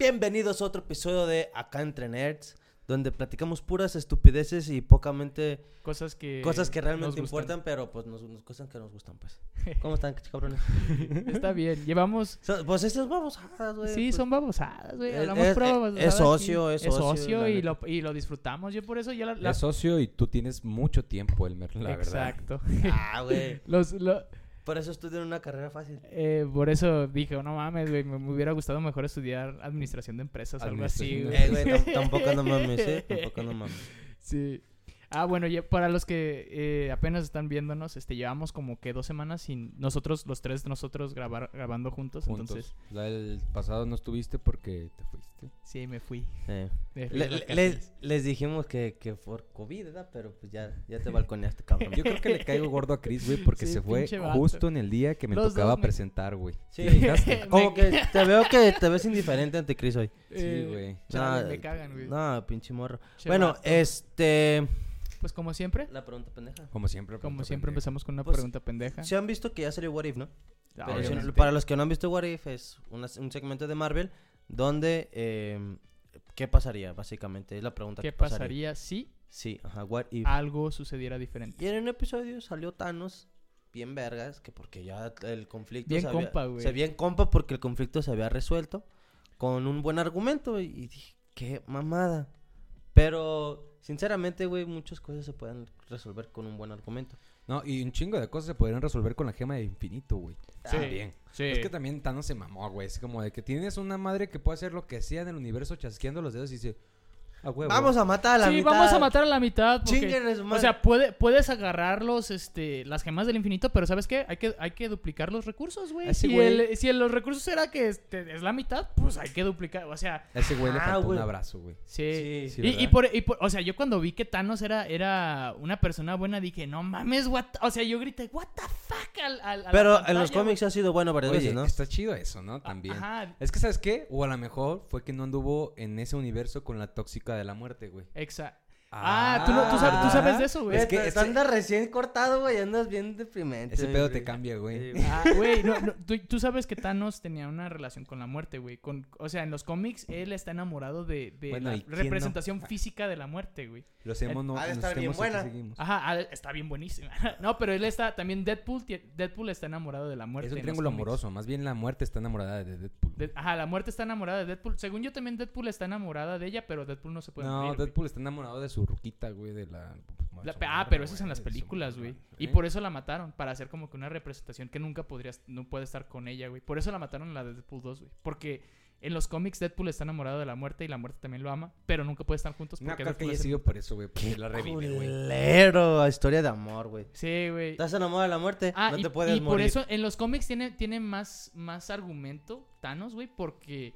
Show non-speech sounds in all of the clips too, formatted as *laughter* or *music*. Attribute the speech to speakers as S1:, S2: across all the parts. S1: Bienvenidos a otro episodio de Acá entre Nerds, donde platicamos puras estupideces y pocamente
S2: Cosas que.
S1: cosas que
S2: nos
S1: realmente
S2: gustan.
S1: importan, pero pues nos, nos- cosas que nos gustan, pues. ¿Cómo están, *laughs* cabrones?
S2: *laughs* Está bien. Llevamos.
S1: So- pues esas babosadas, güey.
S2: Sí,
S1: pues,
S2: son babosadas, güey.
S1: es-
S2: Hablamos
S1: es-
S2: pura
S1: es-
S2: babosada
S1: es
S2: aquí.
S1: ocio, es ocio, la
S2: y lo, y lo disfrutamos. Yo por eso ya la. la-
S3: Es socio y tú tienes mucho tiempo, Elmer, la verdad.
S2: Exacto.
S1: Ah, güey.
S2: Los, lo-
S1: Por eso estudian una carrera
S2: *laughs*
S1: fácil.
S2: eh, por eso dije, no mames, güey. Me, me hubiera gustado mejor estudiar administración de empresas, algo así,
S3: Administración de
S2: güey.
S1: Eh, güey, tam- tampoco no mames,
S2: *laughs*
S1: ¿eh? Tampoco no mames.
S2: Sí. Ah, bueno, ya para los que eh, apenas están viéndonos, este, llevamos como que dos semanas sin nosotros, los tres nosotros grabar, grabando juntos,
S3: Juntos.
S2: entonces
S3: La del pasado no estuviste porque te
S2: *laughs*
S3: fuiste.
S2: sí, me fui.
S1: Sí. Eh, Le-
S2: Me fui de
S1: le-
S2: vacaciones.
S1: les, les dijimos que, que por COVID, ¿verdad? Pero pues ya, ya te balconeaste, cabrón.
S3: Yo creo que le caigo gordo a Chris, güey, porque
S2: Sí,
S3: se fue
S2: pinche vato.
S3: justo en el día que me
S2: Los
S3: tocaba
S2: dos me-
S3: presentar, güey.
S1: Sí.
S2: *laughs*
S3: ¿Te fijaste?
S1: Como que te veo que te ves indiferente ante Chris hoy.
S3: Sí,
S2: Eh,
S3: güey.
S2: chale,
S1: No,
S2: me cagan, güey.
S1: No, pinche morro.
S2: Che,
S1: bueno,
S2: vato.
S1: este...
S2: Pues como siempre,
S1: La pregunta pendeja.
S3: Como siempre.
S2: como
S3: punto
S2: siempre
S3: pendejo.
S2: empezamos con una
S1: Pues,
S2: pregunta pendeja.
S1: Se han visto que ya salió What If, ¿no?
S2: Ah,
S1: Pero si no-
S2: obviamente.
S1: para los que no han visto What If, es una- un segmento de Marvel donde... eh, ¿Qué pasaría? Básicamente es la pregunta.
S2: ¿Qué
S1: que
S2: pasaría Ah. si
S1: Sí, ajá, What If.
S2: algo sucediera diferente?
S1: Y en un episodio salió Thanos bien vergas, que porque ya el conflicto
S2: Bien
S1: se
S2: compa,
S1: había,
S2: güey.
S1: o sea, bien compa porque el conflicto se había resuelto con un buen argumento y dije, qué mamada. Pero sinceramente, güey, muchas cosas se pueden resolver con un buen argumento.
S3: No, y un chingo de cosas se podrían resolver con la gema de infinito, güey.
S1: Ah,
S2: Sí.
S3: También.
S2: Sí.
S3: Es que también Thanos se mamó, güey. Es como de que tienes una madre que puede hacer lo que sea en el universo chasqueando los dedos y dice... A huevo.
S1: Vamos a matar a la
S2: Sí,
S1: mitad.
S2: vamos a matar a la mitad. porque-
S1: Chinguen a su
S2: o
S1: madre.
S2: sea, puede, puedes agarrar los, este, las gemas del infinito, pero ¿sabes qué? Hay que, hay que duplicar los recursos, güey.
S3: Ese
S2: Si,
S3: güey-
S2: el- si el- los recursos era que este, es la mitad, pues hay que duplicar. O sea,
S3: A ese güey le
S1: Ah,
S3: faltó
S1: güey.
S3: un abrazo, güey.
S1: Sí.
S2: sí.
S3: Sí,
S2: y, y
S3: ¿verdad?
S2: por, y por- o sea, yo cuando vi que Thanos era, era una persona buena, dije, no mames, what the-" o sea, yo grité, what the fuck, al- al- a la
S1: Pero en
S2: pantalla,
S1: los cómics ha sido bueno varias
S3: Oye,
S1: veces, ¿no?
S3: está chido eso, ¿no? También.
S2: Ajá,
S3: Es que, ¿sabes qué? O a lo mejor fue que no anduvo en ese universo con la tóxica de la muerte, güey.
S2: exacto. Ah, ¿tú, no- tú
S1: sab-
S2: sabes, tú sabes de eso, güey.
S3: Es que
S1: Güey,
S3: ese-
S1: andas recién cortado, güey, andas bien deprimente.
S3: Ese
S1: güey,
S3: pedo
S1: güey.
S3: te cambia, güey.
S1: Sí,
S2: Ah, güey, no, no, tú, tú sabes que Thanos tenía una relación con la muerte, güey. Con, o sea, en los cómics él está enamorado de, de
S3: Bueno,
S2: la
S3: ¿y quién no?
S2: representación física de la muerte, güey.
S3: Los emo no,
S1: Ha de
S3: los
S1: estar bien
S3: emos aquí
S1: buena.
S3: seguimos.
S2: Ajá, ah, está bien buenísima. *laughs* No, pero él está, también Deadpool, tie- Deadpool está enamorado de la muerte.
S3: es un
S2: en los
S3: triángulo
S2: cómics.
S3: amoroso. Más bien la muerte está enamorada de Deadpool.
S2: De- ajá, la muerte está enamorada de Deadpool. Según yo también Deadpool está enamorada de ella, pero Deadpool no se puede
S3: no,
S2: morir, güey.
S3: Deadpool está enamorado de su ruquita, güey, de la... pues,
S2: La-
S3: su
S2: pe- ah,
S3: morra,
S2: pero eso es
S3: güey,
S2: en las
S3: de su
S2: películas,
S3: morra,
S2: güey. Y
S3: ¿eh?
S2: por eso la mataron, para hacer como que una representación que nunca podrías, no puede estar con ella, güey. Por eso la mataron en la de Deadpool 2, güey. Porque en los cómics Deadpool está enamorado de la muerte y la muerte también lo ama, pero nunca pueden estar juntos
S3: No
S2: porque
S3: creo que
S2: Deadpool
S3: haya
S2: es el-
S3: sido por eso, güey. Porque la revive, güey.
S1: Culero, historia de amor, güey.
S2: Sí, güey.
S1: Estás enamorado de la muerte,
S2: Ah,
S1: no
S2: y,
S1: te puedes
S2: y
S1: morir.
S2: por eso en los cómics tiene, tiene más, más argumento Thanos, güey, porque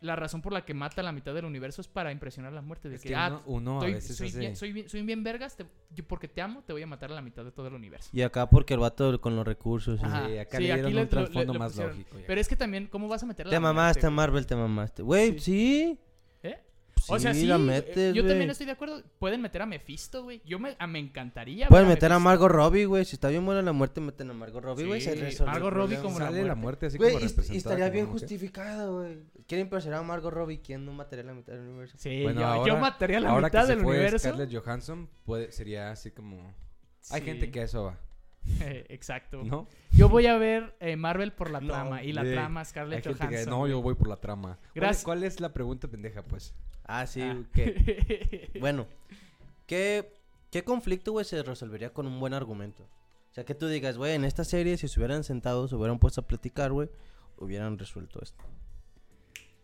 S2: la razón por la que mata a la mitad del universo es para impresionar a la muerte. De
S3: Es
S2: que,
S3: que
S2: ah,
S3: uno, uno a
S2: estoy-
S3: veces
S2: soy,
S3: hace...
S2: bien, soy, bien, soy bien vergas, te- yo porque te amo, te voy a matar a la mitad de todo el universo.
S1: Y acá porque el vato con los recursos. y-
S2: Ajá.
S3: Sí, acá
S2: Sí,
S3: le
S2: aquí
S3: dieron
S2: le-
S3: un
S2: lo- le-
S3: trasfondo
S2: le
S3: más
S2: pusieron.
S3: lógico. ya.
S2: Pero es que también, ¿cómo vas a meter a la
S1: Te mamaste,
S2: muerte,
S1: Marvel, te mamaste. Güey, sí.
S2: ¿Eh?
S1: Sí,
S2: güey? O sea, sí,
S1: la
S2: güey,
S1: metes,
S2: yo
S1: güey.
S2: también estoy de acuerdo. Pueden meter a Mephisto, güey. Yo me, a- me encantaría.
S1: Pueden
S2: ver
S1: meter a
S2: Mephisto.
S1: Margot Robbie, güey. Si está bien buena la muerte, meten a Margot Robbie,
S2: Sí,
S1: güey. se resuelve
S2: Margot
S1: el
S2: Robbie
S1: problema.
S2: como la
S3: Sale la muerte así
S1: Güey,
S3: como
S1: y- y,
S3: representada.
S1: estaría
S3: como
S1: bien
S3: mujer.
S1: justificado, güey. Quieren impresionar a Margot Robbie, ¿quién no mataría la mitad del universo?
S2: Sí,
S3: Bueno,
S2: yo, yo
S3: ahora-
S2: mataría a la
S3: ahora
S2: mitad
S3: que se
S2: del
S3: fue
S2: universo.
S3: Scarlett Johansson puede, sería así como... Hay
S2: Sí.
S3: gente que a eso va,
S2: Eh, *laughs* Exacto.
S3: ¿no?
S2: Yo voy a ver eh, Marvel por la
S1: No,
S2: trama. Y la
S3: güey.
S2: trama
S3: Hay
S2: Scarlett
S3: gente
S2: Johansson.
S3: que...
S2: *laughs*
S3: No, yo voy por la trama. ¿Cuál-
S2: Gracias.
S3: ¿Cuál, es la pregunta pendeja, pues?
S1: Ah, sí,
S2: Ah. *laughs*
S1: que. Bueno, ¿qué, ¿qué conflicto, güey, se resolvería con un buen argumento? O sea, que tú digas, güey, en esta serie, si se hubieran sentado, se hubieran puesto a platicar, güey, hubieran resuelto esto.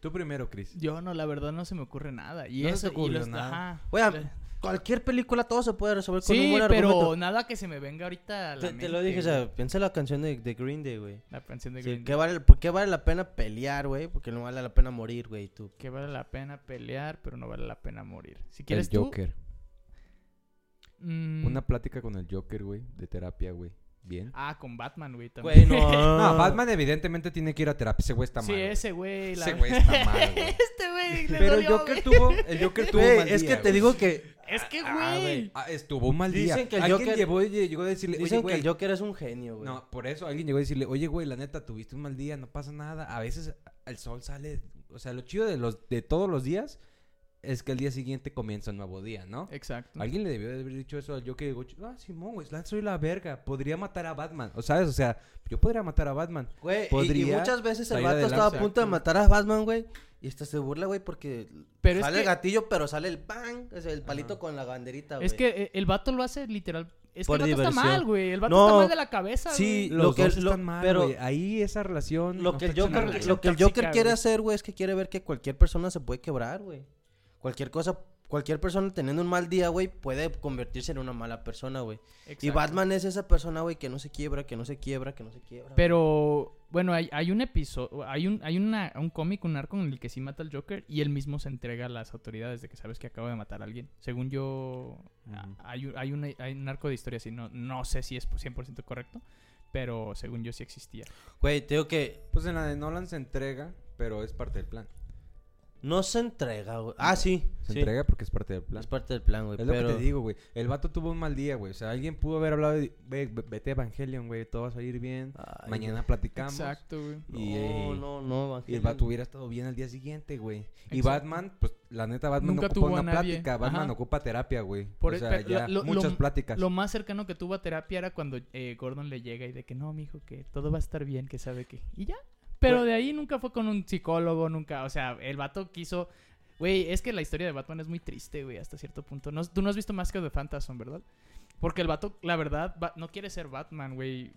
S3: Tú primero, Chris.
S2: Yo no, la verdad no se me ocurre nada. Y
S3: No se te
S2: eso, y
S3: ocurrió
S2: los-
S3: nada.
S2: ajá.
S1: Güey, a- cualquier película todo se puede resolver con un
S2: Sí,
S1: buen
S2: pero
S1: argumento.
S2: nada que se me venga ahorita a la
S1: Te, te lo
S2: mente,
S1: dije, o
S2: güey.
S1: sea, piensa la canción de, de Green Day, güey.
S2: La canción de
S1: Sí,
S2: Green
S1: ¿qué,
S2: Day.
S1: vale, ¿Por qué vale la pena pelear, güey? Porque no vale la pena morir, güey, tú.
S2: Que vale la pena pelear, pero no vale la pena morir. Si quieres
S3: el
S2: tú...
S3: Joker.
S2: mm,
S3: Una plática con el Joker, güey, de terapia, güey. Bien.
S2: Ah, con Batman, güey, también.
S1: Güey, no.
S2: *laughs*
S3: No, Batman evidentemente tiene que ir a terapia. Ese güey está mal.
S2: sí,
S3: güey.
S2: ese güey. La...
S3: Ese güey está mal, güey.
S2: *laughs* este güey. le
S3: Pero el
S2: dolió, güey.
S3: Joker tuvo... El Joker tuvo un
S1: Güey,
S3: mal
S1: es que
S3: día,
S1: te
S3: güey.
S1: digo que...
S2: Es que,
S3: Ah,
S2: güey.
S3: Ah, estuvo un mal día.
S1: Dicen que el
S3: alguien
S1: Joker-
S3: llevó y llegó a decirle... oye,
S1: Dicen que
S3: güey,
S1: el Joker es un genio, güey.
S3: No, por eso alguien llegó a decirle, oye, güey, la neta, tuviste un mal día, no pasa nada. A veces el sol sale o sea, lo chido de los de todos los días es que el día siguiente comienza un nuevo día, ¿no?
S2: Exacto.
S3: Alguien le debió de haber dicho eso al Joker y digo, ah, Simón, güey, la- soy la verga, podría matar a Batman, o sabes, o sea, yo podría matar a Batman.
S1: Güey, y- y,
S3: Podría
S1: muchas veces el
S3: salir
S1: vato
S3: adelante.
S1: estaba a punto de
S2: Exacto.
S1: matar a Batman, güey. Y hasta se burla, güey, porque
S2: Pero es
S1: sale
S2: que-
S1: el gatillo, pero sale el pan, o sea, el palito
S3: Ajá.
S1: con la banderita, güey.
S2: Es que eh, el vato lo hace literal. Es que
S1: Por
S2: el vato está
S1: diversión.
S2: mal, güey. El vato
S1: No.
S2: está mal de la cabeza,
S1: Sí,
S2: güey.
S1: Lo
S3: Los
S1: que
S3: dos
S1: el- lo-
S3: están mal,
S1: pero-
S3: güey. Ahí esa relación
S1: Lo
S3: no
S1: que
S3: está
S1: el Joker,
S3: chingona,
S2: relación
S1: lo que el
S2: tóxica,
S1: Joker quiere
S2: güey.
S1: hacer, güey, es que quiere ver que cualquier persona se puede quebrar, güey. Cualquier cosa, cualquier persona teniendo un mal día, güey, puede convertirse en una mala persona, güey. Y
S2: Exacto.
S1: Batman es esa persona, güey, que no se quiebra, que no se quiebra, que no se quiebra.
S2: Pero, bueno, hay, hay un episodio, hay un, hay una, un cómic, un arco en el que sí mata al Joker y él mismo se entrega a las autoridades de que sabes que acaba de matar a alguien. Según yo, a-
S3: Ujú.
S2: hay, un- hay, un, hay un arco de historia así, no, no sé si es 100% correcto, pero según yo sí existía.
S1: Güey, te digo que
S3: Pues en la de Nolan se entrega, pero es parte del plan.
S1: no se entrega, güey. Ah, sí.
S3: Se
S1: sí.
S3: entrega porque es parte del plan.
S1: Es parte del plan, güey.
S3: Es
S1: Pero...
S3: lo que te digo, güey. El vato tuvo un mal día, güey. O sea, alguien pudo haber hablado de, "Ve- ve- vete a Evangelion, güey, todo va a salir bien.
S1: Ay,
S3: Mañana platicamos.
S2: Exacto, güey.
S3: Y,
S1: No,
S3: eh,
S1: no, no,
S3: Y el
S1: Evangelion.
S3: vato hubiera estado bien al día siguiente, güey. Y
S2: Exacto.
S3: Batman, pues la neta, Batman
S2: Nunca
S3: no ocupa
S2: tuvo a
S3: una
S2: nadie.
S3: plática. Batman
S2: Ajá.
S3: ocupa terapia, güey.
S2: Por
S3: o
S2: e-
S3: sea,
S2: pero
S3: ya
S2: lo- lo-
S3: muchas
S2: lo-
S3: pláticas.
S2: Lo más cercano que tuvo a terapia era cuando eh, Gordon le llega y de que no, mijo, que todo va a estar bien, que sabe que. Y ya.
S3: Pues
S2: Pero de ahí nunca fue con un psicólogo, nunca. O sea, el vato quiso. Güey, es que la historia de Batman es muy triste, güey, hasta cierto punto. No, tú no has visto más que The Phantasm, ¿verdad? Porque el vato, la verdad, va- no quiere ser Batman, güey.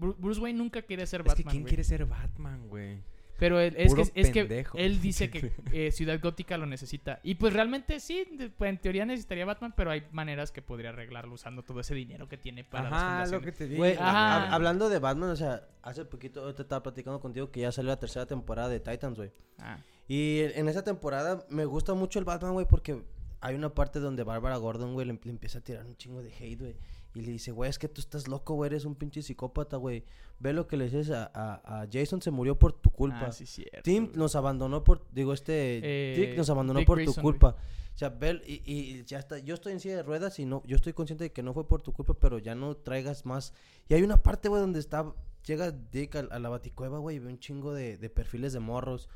S2: Bru- Bruce Wayne nunca quiere ser
S3: es
S2: Batman.
S3: que ¿quién
S2: güey.
S3: quiere ser Batman, güey?
S2: Pero él- es,
S3: Puro
S2: que, es que
S3: pendejo.
S2: él dice que eh, Ciudad Gótica lo necesita. Y pues realmente sí, de- pues, en teoría necesitaría Batman, pero hay maneras que podría arreglarlo usando todo ese dinero que tiene para las
S3: Ajá, lo
S2: fundaciones.
S3: que te digo.
S1: Güey,
S2: Ajá.
S1: hab- hablando de Batman, o sea, hace poquito ahorita estaba platicando contigo que ya salió la tercera temporada de Titans, güey.
S2: Ah,
S1: Y en esa temporada me gusta mucho el Batman, güey, porque hay una parte donde Bárbara Gordon, güey, le, le empieza a tirar un chingo de hate, güey. Y le dice, güey, es que tú estás loco, güey, eres un pinche psicópata, güey. Ve lo que le dices a, a- a Jason, se murió por tu culpa.
S2: ah, sí, cierto,
S1: Tim
S2: güey.
S1: nos abandonó por, digo, este,
S2: Eh,
S1: Dick nos abandonó
S2: Dick
S1: por tu
S2: Grayson, güey.
S1: culpa. O sea, Bell, y, y ya está, yo estoy en silla de ruedas y no, yo estoy consciente de que no fue por tu culpa, pero ya no traigas más. Y hay una parte, güey, donde está, llega Dick a, a la baticueva, güey, y ve un chingo de, de perfiles de morros.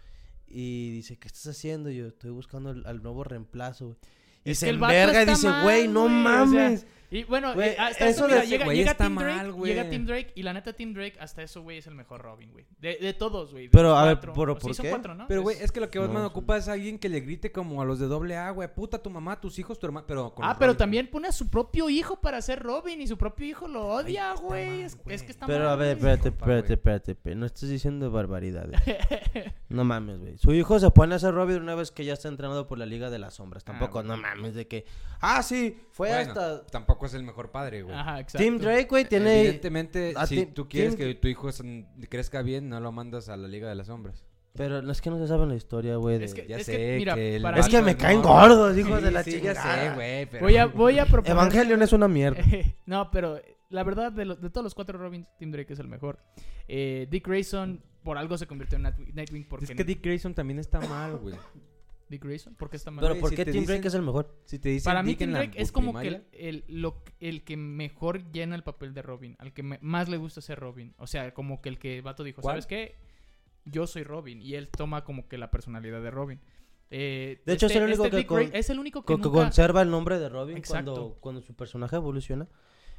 S1: Y dice, ¿qué estás haciendo? Y yo estoy buscando al, al nuevo reemplazo, güey. Y
S2: Es
S1: se
S2: que el vato
S1: enverga y
S2: está
S1: dice,
S2: mal,
S1: güey, no
S2: o sea,
S1: mames.
S2: y bueno,
S1: Güey,
S2: eh, hasta
S1: eso
S2: eso,
S1: de
S2: mira,
S1: ese
S2: llega,
S3: güey
S2: llega
S3: está
S2: Tim Drake,
S3: mal, güey.
S2: llega Tim Drake, y la neta Tim Drake, hasta eso, güey, es el mejor Robin, güey. De, de todos, güey. de
S1: Pero,
S2: los
S1: a ver,
S2: cuatro. Pues
S1: ¿pero
S2: Sí,
S1: por
S2: son
S1: qué?
S2: cuatro, ¿no? Pues
S3: Pero, güey,
S2: Es-
S3: es que lo que
S1: No,
S3: Batman
S1: sí.
S3: ocupa es alguien que le grite como a los de doble A, güey. Puta tu mamá, tus hijos, tu hermano. Pero con
S2: Ah,
S3: los
S2: pero
S3: Robin,
S2: también pone a su propio hijo para ser Robin y su propio hijo lo odia,
S3: Ay, está
S2: güey.
S3: mal,
S2: Es,
S3: güey.
S2: es que está
S1: Pero
S2: mal,
S1: a ver,
S2: güey.
S1: espérate,
S3: Compa, güey.
S1: espérate, espérate, espérate. No estás diciendo
S2: *laughs*
S1: barbaridades. No mames, güey. Su hijo se pone a ser Robin una vez que ya está entrenado por la Liga de las Sombras. Tampoco,
S2: bueno.
S1: no mames, de que. Ah, sí, fue
S3: Ah, Bueno,
S1: hasta.
S3: Tampoco es el mejor padre, güey.
S2: Ajá, exacto.
S1: Tim Drake, güey, tiene. Ah,
S3: Evidentemente,
S1: a
S3: si
S1: Tim-
S3: tú quieres
S1: Tim-
S3: que tu hijo es- crezca bien, no lo mandas a la Liga de las Sombras.
S1: Pero no, es que no se saben la historia, güey. de-
S2: Es
S1: Es
S2: que,
S1: que,
S3: Ya
S2: es
S3: sé
S2: que, mira,
S3: que el
S2: para
S3: vato
S2: mí-
S1: me
S3: no,
S1: caen
S3: no.
S1: gordos, hijos de la
S3: Sí,
S1: chica.
S3: ya sé, güey, pero-
S2: voy a, voy
S3: *laughs*
S2: a proponer...
S1: Evangelion es una
S2: *laughs*
S1: mierda.
S2: no, pero la verdad, de, los- de todos los cuatro Robins, Tim Drake es el mejor. Eh, Dick Grayson, por algo se convirtió en Nightwing- Nightwing porque...
S3: Es que Dick Grayson también está mal, güey.
S2: Dick Grayson, porque está mal.
S1: Pero
S3: güey,
S1: ¿por
S3: si
S1: qué
S3: te
S1: Tim Drake
S3: dicen-
S1: es el mejor?
S3: Si te dicen
S2: para mí
S3: Dick en
S2: Tim
S3: la
S2: Drake es como que
S3: primaria,
S2: el, el- lo, el que mejor llena el papel de Robin, al que me- más le gusta ser Robin. O sea, como que el que el vato dijo,
S3: ¿Cuál?
S2: ¿sabes qué? Yo soy Robin y él toma como que la personalidad de Robin. Eh,
S1: De hecho, es el único que
S2: Dick
S1: con-
S2: Ray- es el único que
S1: Que, que
S2: nunca-
S1: conserva el nombre de Robin
S2: Exacto.
S1: cuando, cuando su personaje evoluciona.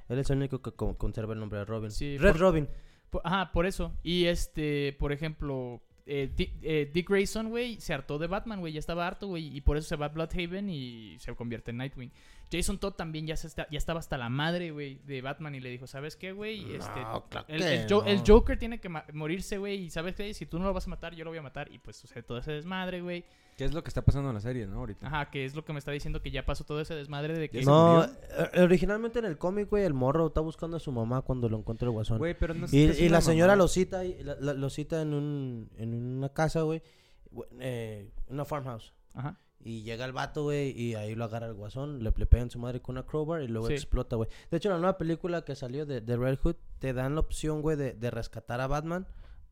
S1: Él es el único que co- conserva el nombre de Robin.
S2: Sí,
S1: Red
S2: por-
S1: Robin.
S2: Po- Ajá, por eso. Y este, por ejemplo, eh, Di- eh, Dick Grayson, güey, se hartó de Batman, güey, ya estaba harto, güey, y por eso se va a Bloodhaven y se convierte en Nightwing. Jason Todd también ya, se está- ya estaba hasta la madre, güey, de Batman y le dijo, ¿sabes qué, güey? Este,
S1: No, claro
S2: el,
S1: que
S2: el Jo- el
S1: no.
S2: Joker tiene que ma- morirse, güey, y ¿sabes qué? Si tú no lo vas a matar, yo lo voy a matar. Y pues sucede todo ese desmadre, güey.
S3: ¿Qué es lo que está pasando en la serie, no? Ahorita.
S2: Ajá, que es lo que me está diciendo que ya pasó todo ese desmadre de que...
S3: ¿Ya se
S1: No,
S3: murió?
S1: eh, originalmente en el cómic, güey, el morro está buscando a su mamá cuando lo encuentra el guasón.
S3: Güey, pero no
S1: Y,
S3: es
S1: y la
S3: una
S1: señora
S3: mamada.
S1: lo cita, y la- la- lo cita en, un, en una casa, güey. bu- eh, una farmhouse.
S2: Ajá.
S1: Y llega el vato, güey, y ahí lo agarra el guasón. Le, le pegan su madre con una crowbar y luego
S2: Sí.
S1: explota, güey. De hecho, la nueva película que salió de, de Red Hood te dan la opción, güey, de, de rescatar a Batman,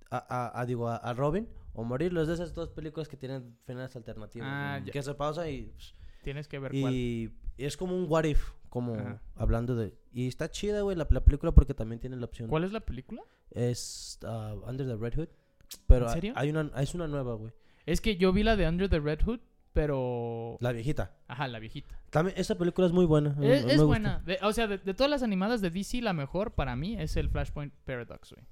S1: a, a- a- digo, a, a Robin, o morirlo. Es de esas dos películas que tienen finales alternativos.
S2: Ah,
S1: güey,
S2: ya.
S1: Que se pausa y...
S2: Tienes que ver cuál.
S1: Y es como un what if, como
S2: Ajá.
S1: hablando de... Y está chida, güey, la, la película porque también tiene la opción
S2: ¿Cuál es la película?
S1: es ah, Under the Red Hood. Pero
S2: ¿En serio?
S1: hay una, es una nueva, güey.
S2: Es que yo vi la de Under the Red Hood, pero...
S1: La viejita.
S2: Ajá, la viejita.
S1: También, esa película es muy buena. a mí-
S2: Es,
S1: a mí
S2: es
S1: me gusta.
S2: buena. De- o sea, de, de todas las animadas de DC, la mejor para mí es el Flashpoint Paradox, güey.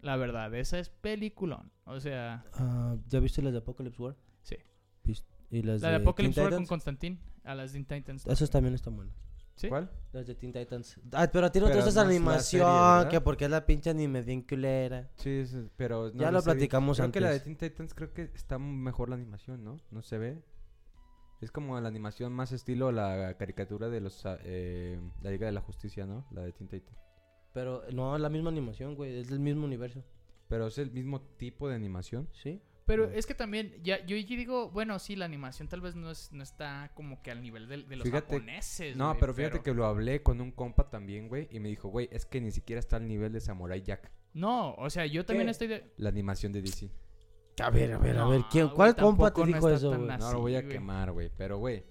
S2: La verdad, esa es peliculón. O sea,
S1: Ah, ¿Ya viste las de Apocalypse War?
S2: Sí.
S1: ¿Viste- ¿Y las
S2: la
S1: de,
S2: de Apocalypse
S1: Teen
S2: War con
S1: Titans?
S2: Constantine, a las de Teen Titans.
S1: Esas también están buenas.
S2: ¿Sí?
S3: ¿Cuál?
S1: Las de Teen Titans. Ah, pero a ti no te
S3: Pero
S1: gusta esa
S3: no es la serie,
S1: animación,
S3: ¿verdad?
S1: que porque es la pinche anime bien culera.
S3: Sí, sí, pero... no,
S1: ya
S3: no
S1: lo
S3: se ve.
S1: platicamos
S3: Creo
S1: antes.
S3: que la de Teen Titans creo que está mejor la animación, ¿no? No se ve. Es como la animación más estilo la caricatura de los... ah, eh, la Liga de la Justicia, ¿no? La de Teen Titans.
S1: Pero no, es la misma animación, güey. Es del mismo universo.
S3: Pero es el mismo tipo de animación.
S1: ¿Sí?
S2: Pero es que también, ya, yo yo digo, bueno, sí, la animación tal vez no, es, no está como que al nivel del- de, los
S3: Fíjate-
S2: japoneses.
S3: No,
S2: güey,
S3: pero fíjate que lo hablé con un compa también, güey. Y me dijo, güey, es que ni siquiera está al nivel de Samurai Jack.
S2: No, o sea, yo
S3: Eh,
S2: también
S1: ¿Qué?
S2: estoy de... *laughs*
S3: La animación de DC.
S1: A ver, a ver, a
S2: No,
S1: ver. ¿Quién,
S2: güey,
S1: ¿Cuál compa te
S2: tampoco no
S1: dijo
S2: está
S1: eso,
S2: tan
S1: güey?
S2: Ah,
S3: no lo voy
S2: sí,
S3: a
S2: güey.
S3: quemar, güey. Pero, güey,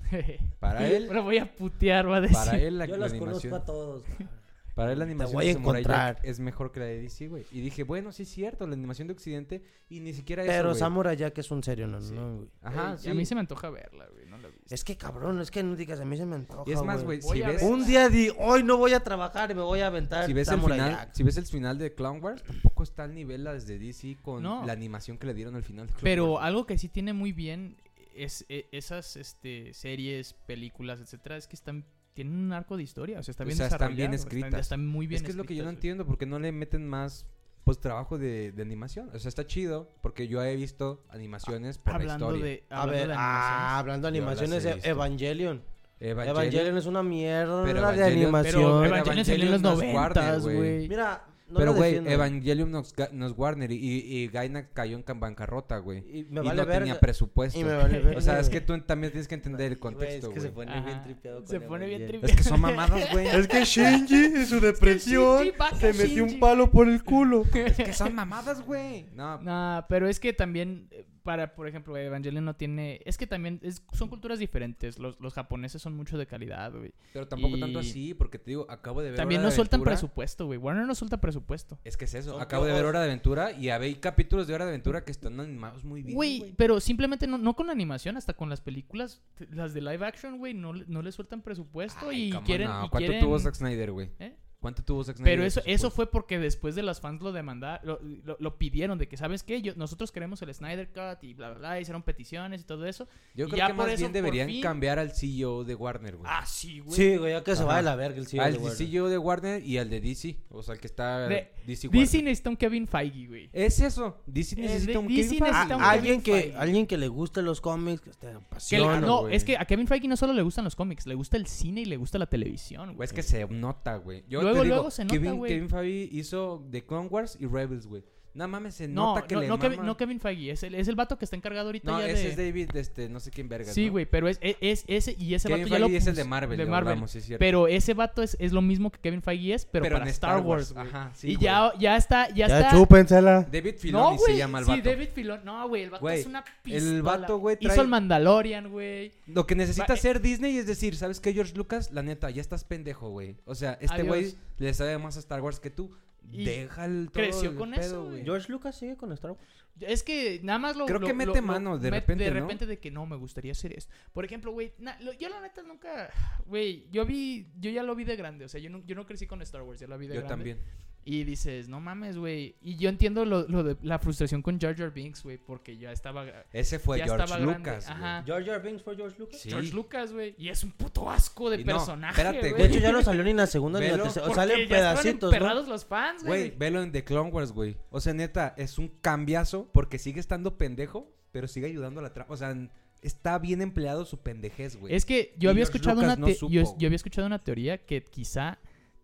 S1: *laughs*
S3: para él,
S2: Lo voy a putear, va a decir.
S3: para él la,
S1: Yo
S3: la
S1: las conozco a
S3: animación.
S1: todos. güey.
S3: Para él la
S1: Te
S3: animación
S1: voy
S3: de
S1: a
S3: Samurai Jack
S1: encontrar.
S3: es mejor que la de DC, güey. Y dije, bueno, sí es cierto, la animación de Occidente. Y ni siquiera eso,
S1: Pero
S3: güey.
S1: Samurai Jack es un serio, no,
S3: Sí.
S1: no, güey.
S3: Ajá,
S2: Ey,
S3: sí.
S2: A mí se me antoja verla, güey, no la he visto.
S1: Es que cabrón, es que no digas, a mí se me antoja.
S3: Y es más, güey,
S2: Voy
S3: si
S2: a
S3: ves,
S2: ver.
S1: Un día di, hoy no voy a trabajar y me voy a aventar.
S3: si ves el
S1: Samurai
S3: final,
S1: Jack".
S3: si ves el final de Clown Wars, tampoco está al nivel la de DC con
S2: No.
S3: la animación que le dieron al final. de Clone
S2: Pero
S3: Wars.
S2: algo que sí tiene muy bien es e- esas este, series, películas, etcétera, es que están tienen un arco de historia, o sea, está
S3: O
S2: bien
S3: sea, están
S2: desarrollado,
S3: bien
S2: están-
S3: escritas.
S2: están muy bien
S3: es que es lo que yo no
S2: escritas, güey.
S3: entiendo porque no le meten más pues trabajo de, de animación. O sea, está chido porque yo he visto animaciones por
S2: Hablando
S3: la historia.
S2: de
S1: A
S2: hablando
S1: ver,
S2: de
S1: ah,
S2: animaciones.
S1: hablando de
S3: Yo las he
S1: animaciones, e-
S3: visto.
S1: Evangelion.
S3: Evangelion,
S1: Evangelion. es una mierda
S3: Pero
S1: de
S3: Evangelion-
S1: animación.
S2: pero
S3: Pero
S2: Evangelion salió en los
S3: Evangelion no es Warner,
S2: noventas,
S3: güey.
S2: güey.
S1: Mira, no
S3: Pero,
S1: lo
S3: güey,
S1: defiendo.
S3: Evangelion nos, ga- nos Warner y, y Gainax cayó en cam- bancarrota, güey.
S1: Y me
S3: Y
S1: vale
S3: no tenía
S1: verga.
S3: presupuesto.
S1: Y me vale verga.
S3: *laughs* O sea, es que tú también tienes que entender el
S1: Güey, Es que
S3: contexto, güey.
S1: se pone bien
S2: Ajá.
S1: tripeado con
S2: Se pone bien
S1: Evangelion.
S2: tripeado.
S3: Es que son mamadas, güey.
S1: Es que Shinji en su depresión
S2: Shinji, vaca
S1: se metió
S2: Shinji.
S1: un palo por el culo.
S3: Es que son mamadas, güey. No,
S2: Nah, pero es que también, eh, para, por ejemplo, Evangelion no tiene... Es que también es- son culturas diferentes. Los, los japoneses son mucho de calidad, güey.
S3: pero tampoco
S2: Y-
S3: tanto así porque te digo, acabo de ver
S2: También
S3: Hora
S2: no
S3: de
S2: sueltan
S3: Aventura.
S2: presupuesto, güey. Warner no suelta presupuesto.
S3: Es que es eso.
S1: Son
S3: Acabo de ver
S1: peor.
S3: Hora de Aventura y hay capítulos de Hora de Aventura que están animados muy bien.
S2: Güey, pero simplemente no, no con la animación, hasta con las películas, t- las de live action, güey, no, le- no le sueltan presupuesto
S3: Ay,
S2: y
S3: cómo
S2: quieren...
S3: no.
S2: y
S3: ¿Cuánto
S2: quieren-
S3: tuvo Zack Snyder, güey?
S2: ¿Eh?
S3: ¿Cuánto tuvo Zack Snyder?
S2: Pero
S3: de
S2: eso,
S3: presupuesto?
S2: eso fue porque después de las fans lo demandaron, lo, lo- lo pidieron de que, ¿sabes qué? Yo- nosotros queremos el Snyder Cut y bla, bla, bla, hicieron peticiones y todo eso.
S3: Yo
S2: y
S3: creo
S2: ya
S3: que
S2: por
S3: más
S2: eso,
S3: bien
S2: por
S3: deberían
S2: fin-
S3: cambiar al CEO de Warner, güey.
S2: Ah, sí, güey.
S1: Sí, güey, ya que se
S3: Ajá.
S1: va de la verga el CEO.
S3: al
S1: de Warner.
S3: CEO de Warner y al de DC. O sea, el que está
S2: De-
S3: DC Warner.
S2: DC necesita un Kevin Feige, güey.
S3: Es eso. DC
S2: Eh,
S3: necesita
S2: de-
S3: un
S2: DC
S3: Kevin
S2: necesita
S3: Feige.
S1: Ah,
S2: Está un
S1: alguien,
S2: Kevin
S1: que,
S2: Feige.
S1: alguien que le guste los cómics, que te
S2: Que le-
S1: apasiona.
S2: no,
S3: güey.
S2: es que a Kevin Feige no solo le gustan los cómics, le gusta el cine y le gusta la televisión,
S3: Güey,
S2: güey.
S3: es que se nota, güey. Yo
S2: Luego,
S3: te digo,
S2: luego se nota,
S3: Kevin,
S2: güey.
S3: Kevin Feige hizo The Clone Wars y Rebels, güey. No mames, se
S2: No,
S3: nota que
S2: no,
S3: le
S2: no
S3: mama.
S2: Kevin, no Kevin Feige, es el, es el vato que está encargado ahorita
S3: No,
S2: ya
S3: ese
S2: de...
S3: es David, este, no sé quién verga.
S2: Sí, güey, pero es, es- es- ese y ese
S3: Kevin
S2: vato ya lo
S3: Feige es el
S2: pus-
S3: de Marvel.
S2: de
S3: lo
S2: Marvel.
S3: hablamos, sí es cierto.
S2: Pero ese vato es, es lo mismo que Kevin Feige es, pero, para Star Wars, güey.
S3: Ajá, sí,
S2: y
S3: güey.
S2: ya, ya está, ya,
S1: Ya
S2: está.
S1: chúpensela.
S3: David Filoni
S2: No, güey.
S3: se llama el
S2: sí,
S3: vato.
S2: David Filoni. No, güey, el vato
S3: Güey,
S2: es una pistola.
S3: el vato, güey, trae-
S2: Hizo el Mandalorian, güey.
S3: Lo que necesita
S2: Va- eh.
S3: hacer Disney es decir, ¿sabes qué, George Lucas? La neta, ya estás pendejo, güey. O sea, este
S2: Adiós.
S3: güey le sabe más a Star Wars que tú.
S2: Y
S3: Deja el todo
S2: creció
S3: el
S2: con eso, güey.
S1: George Lucas sigue con Star Wars.
S2: Es que nada más lo...
S3: Creo
S2: lo-
S3: que
S2: lo-
S3: mete
S2: lo-
S3: mano de
S2: met-
S3: repente,
S2: De
S3: ¿no?
S2: repente de que no, me gustaría hacer esto. Por ejemplo, güey, na- lo- yo la neta nunca... Güey, yo vi... Yo ya lo vi de grande. O sea, yo no, yo no crecí con Star Wars, ya la vi de
S3: Yo
S2: grande.
S3: también.
S2: Y dices, no mames, güey. Y yo entiendo lo, lo de la frustración con Jar Jar Binks, güey, porque ya estaba...
S3: Ese fue
S2: Ya
S3: George
S2: estaba grande,
S3: Lucas,
S2: ajá.
S3: güey.
S1: George R. Binks fue George Lucas.
S3: Sí.
S2: George Lucas, güey. Y es un puto asco de
S3: Y no,
S2: personaje,
S3: espérate,
S2: güey.
S1: De hecho, ya no salió ni en la segunda ni en
S3: Velo,
S1: la tercera. O
S2: Porque
S1: salen
S2: ya estaban
S1: pedacitos, ¿no?
S2: emperrados los fans,
S3: Güey,
S2: güey.
S3: velo en The Clone Wars, güey. O sea, neta, es un cambiazo porque sigue estando pendejo, pero sigue ayudando a la trama. O sea, n- está bien empleado su pendejez, güey.
S2: Es que yo
S3: Y
S2: había
S3: George
S2: escuchado una
S3: Lucas no
S2: te-
S3: supo,
S2: yo,
S3: güey.
S2: yo había escuchado una teoría que quizá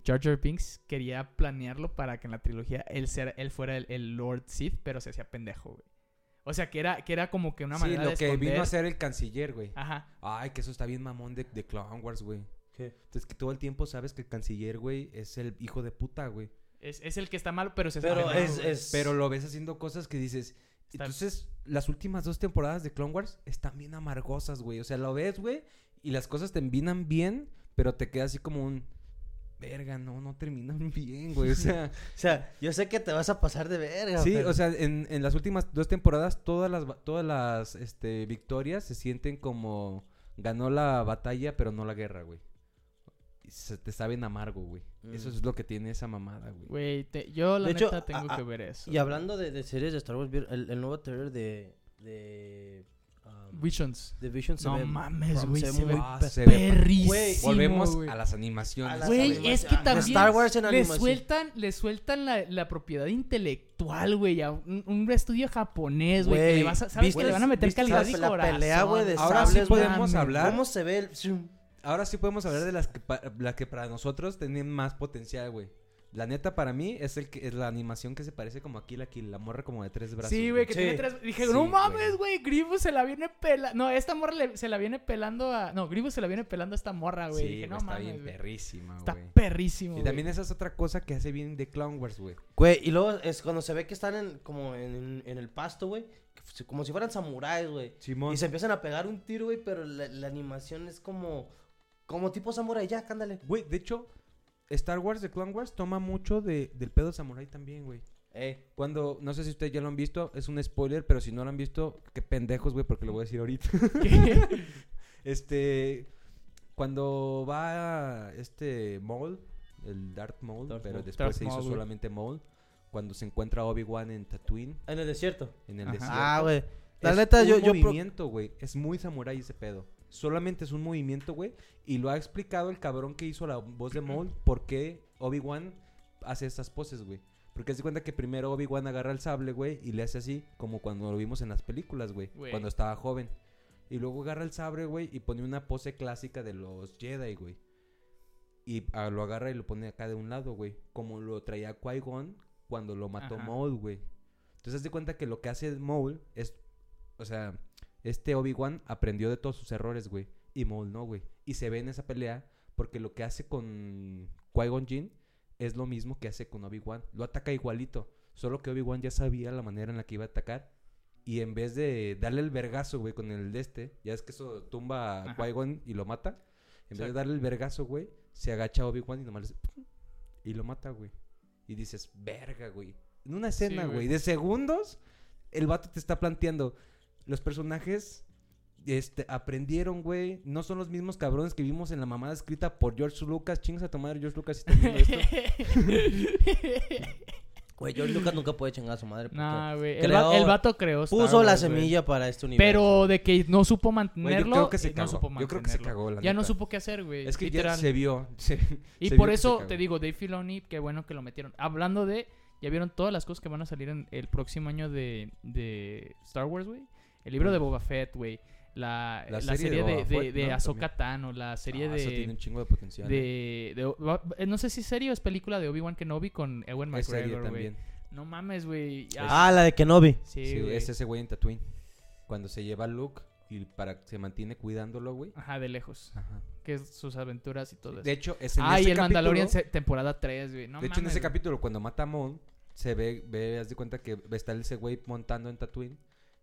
S2: Jar Jar Binks quería planearlo para que en la trilogía él ser- él fuera el, el Lord Sith, pero se hacía pendejo, güey. O sea, que era que era como que una
S3: sí,
S2: manera
S3: lo
S2: de
S3: que vino a
S2: esconder- Ah.
S3: ser el canciller, güey.
S2: Ajá.
S3: Ay, que eso está bien mamón de, de Clone Wars, güey. Entonces, que todo el tiempo sabes que el canciller, güey, es el hijo de puta, güey.
S2: Es, es el que está mal, pero se hace
S1: Pero
S2: pendejo,
S1: es,
S2: güey.
S1: es...
S3: Pero lo ves haciendo cosas que dices.
S2: Está-
S3: Entonces, las últimas dos temporadas de Clone Wars están bien amargosas, güey. O sea, lo ves, güey, y las cosas te embinan bien, pero te queda así como un. verga, no, no terminan *laughs* bien, güey. O sea,
S1: O sea, yo sé que te vas a pasar de verga.
S3: sí,
S1: pero-
S3: o sea, en, en las últimas dos temporadas todas las, ba- todas las este, victorias se sienten como ganó la batalla, pero no la guerra, güey. Y Se te saben amargo, güey. Eso
S1: Mm.
S3: es lo que tiene esa mamada, güey.
S2: Güey, te- yo la
S1: De hecho,
S2: neta tengo
S1: a- a-
S2: que ver eso.
S1: Y hablando de, de series de Star Wars, vi- el, el nuevo trailer de. de. um,
S2: Visions.
S1: The Vision se
S2: No
S1: ve-
S2: mames,
S1: se
S2: güey,
S1: ve
S2: se
S1: muy
S2: ve
S1: pe-
S3: Ah, se ve-
S2: Perrísimo,
S1: Güey,
S3: Volvemos
S2: güey.
S3: a las animaciones.
S1: A las
S2: Güey,
S1: animaciones.
S2: es que
S1: Ah,
S2: también
S1: Star Wars en
S2: le
S1: animación.
S2: sueltan, le sueltan la, la propiedad intelectual, güey, a un, un estudio japonés, güey, que
S1: Güey,
S2: le vas a, ¿sabes que
S1: ¿viste-
S2: le van a meter
S1: viste
S2: calidad
S1: la-
S2: y
S1: la
S2: corazón.
S1: pelea, güey, de
S3: Ahora sí
S1: sables,
S3: podemos
S2: mames,
S3: hablar.
S1: ¿Cómo se ve el zoom?
S3: Ahora sí podemos hablar de las que, pa- la que para nosotros tenían más potencial, güey. La neta para mí es el que es la animación que se parece como aquí la aquí la morra como de tres brazos.
S2: Sí, güey, que
S1: Sí.
S2: tiene tres... Dije,
S3: Sí,
S2: no
S3: güey.
S2: mames, güey, Grifo se la viene pelando... No, esta morra le- se la viene pelando a... No, Grifo se la viene pelando a esta morra, güey.
S3: Sí,
S2: Dije,
S3: güey,
S2: no
S3: está
S2: mames,
S3: bien
S2: güey.
S3: perrísima,
S2: Está
S3: güey.
S2: perrísimo,
S3: Y
S2: güey.
S3: también esa es otra cosa que hace bien de Clown Wars, güey.
S1: Güey, y luego es cuando se ve que están en, como en, en el pasto, güey. que f- Como si fueran samuráis, güey.
S3: Simón.
S1: Y se empiezan a pegar un tiro, güey, pero la, la animación es como. Como tipo samurai, ya, cándale.
S3: Güey, de hecho, Star Wars de Clown Wars toma mucho de, del pedo samurai también, güey.
S1: Eh.
S3: Cuando, no sé si ustedes ya lo han visto, es un spoiler, pero si no lo han visto, qué pendejos, güey, porque lo voy a decir ahorita.
S2: *laughs* ¿Qué?
S3: Este. Cuando va este Maul, el Darth Maul,
S1: Darth
S3: pero
S1: Maul.
S3: después
S2: Darth
S3: se hizo
S2: Maul, güey.
S3: solamente Maul. Cuando se encuentra Obi-Wan en Tatooine,
S1: En el desierto.
S3: en el
S2: Ajá.
S3: desierto.
S1: Ah, güey. La
S3: Es
S1: neta,
S3: un
S1: yo. yo pro-
S3: movimiento, güey. Es muy samurái ese pedo. Solamente es un movimiento, güey. Y lo ha explicado el cabrón que hizo la voz de
S2: *clears throat*
S3: Maul por qué Obi-Wan hace estas poses, güey. Porque se cuenta que primero Obi-Wan agarra el sable, güey, y le hace así, como cuando lo vimos en las películas, güey.
S2: Güey.
S3: Cuando estaba joven. Y luego agarra el sable, güey, y pone una pose clásica de los Jedi, güey. Y ah, lo agarra y lo pone acá de un lado, güey. Como lo traía Qui-Gon cuando lo mató
S2: Ajá.
S3: Maul, güey. Entonces, haz de cuenta que lo que hace Maul es. O sea, este Obi-Wan aprendió de todos sus errores, güey. Y Maul no, güey. Y se ve en esa pelea porque lo que hace con Qui-Gon Jinn es lo mismo que hace con Obi-Wan. Lo ataca igualito. Solo que Obi-Wan ya sabía la manera en la que iba a atacar. Y en vez de darle el vergazo, güey, con el de este, ya es que eso tumba a
S2: Ajá.
S3: Qui-Gon y lo mata. En vez de
S2: Exacto.
S3: darle el vergazo, güey, se agacha Obi-Wan y nomás le hace y lo mata, güey. Y dices, verga, güey. En una
S2: Sí,
S3: escena,
S2: güey.
S3: güey, de segundos, el vato te está planteando. Los personajes este, aprendieron, güey. No son los mismos cabrones que vimos en la mamada escrita por George Lucas. Chingas a tomar George Lucas. si estás viendo
S2: *laughs*
S1: *laughs*
S3: esto.
S1: Güey, George Lucas nunca puede chingar a su madre. Porque
S2: nah, güey. El,
S1: Creó-
S2: va- el vato creó Star
S1: puso la
S2: Wars, güey.
S1: semilla para este universo.
S2: Pero de que no supo
S3: Güey,
S2: mantenerlo,
S3: yo creo que se
S2: eh, no supo
S3: cagó. yo creo que se
S2: mantenerlo.
S3: cagó, la
S2: Ya no
S3: neta.
S2: supo qué hacer, güey.
S3: Es que
S2: literal.
S3: ya se vio. *laughs* se-
S2: Y
S3: se
S2: por
S3: vio que se
S2: eso
S3: cagó.
S2: te digo, Dave Filoni, qué bueno que lo metieron. Hablando de, ya vieron todas las cosas que van a salir en el próximo año de, de Star Wars, güey. El libro de Boba Fett, güey. La,
S3: Mm. La
S2: la
S3: serie
S2: serie,
S3: de
S2: de,
S3: Boba
S2: de,
S3: Fett,
S2: de
S3: ¿no?
S2: Ahsoka Tano, la serie
S3: Ah, Eso tiene un
S2: de,
S3: chingo de potencial. ¿eh?
S2: de, de- va- eh, No sé si serie o es película de Obi-Wan Kenobi con Ewan
S3: Es serie
S2: McGregor, güey.
S3: también.
S2: No mames, güey. Ah,
S1: Ah, la de Kenobi.
S2: sí,
S3: Sí,
S2: güey.
S3: es ese güey en Tatooine. Cuando se lleva a Luke y para se mantiene cuidándolo, güey.
S2: Ajá, de lejos.
S3: Ajá.
S2: Que es sus aventuras y todo
S3: Ah. De
S2: eso.
S3: hecho, es en
S2: ah, y
S3: ese
S2: el
S3: capítulo-
S2: Mandalorian se- temporada 3, güey. No
S3: de hecho, en
S2: mames,
S3: ese
S2: güey.
S3: capítulo, cuando mata a Mon, se ve, ve, haz de cuenta que está ese güey montando en Tatooine.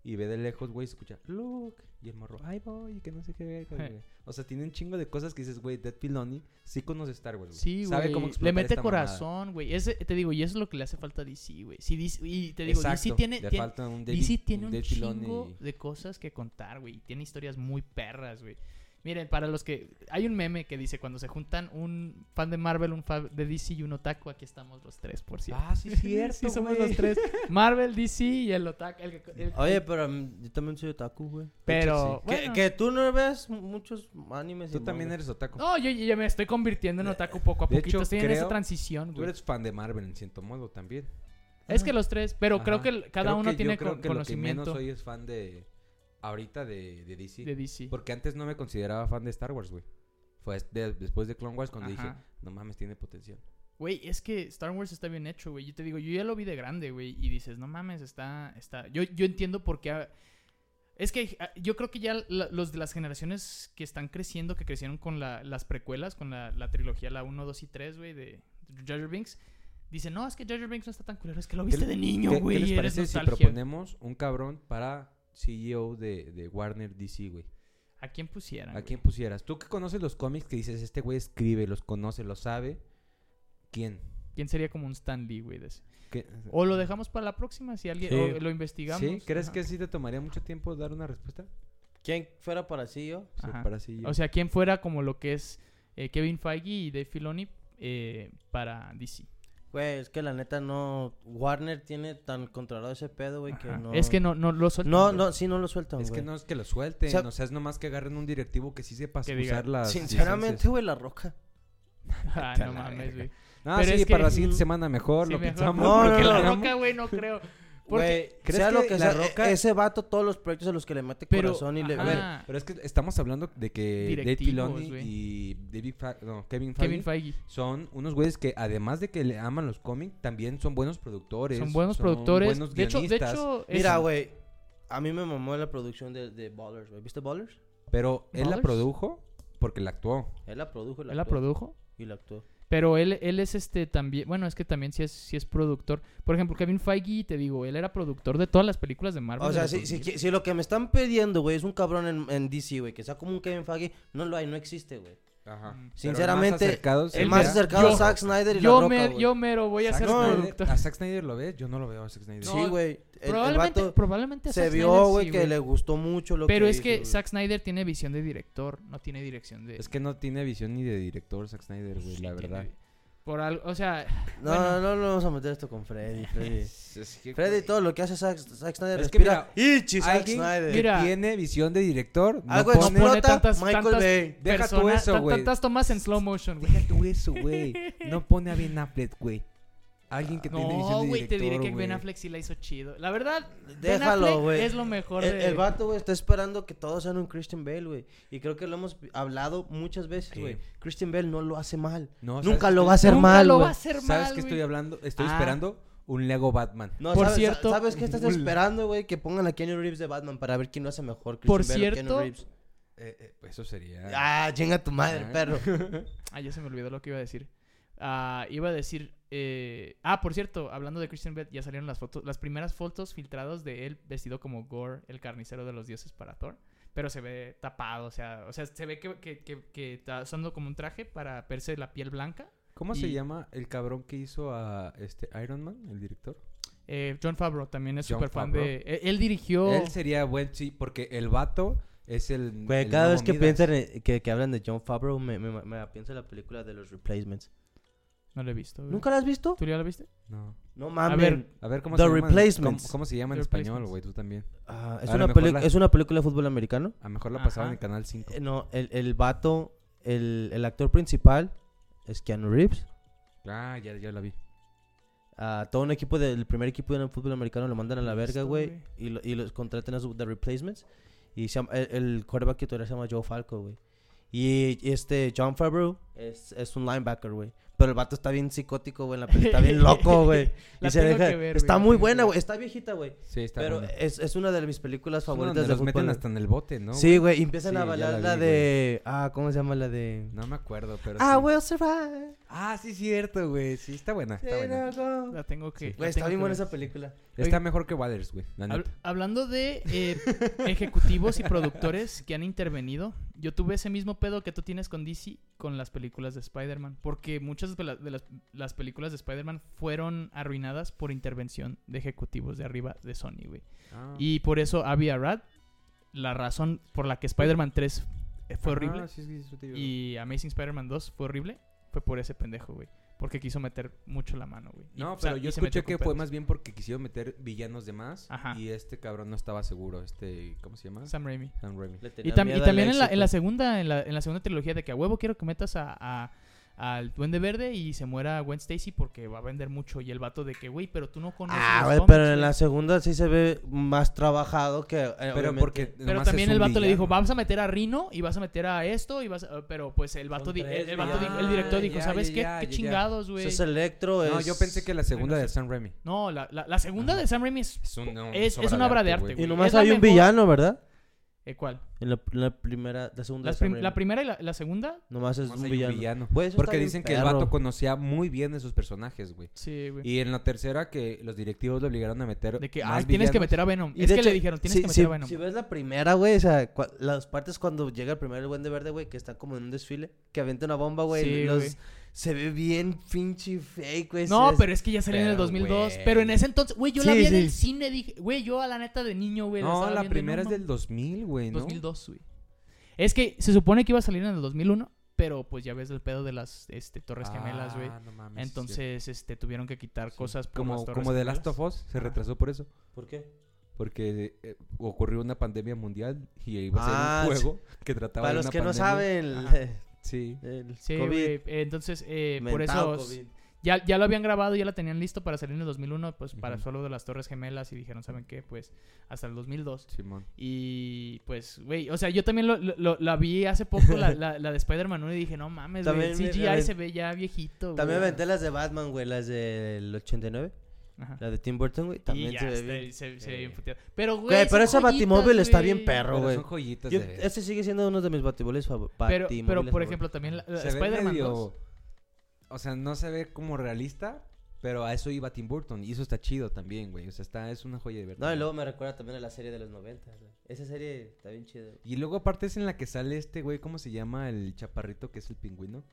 S3: Y ve de lejos, güey, y se escucha, Luke. Y el morro, ay, voy, y que no sé qué. verga,
S2: Sí.
S3: güey".
S2: *laughs*
S3: O sea, tiene un chingo de cosas que dices, güey, Dead Filoni sí conoce Star Wars. güey.
S2: Sí,
S3: Sabe
S2: güey.
S3: cómo
S2: Le
S3: explotar
S2: mete
S3: esta mamada".
S2: corazón, güey. Ese- Te digo, y eso es lo que le hace falta a DC, güey. Si DC, y te digo, DC
S3: Exacto,
S2: tiene,
S3: le
S2: tiene-
S3: falta un David-
S2: DC tiene un
S3: Dave Filoni
S2: chingo
S3: y-
S2: de cosas que contar, güey. y Tiene historias muy perras, güey. Miren, para los que... Hay un meme que dice, cuando se juntan un fan de Marvel, un fan de DC y un otaku, aquí estamos los tres, por cierto.
S3: Ah, sí, es cierto.
S2: *laughs* sí, somos
S3: güey.
S2: los tres. Marvel, DC y el otaku. el que- el-
S1: Oye, pero mm, yo también soy otaku, güey.
S2: pero...
S1: Que-
S2: bueno.
S1: Que, tú no ves muchos animes.
S3: Tú
S1: y
S3: también
S1: mangas.
S3: eres otaku.
S2: No, yo yo ya me estoy convirtiendo en otaku poco a
S3: de
S2: poquito.
S3: hecho,
S2: estoy en esa
S3: creo-
S2: transición,
S3: Tú
S2: güey.
S3: eres fan de Marvel en cierto modo también.
S2: Es que los tres, pero creo
S3: Ajá.
S2: que el- cada
S3: Creo
S2: uno
S3: que
S2: tiene
S3: yo creo
S2: con-
S3: que
S2: conocimiento
S3: Lo que menos soy es fan de. Ahorita de, de DC.
S2: de DC.
S3: Porque antes no me consideraba fan de Star Wars, güey. Fue es- de- después de Clone Wars cuando dije,
S2: Ajá.
S3: no mames, tiene potencial.
S2: Güey, es que Star Wars está bien hecho, güey. Yo te digo, yo ya lo vi de grande, güey. Y dices, no mames, está. está... Yo, yo entiendo por qué. ha- Es que ah, yo creo que ya la- los de las generaciones que están creciendo, que crecieron con la- las precuelas, con la, la trilogía, la 1, 2 y 3, güey, de Jar Jar Binks, dicen, no, es que Jar Jar Binks no está tan culero, es que lo viste de niño,
S3: ¿Qué,
S2: güey.
S3: ¿Qué les
S2: eres
S3: parece si
S2: nostalgia".
S3: proponemos un cabrón para CEO de, de Warner DC, güey?
S2: ¿A quién pusieran?
S3: ¿A
S2: güey?
S3: quién pusieras? Tú que conoces los cómics que dices, este güey escribe, los conoce, los sabe. ¿Quién?
S2: ¿Quién sería como un Stan Lee, güey? de ese?
S3: ¿Qué-
S2: O lo dejamos para la próxima, si alguien
S3: Sí.
S2: o lo investigamos.
S3: ¿Sí? ¿Crees
S2: Ajá.
S3: que sí te tomaría mucho tiempo dar una respuesta?
S1: ¿Quién fuera para sí yo?
S3: Sí,
S2: Ajá.
S3: para E sí.
S2: O sea, quién fuera como lo que es eh, Kevin Feige y Dave Filoni eh, para DC.
S1: Güey, es que la neta no. Warner tiene tan controlado ese pedo, güey, que
S2: Ajá.
S1: no.
S2: Es que no, no lo sueltan,
S1: No,
S2: güey. *laughs*
S1: no, sí, no lo sueltan,
S3: es que
S1: güey.
S3: no es que lo suelten,
S1: O sea-
S3: o sea, es nomás que agarren un directivo que Ah, sí sepa
S2: Que
S3: usar
S2: diga,
S3: las
S1: Sinceramente,
S3: licencias.
S1: güey, la roca.
S2: Ah,
S3: Vete a
S2: no
S3: la
S2: mames,
S1: *laughs*
S3: verga.
S2: güey.
S3: Ah,
S2: Pero
S3: sí,
S2: es que- mm,
S3: para la siguiente semana mejor
S2: Sí,
S3: lo
S2: mejor,
S3: pensamos.
S1: No,
S2: porque
S1: no,
S2: la
S1: no.
S2: roca, güey, no creo. Porque
S1: Güey,
S3: ¿crees
S1: sea
S3: que
S1: lo que
S3: La
S1: sea, e-
S3: Roca-
S1: ese vato, todos los proyectos a los que le mete
S2: Pero,
S1: corazón y le.
S2: ajá.
S1: güey,
S3: Bueno, pero es que estamos hablando de que Dave
S2: Directivos,
S3: Filoni
S2: güey.
S3: y David Fa- no, Kevin Feige
S2: Kevin Feige.
S3: son unos güeyes que además de que le aman los cómics, también son buenos productores.
S2: Son buenos productores.
S3: buenos
S2: de hecho, de
S3: guionistas,
S2: hecho, es-
S1: Mira, güey. A mí me mamó la producción de, de Ballers, güey. ¿Viste Ballers?
S3: Pero él la
S2: ¿Ballers?
S3: produjo porque la actuó.
S1: Él la produjo y la
S2: él la
S1: actuó.
S2: produjo.
S1: Y la actuó.
S2: Pero él, él es este también. Bueno, es que también sí es, sí es productor. Por ejemplo, Kevin Feige, te digo, él era productor de todas las películas de Marvel.
S1: O
S2: de
S1: sea,
S2: los
S1: si, si,
S2: 2000.
S1: qui- si lo que me están pidiendo, güey, es un cabrón en, en DC, güey, que sea como un Kevin Feige, no lo hay, no existe, güey.
S3: Ajá.
S1: Sinceramente,
S3: acercados,
S1: El
S2: Sí,
S1: más
S2: ya.
S1: acercado
S2: Mm. Yo-
S1: a Zack Snyder y
S2: yo,
S1: la roca,
S2: me-
S1: güey.
S2: yo mero voy a
S3: Zack
S2: ser
S1: No.
S2: productor.
S3: Snyder- ¿A Zack Snyder lo ves? Yo no lo veo a Zack Snyder.
S1: Sí,
S2: No,
S1: güey. El- El,
S2: probablemente
S1: vato
S2: probablemente a
S1: se
S2: Zack
S1: vio,
S2: Snyder
S1: güey,
S2: sí,
S1: que le gustó mucho lo
S2: Pero
S1: que
S2: es que
S1: hizo, güey.
S2: Zack Snyder tiene visión de director, no tiene dirección de.
S3: Es que no tiene visión ni de director Zack Snyder, güey,
S2: sí
S3: la
S2: tiene-
S3: verdad.
S2: Por algo, o sea,
S1: No,
S2: bueno.
S1: no, no vamos a meter esto con Freddy, Freddy.
S2: *laughs*
S3: Es que,
S1: Freddy,
S3: güey,
S1: todo lo que hace Zack, Zack Snyder
S3: Es que
S1: respira. ¡Ichi, Zack
S3: alguien
S1: Snyder! Ah,
S3: que
S2: Mira.
S3: tiene visión de director no
S1: Algo
S3: pone-
S2: pone
S1: explota
S2: tantas-
S1: Michael
S2: tantas-
S1: Bay.
S3: Deja tú
S2: persona-
S3: eso,
S2: tan-
S3: güey.
S2: Tantas tomas en slow motion,
S1: *laughs*
S2: güey.
S3: Deja tú eso, güey. No pone a Ben Affleck, güey. Alguien que tiene visión
S2: No,
S3: de director,
S2: güey, te diré que
S3: güey.
S2: Ben Affleck sí la hizo chido. La verdad,
S1: Déjalo,
S2: Déjalo,
S1: güey.
S2: güey. Es lo mejor
S1: El,
S2: de.
S1: el vato, güey, está esperando que todos sean un Christian Bale, güey. Y creo que lo hemos hablado muchas veces,
S3: Sí.
S1: güey. Christian Bale no lo hace mal.
S3: No, ¿sabes
S1: Nunca
S3: qué
S1: lo va a
S3: estoy-
S1: hacer
S2: Nunca
S1: mal,
S2: lo
S1: güey.
S2: va a hacer mal.
S3: ¿Sabes qué
S2: güey.
S3: estoy hablando? Estoy
S2: Ah.
S3: esperando un Lego Batman.
S1: No,
S2: Por
S1: sabes,
S2: cierto-
S1: ¿Sabes qué estás
S3: Uy.
S1: esperando, güey? Que pongan a Keanu Reeves de Batman para ver quién lo hace mejor. Christian
S2: Por
S1: Bale o Keanu
S2: cierto-
S1: Reeves.
S3: Eh, eh, pues eso sería.
S1: Ah, chinga tu madre,
S2: *laughs*
S3: Ah.
S1: perro.
S2: Ah, ya se me olvidó lo que iba a decir. Ah, iba a decir. eh, Ah, por cierto, hablando de Christian Bale, ya salieron las fotos, las primeras fotos filtradas de él vestido como Gore, el carnicero de los dioses para Thor. Pero se ve tapado, o sea, o sea se ve que, que, que, que está usando como un traje para verse la piel blanca.
S3: ¿Cómo se
S2: Y-
S3: llama el cabrón que hizo a este Iron Man, el director?
S2: Eh, John Favreau también es
S3: Jon
S2: súper fan
S3: Favreau.
S2: de. Él, él dirigió.
S3: Él sería buen, sí, porque el vato es el.
S1: Güey,
S3: el
S1: cada
S3: nuevo
S1: vez que
S3: Midas.
S1: piensan en- que, que hablan de John Favreau, me, me, me pienso en la película de los replacements.
S2: No lo he visto. güey.
S1: ¿Nunca la has visto?
S2: ¿Tú ya lo viste?
S3: No.
S1: No
S2: A
S1: mames.
S2: ver.
S3: A ver cómo
S1: The
S3: se llama. en-
S1: Replacements.
S3: ¿Cómo, cómo se llama en
S2: The
S3: español,
S2: Replacements.
S3: güey? Tú también.
S1: Ah, es,
S3: A lo
S1: una
S3: mejor
S1: peli-
S3: la-
S1: es una película de fútbol americano.
S3: A lo mejor la pasaban
S2: Ajá.
S3: en el canal 5.
S1: Eh, No, el, el vato, el, el actor principal es Keanu Reeves.
S3: Ah, ya, ya la vi.
S1: A todo un equipo del primer equipo del fútbol americano lo mandan a la
S2: Listo,
S1: verga, güey.
S2: güey.
S1: Y, lo- y los contratan a su, de replacements. Y se llama- el, el quarterback que todavía se llama Joe Falco, güey. Y este John Favreau es, es un linebacker, güey. Pero el vato está bien psicótico, güey. en la peli, Está bien
S3: *laughs*
S1: loco, güey.
S2: *laughs* La
S1: Y se
S2: tengo
S1: deja-
S2: que ver,
S1: está
S2: güey, la
S1: muy
S2: tengo que
S1: buena,
S2: ver.
S1: güey. Está viejita, güey.
S3: Sí, está
S1: Pero
S3: buena.
S1: es, es una de mis películas
S3: Es una donde
S1: favoritas de
S3: los meten
S1: fútbol.
S3: hasta en el bote, ¿no?
S1: sí, güey. y Empiezan
S3: Sí,
S1: a
S3: ya la
S1: bailar la,
S3: vi, Ah,
S1: de. Ah, ¿cómo se llama la de.?
S3: No me acuerdo, pero.
S1: I
S3: sí.
S1: will survive.
S3: Ah, sí, cierto, güey. Sí, está buena. Está, buena.
S2: La tengo que. la
S1: Güey, está
S2: tengo
S1: bien
S2: que
S1: buena
S2: ver.
S1: esa película.
S3: está mejor que Waters, güey. La
S2: Hab-
S3: neta.
S2: hablando de
S3: *laughs*
S2: eh, ejecutivos y productores que han intervenido, yo tuve ese mismo pedo que tú tienes con DC con las películas de Spider-Man, porque muchas de, la- de las, las películas de Spider-Man fueron arruinadas por intervención de ejecutivos de arriba de Sony, güey.
S3: Ah.
S2: Y por eso Avi Arad, la razón por la que Spider-Man 3 fue
S3: Ajá,
S2: horrible
S3: Ah, sí, sí, sí, sí, sí.
S2: y Amazing Spider-Man 2 fue horrible, fue por ese pendejo, güey. Porque quiso meter mucho la mano, güey. Y,
S3: No,
S2: o sea,
S3: pero yo
S2: y se
S3: escuché
S2: metió con
S3: que fue
S2: pedos.
S3: más bien porque quisieron meter villanos de más.
S2: Ajá.
S3: Y este cabrón no estaba seguro. Este, ¿cómo se llama?
S2: Sam Raimi.
S3: Sam
S1: eh,
S3: Raimi.
S2: Y, tam- y también en la, en la segunda en la, en la segunda trilogía de que a huevo quiero que metas a, a- al Duende Verde y se muera Gwen Stacy porque va a vender mucho y el vato de que güey, pero tú no conoces
S1: Ah,
S2: los
S1: güey,
S2: cómics,
S1: pero en
S2: güey".
S1: la segunda sí se ve más trabajado que. eh,
S3: Pero
S1: obviamente.
S3: porque.
S2: Pero
S3: nomás
S2: también
S3: es
S2: el
S3: un
S2: vato le dijo,
S3: villano.
S2: "Vamos a meter a Rino y vas a meter a esto y vas a-". pero pues el vato
S1: Son
S2: di- el-
S1: tres
S2: el, vato di-
S1: villanos.
S2: el director dijo,
S3: Ah, ya,
S2: "¿Sabes
S3: ya,
S2: qué?
S3: ya,
S2: qué
S3: ya, ya.
S2: Electro
S1: O
S2: güey?"
S1: sea, es electro.
S3: No,
S1: es-
S3: yo pensé que la segunda
S2: Ay, pues, no
S3: de
S2: sé.
S3: Sam Raimi.
S2: No, la, la- la segunda de Sam Raimi es,
S3: Es, un- no,
S2: es- es una obra de arte,
S1: Y
S2: güey.
S1: nomás
S2: es la
S1: hay un
S2: mejor-
S1: villano, ¿verdad?
S2: ¿eh, ¿cuál?
S1: En la, en la primera. La segunda.
S2: La,
S1: de Sam
S2: prim- la
S1: Raimi.
S2: primera y la, la segunda?
S1: Nomás es
S3: Nomás
S1: un
S3: hay
S1: villano.
S2: Pues
S1: Güey, eso
S3: Porque
S1: está bien
S3: dicen que el
S1: perro.
S3: vato conocía muy bien de sus personajes, güey.
S2: Sí, güey.
S3: Y en la tercera que los directivos lo obligaron a meter
S2: De que
S3: más
S2: "Ay, tienes que
S3: villanos.
S2: meter a Venom.
S1: Y
S2: es
S1: de
S2: que
S1: hecho,
S2: le dijeron, "Tienes
S1: si-
S2: que meter
S1: si-
S2: a Venom."
S1: Si ves la primera, güey, o sea, cua- las partes cuando llega el primer Duende Verde, güey, que está como en un desfile, que avienta una bomba, güey,
S2: Sí,
S1: los
S2: güey.
S1: se ve bien pinche fake, güey.
S2: No,
S1: se-
S2: pero es que ya salió en el
S3: Pero,
S2: 2002.
S3: güey.
S2: Pero en ese entonces, güey, yo la
S1: Sí,
S2: vi en
S1: sí.
S2: el cine. Dije, güey, yo a la neta de niño, güey.
S3: No,
S2: estaba
S3: la
S2: viendo y
S3: primera es
S2: mames.
S3: del 2000, güey, ¿no?
S2: 2002, güey. Es que se supone que iba a salir en el 2001, pero pues ya ves el pedo de las este, Torres Gemelas, güey.
S3: Ah, no mames, sí es cierto.
S2: Entonces, este, tuvieron que quitar
S1: Sí.
S2: cosas por
S3: Como,
S2: las Torres
S3: como The
S2: Gemelas.
S3: Last of Us se retrasó por eso.
S1: ¿Por qué?
S3: Porque eh, ocurrió una pandemia mundial y iba a ser
S1: Ah,
S3: un
S1: sí.
S3: juego que trataba
S1: Para
S3: de
S1: los
S3: una
S1: que no
S3: pandemia.
S1: saben, el,
S2: Ajá.
S3: Sí.
S1: el
S2: Sí,
S1: COVID.
S2: güey. Entonces, eh, por
S1: mentado
S2: eso
S1: COVID.
S2: ya, ya lo habían grabado, ya la tenían listo para salir en el 2001, pues para
S3: Ujú.
S2: solo de las Torres Gemelas y dijeron, ¿saben qué? Pues hasta el 2002.
S3: Simón.
S2: Y pues, güey, o sea, yo también lo, lo- lo- la vi hace poco, la, la, la de Spider-Man 1, y dije, no mames, güey, el
S1: También me-
S2: CGI
S1: me-
S2: se ve ya viejito,
S1: También
S2: güey.
S1: aventé las de Batman, güey, las del 89,
S2: Ajá.
S1: la de Tim Burton, güey,
S2: y
S1: también
S2: ya
S1: se ve
S2: está-
S1: bien.
S2: se- se
S3: Sí.
S2: ve bien puteado. Pero, güey.
S1: Güey,
S2: son
S1: pero ese
S2: joyitas,
S1: Batimóvil está bien
S2: güey.
S1: perro,
S3: Pero
S1: güey.
S3: son joyitas
S1: Yo-
S3: de...
S1: Este sigue siendo uno de mis batimóviles favor-
S2: Pero,
S1: batimóviles
S2: pero por
S1: favoritos.
S2: ejemplo, también la- la
S3: Se ve
S2: Spider-Man
S3: medio-
S2: 2.
S3: O sea, no se ve como realista, pero a eso iba Tim Burton. Y eso está chido también, güey. O sea, está, es una joya de verdad.
S1: No, y luego me recuerda también a la serie de los 90, güey. Esa serie está bien chida. güey.
S3: Y luego aparte es en la que sale este güey, ¿cómo se llama? El chaparrito que es el pingüino.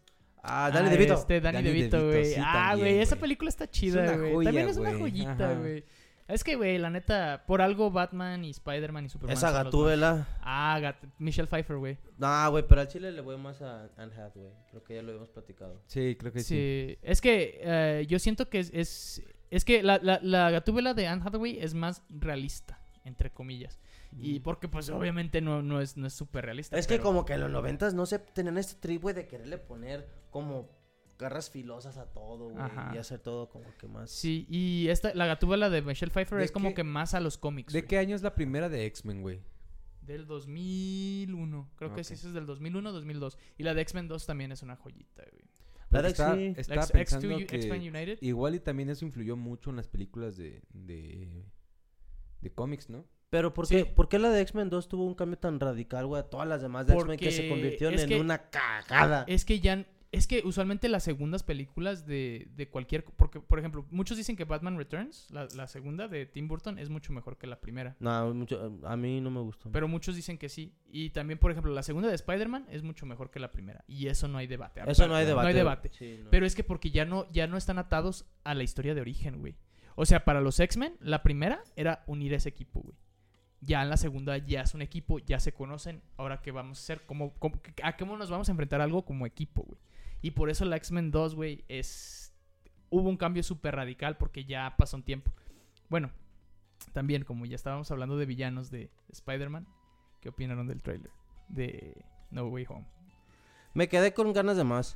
S1: Ah, dale,
S2: Ah,
S1: DeVito.
S2: Este, Danny,
S3: Danny
S2: DeVito,
S3: DeVito,
S2: güey.
S3: sí,
S2: ah,
S3: también,
S2: güey, esa
S3: güey.
S2: película está chida,
S3: una
S2: güey.
S3: joya,
S2: También es una
S3: güey.
S2: joyita,
S3: Ajá.
S2: güey. Es que, güey, la neta, por algo Batman y Spider-Man y Superman.
S1: Esa
S2: son los más-
S1: gatúbela.
S2: Ah, Gat- Michelle Pfeiffer, güey.
S1: No, güey, pero al chile le voy más a Anne Hathaway. Creo que ya lo hemos platicado.
S3: Sí, creo que
S2: Sí.
S3: sí.
S2: Es que eh, yo siento que es. Es, es que la, la, la Gatúbela de Anne Hathaway es más realista, entre comillas. Y porque, pues, obviamente no, no es no es súper realista.
S1: Es que
S2: pero-
S1: como que en los noventas no se tenían este trip, güey, de quererle poner como garras filosas a todo, güey.
S2: Ajá.
S1: Y hacer todo como que más...
S2: Sí, y esta, la gatúbela de Michelle Pfeiffer
S3: ¿De
S2: es como
S3: qué-
S2: que más a los cómics.
S3: ¿De
S2: güey.
S3: qué año es la primera de X-Men, güey?
S2: Del 2001. Creo que
S3: Ok.
S2: sí, esa es del 2001, 2002. Y la de X-Men 2 también es una joyita, güey.
S1: La
S3: Porque
S1: de
S3: está-
S1: sí.
S2: La
S3: estaba
S2: X-
S3: pensando
S2: X2,
S3: que
S2: X-Men United.
S3: igual y también eso influyó mucho en las películas de de, de cómics, ¿no?
S1: Pero ¿por,
S2: Sí.
S1: qué, ¿por qué la de X-Men 2 tuvo un cambio tan radical, güey? A todas las demás de X-Men que
S2: Porque
S1: se convirtieron
S2: es
S1: en
S2: que-
S1: una cagada.
S2: Es que ya. Es que usualmente las segundas películas de, de cualquier. Porque, por ejemplo, muchos dicen que Batman Returns, la, la segunda de Tim Burton, es mucho mejor que la primera.
S1: No, mucho- a mí no me gustó.
S2: Pero muchos dicen que sí. Y también, por ejemplo, la segunda de Spider-Man es mucho mejor que la primera. Y eso no hay debate.
S1: Eso no hay
S2: No
S1: debate.
S2: hay debate.
S1: Sí, no.
S2: Pero es que porque ya no, ya no están atados a la historia de origen, güey. O sea, para los X-Men, la primera era unir ese equipo, güey. Ya en la segunda ya es un equipo, ya se conocen. Ahora qué vamos a hacer, ¿Cómo, cómo- a qué nos vamos a enfrentar algo como equipo, güey. Y por eso la X-Men 2, güey, es... Hubo un cambio súper radical porque ya pasó un tiempo. Bueno, también como ya estábamos hablando de villanos de Spider-Man, ¿qué opinaron del tráiler de No Way Home?
S1: Me quedé con ganas de más.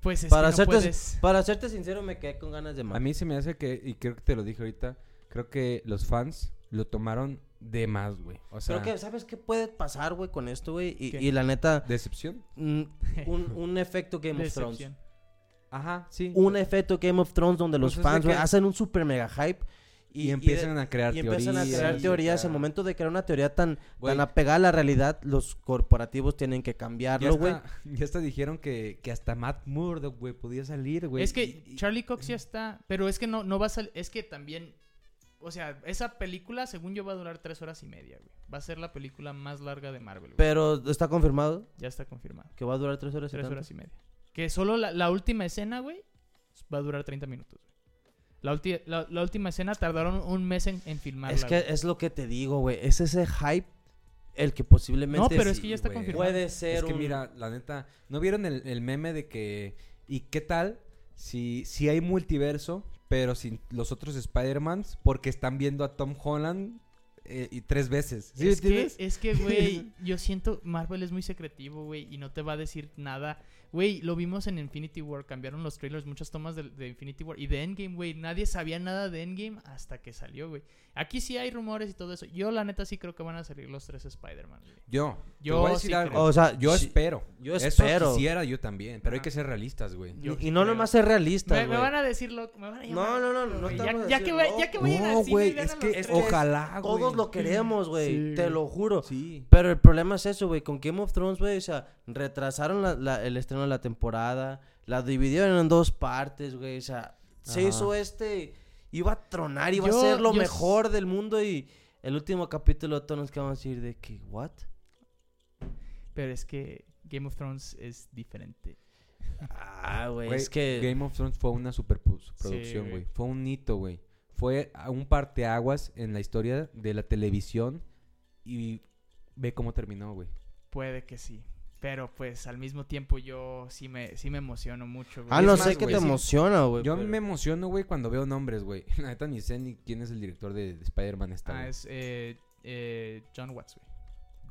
S2: Pues es
S1: Para
S2: que no
S1: serte-
S2: puedes...
S1: Para serte sincero, me quedé con ganas de más.
S3: A mí se me hace que y creo que te lo dije ahorita, creo que los fans lo tomaron de más, güey. O sea,
S1: Creo que, ¿sabes qué puede pasar, güey, con esto, güey? Y,
S2: ¿Qué?
S1: y la neta,
S3: decepción.
S1: mm,
S2: *laughs*
S1: un, un efecto Game of Thrones.
S2: Decepción.
S3: Ajá, sí.
S1: Un efecto Game of Thrones donde los
S3: Pues es de
S1: fans, güey,
S3: que-
S1: hacen un super mega hype. Y,
S3: y, empiezan a crear
S1: y
S3: teorías.
S1: empiezan a crear
S2: y-
S1: teorías.
S3: en
S1: En momento de crear una teoría tan,
S3: Güey.
S1: tan apegada a la realidad, los corporativos tienen que
S3: Ya
S1: cambiarlo, güey.
S3: hasta, *laughs* ya hasta dijeron que, que hasta Matt Murdock, güey, podía salir, güey.
S2: Es
S3: Y-
S2: que
S3: y-
S2: Charlie Cox ya está, pero es que no, no va a salir, es que también, o sea, esa película según yo va a durar tres horas y media, güey. Va a ser la película más larga de Marvel, güey.
S1: Pero está confirmado
S2: Ya está confirmado.
S1: que va a durar tres horas. y
S2: Tres
S1: tanto.
S2: horas y media. Que solo la, la última escena, güey, va a durar 30 minutos, güey. La, ulti- la, la última escena tardaron un mes en, en filmarla.
S1: Es que
S2: güey.
S1: es lo que te digo, güey. Es ese hype el que posiblemente
S2: No, pero es
S1: sí
S2: que ya está
S3: güey.
S2: confirmado.
S1: puede ser
S3: Es que
S1: un-
S3: mira, la neta, ¿no vieron el, el meme de que... ¿Y qué tal si, si hay multiverso, pero sin los otros Spider-Mans? Porque están viendo a Tom Holland eh, y tres veces. ¿Sí me
S2: es, que,
S3: entiendes?
S2: es que,
S1: *laughs*
S2: güey, yo siento Marvel es muy secretivo, güey, y no te va a decir nada. Güey, lo vimos en Infinity War, cambiaron los trailers, muchas tomas de, de Infinity War y de Endgame, güey. Nadie sabía nada de Endgame hasta que salió, güey. Aquí sí hay rumores y todo eso. Yo, la neta, sí creo que van a salir los tres Spider-Man, güey.
S3: Yo, yo
S2: Yo
S3: voy a decir
S2: sí
S3: algo.
S2: creo.
S1: O sea,
S3: yo
S1: sí-
S3: espero.
S1: yo
S3: Eso
S1: espero.
S3: quisiera yo también, pero hay
S2: Ajá.
S3: que ser realistas, güey.
S2: Yo
S1: y no
S2: creo.
S1: nomás ser realista,
S2: Me,
S1: güey.
S2: me van a decir loco, me van a llamar
S1: No, no, no,
S2: loco,
S1: no
S2: güey.
S1: te
S2: ya,
S1: vamos a
S2: ya
S1: decir
S2: que voy, ya
S1: loco.
S2: que voy a ir al
S3: No,
S2: cine y
S3: güey,
S2: vean
S3: es
S2: a
S3: que
S2: los tres.
S3: ojalá, güey.
S1: Todos lo queremos, güey.
S2: Sí,
S1: te
S2: güey.
S1: lo juro.
S3: Sí.
S1: Pero el problema es eso, güey. Con Game of Thrones, güey, o sea, retrasaron la- la- el estreno de la temporada. La dividieron en dos partes, güey. O sea, se
S3: Ajá.
S1: hizo este. Iba a tronar, iba
S2: Yo-
S1: a ser lo
S2: yo s-
S1: mejor del mundo. Y el último capítulo, todos nos quedamos a decir de que, ¿what?
S2: Pero es que Game of Thrones es diferente.
S1: Ah,
S2: Pues
S1: güey,
S3: Güey,
S1: es que...
S3: Game of Thrones fue una superpu- superproducción,
S2: Sí,
S3: güey.
S2: güey.
S3: Fue un hito, güey. Fue a- un parteaguas en la historia de la televisión y ve cómo terminó, güey.
S2: Puede que sí. Pero pues al mismo tiempo yo sí me, sí me emociono mucho. güey.
S1: Ah,
S3: Y
S1: no
S3: es
S1: sé
S3: más,
S1: qué
S3: güey,
S1: te
S3: sí.
S1: emociona, güey.
S3: Yo
S1: Pues, pero-
S3: me emociono, güey, cuando veo nombres, güey. *laughs* La neta ni sé ni quién es el director de, de Spider-Man esta,
S2: Ah,
S3: güey.
S2: es eh, eh, John Watts, güey.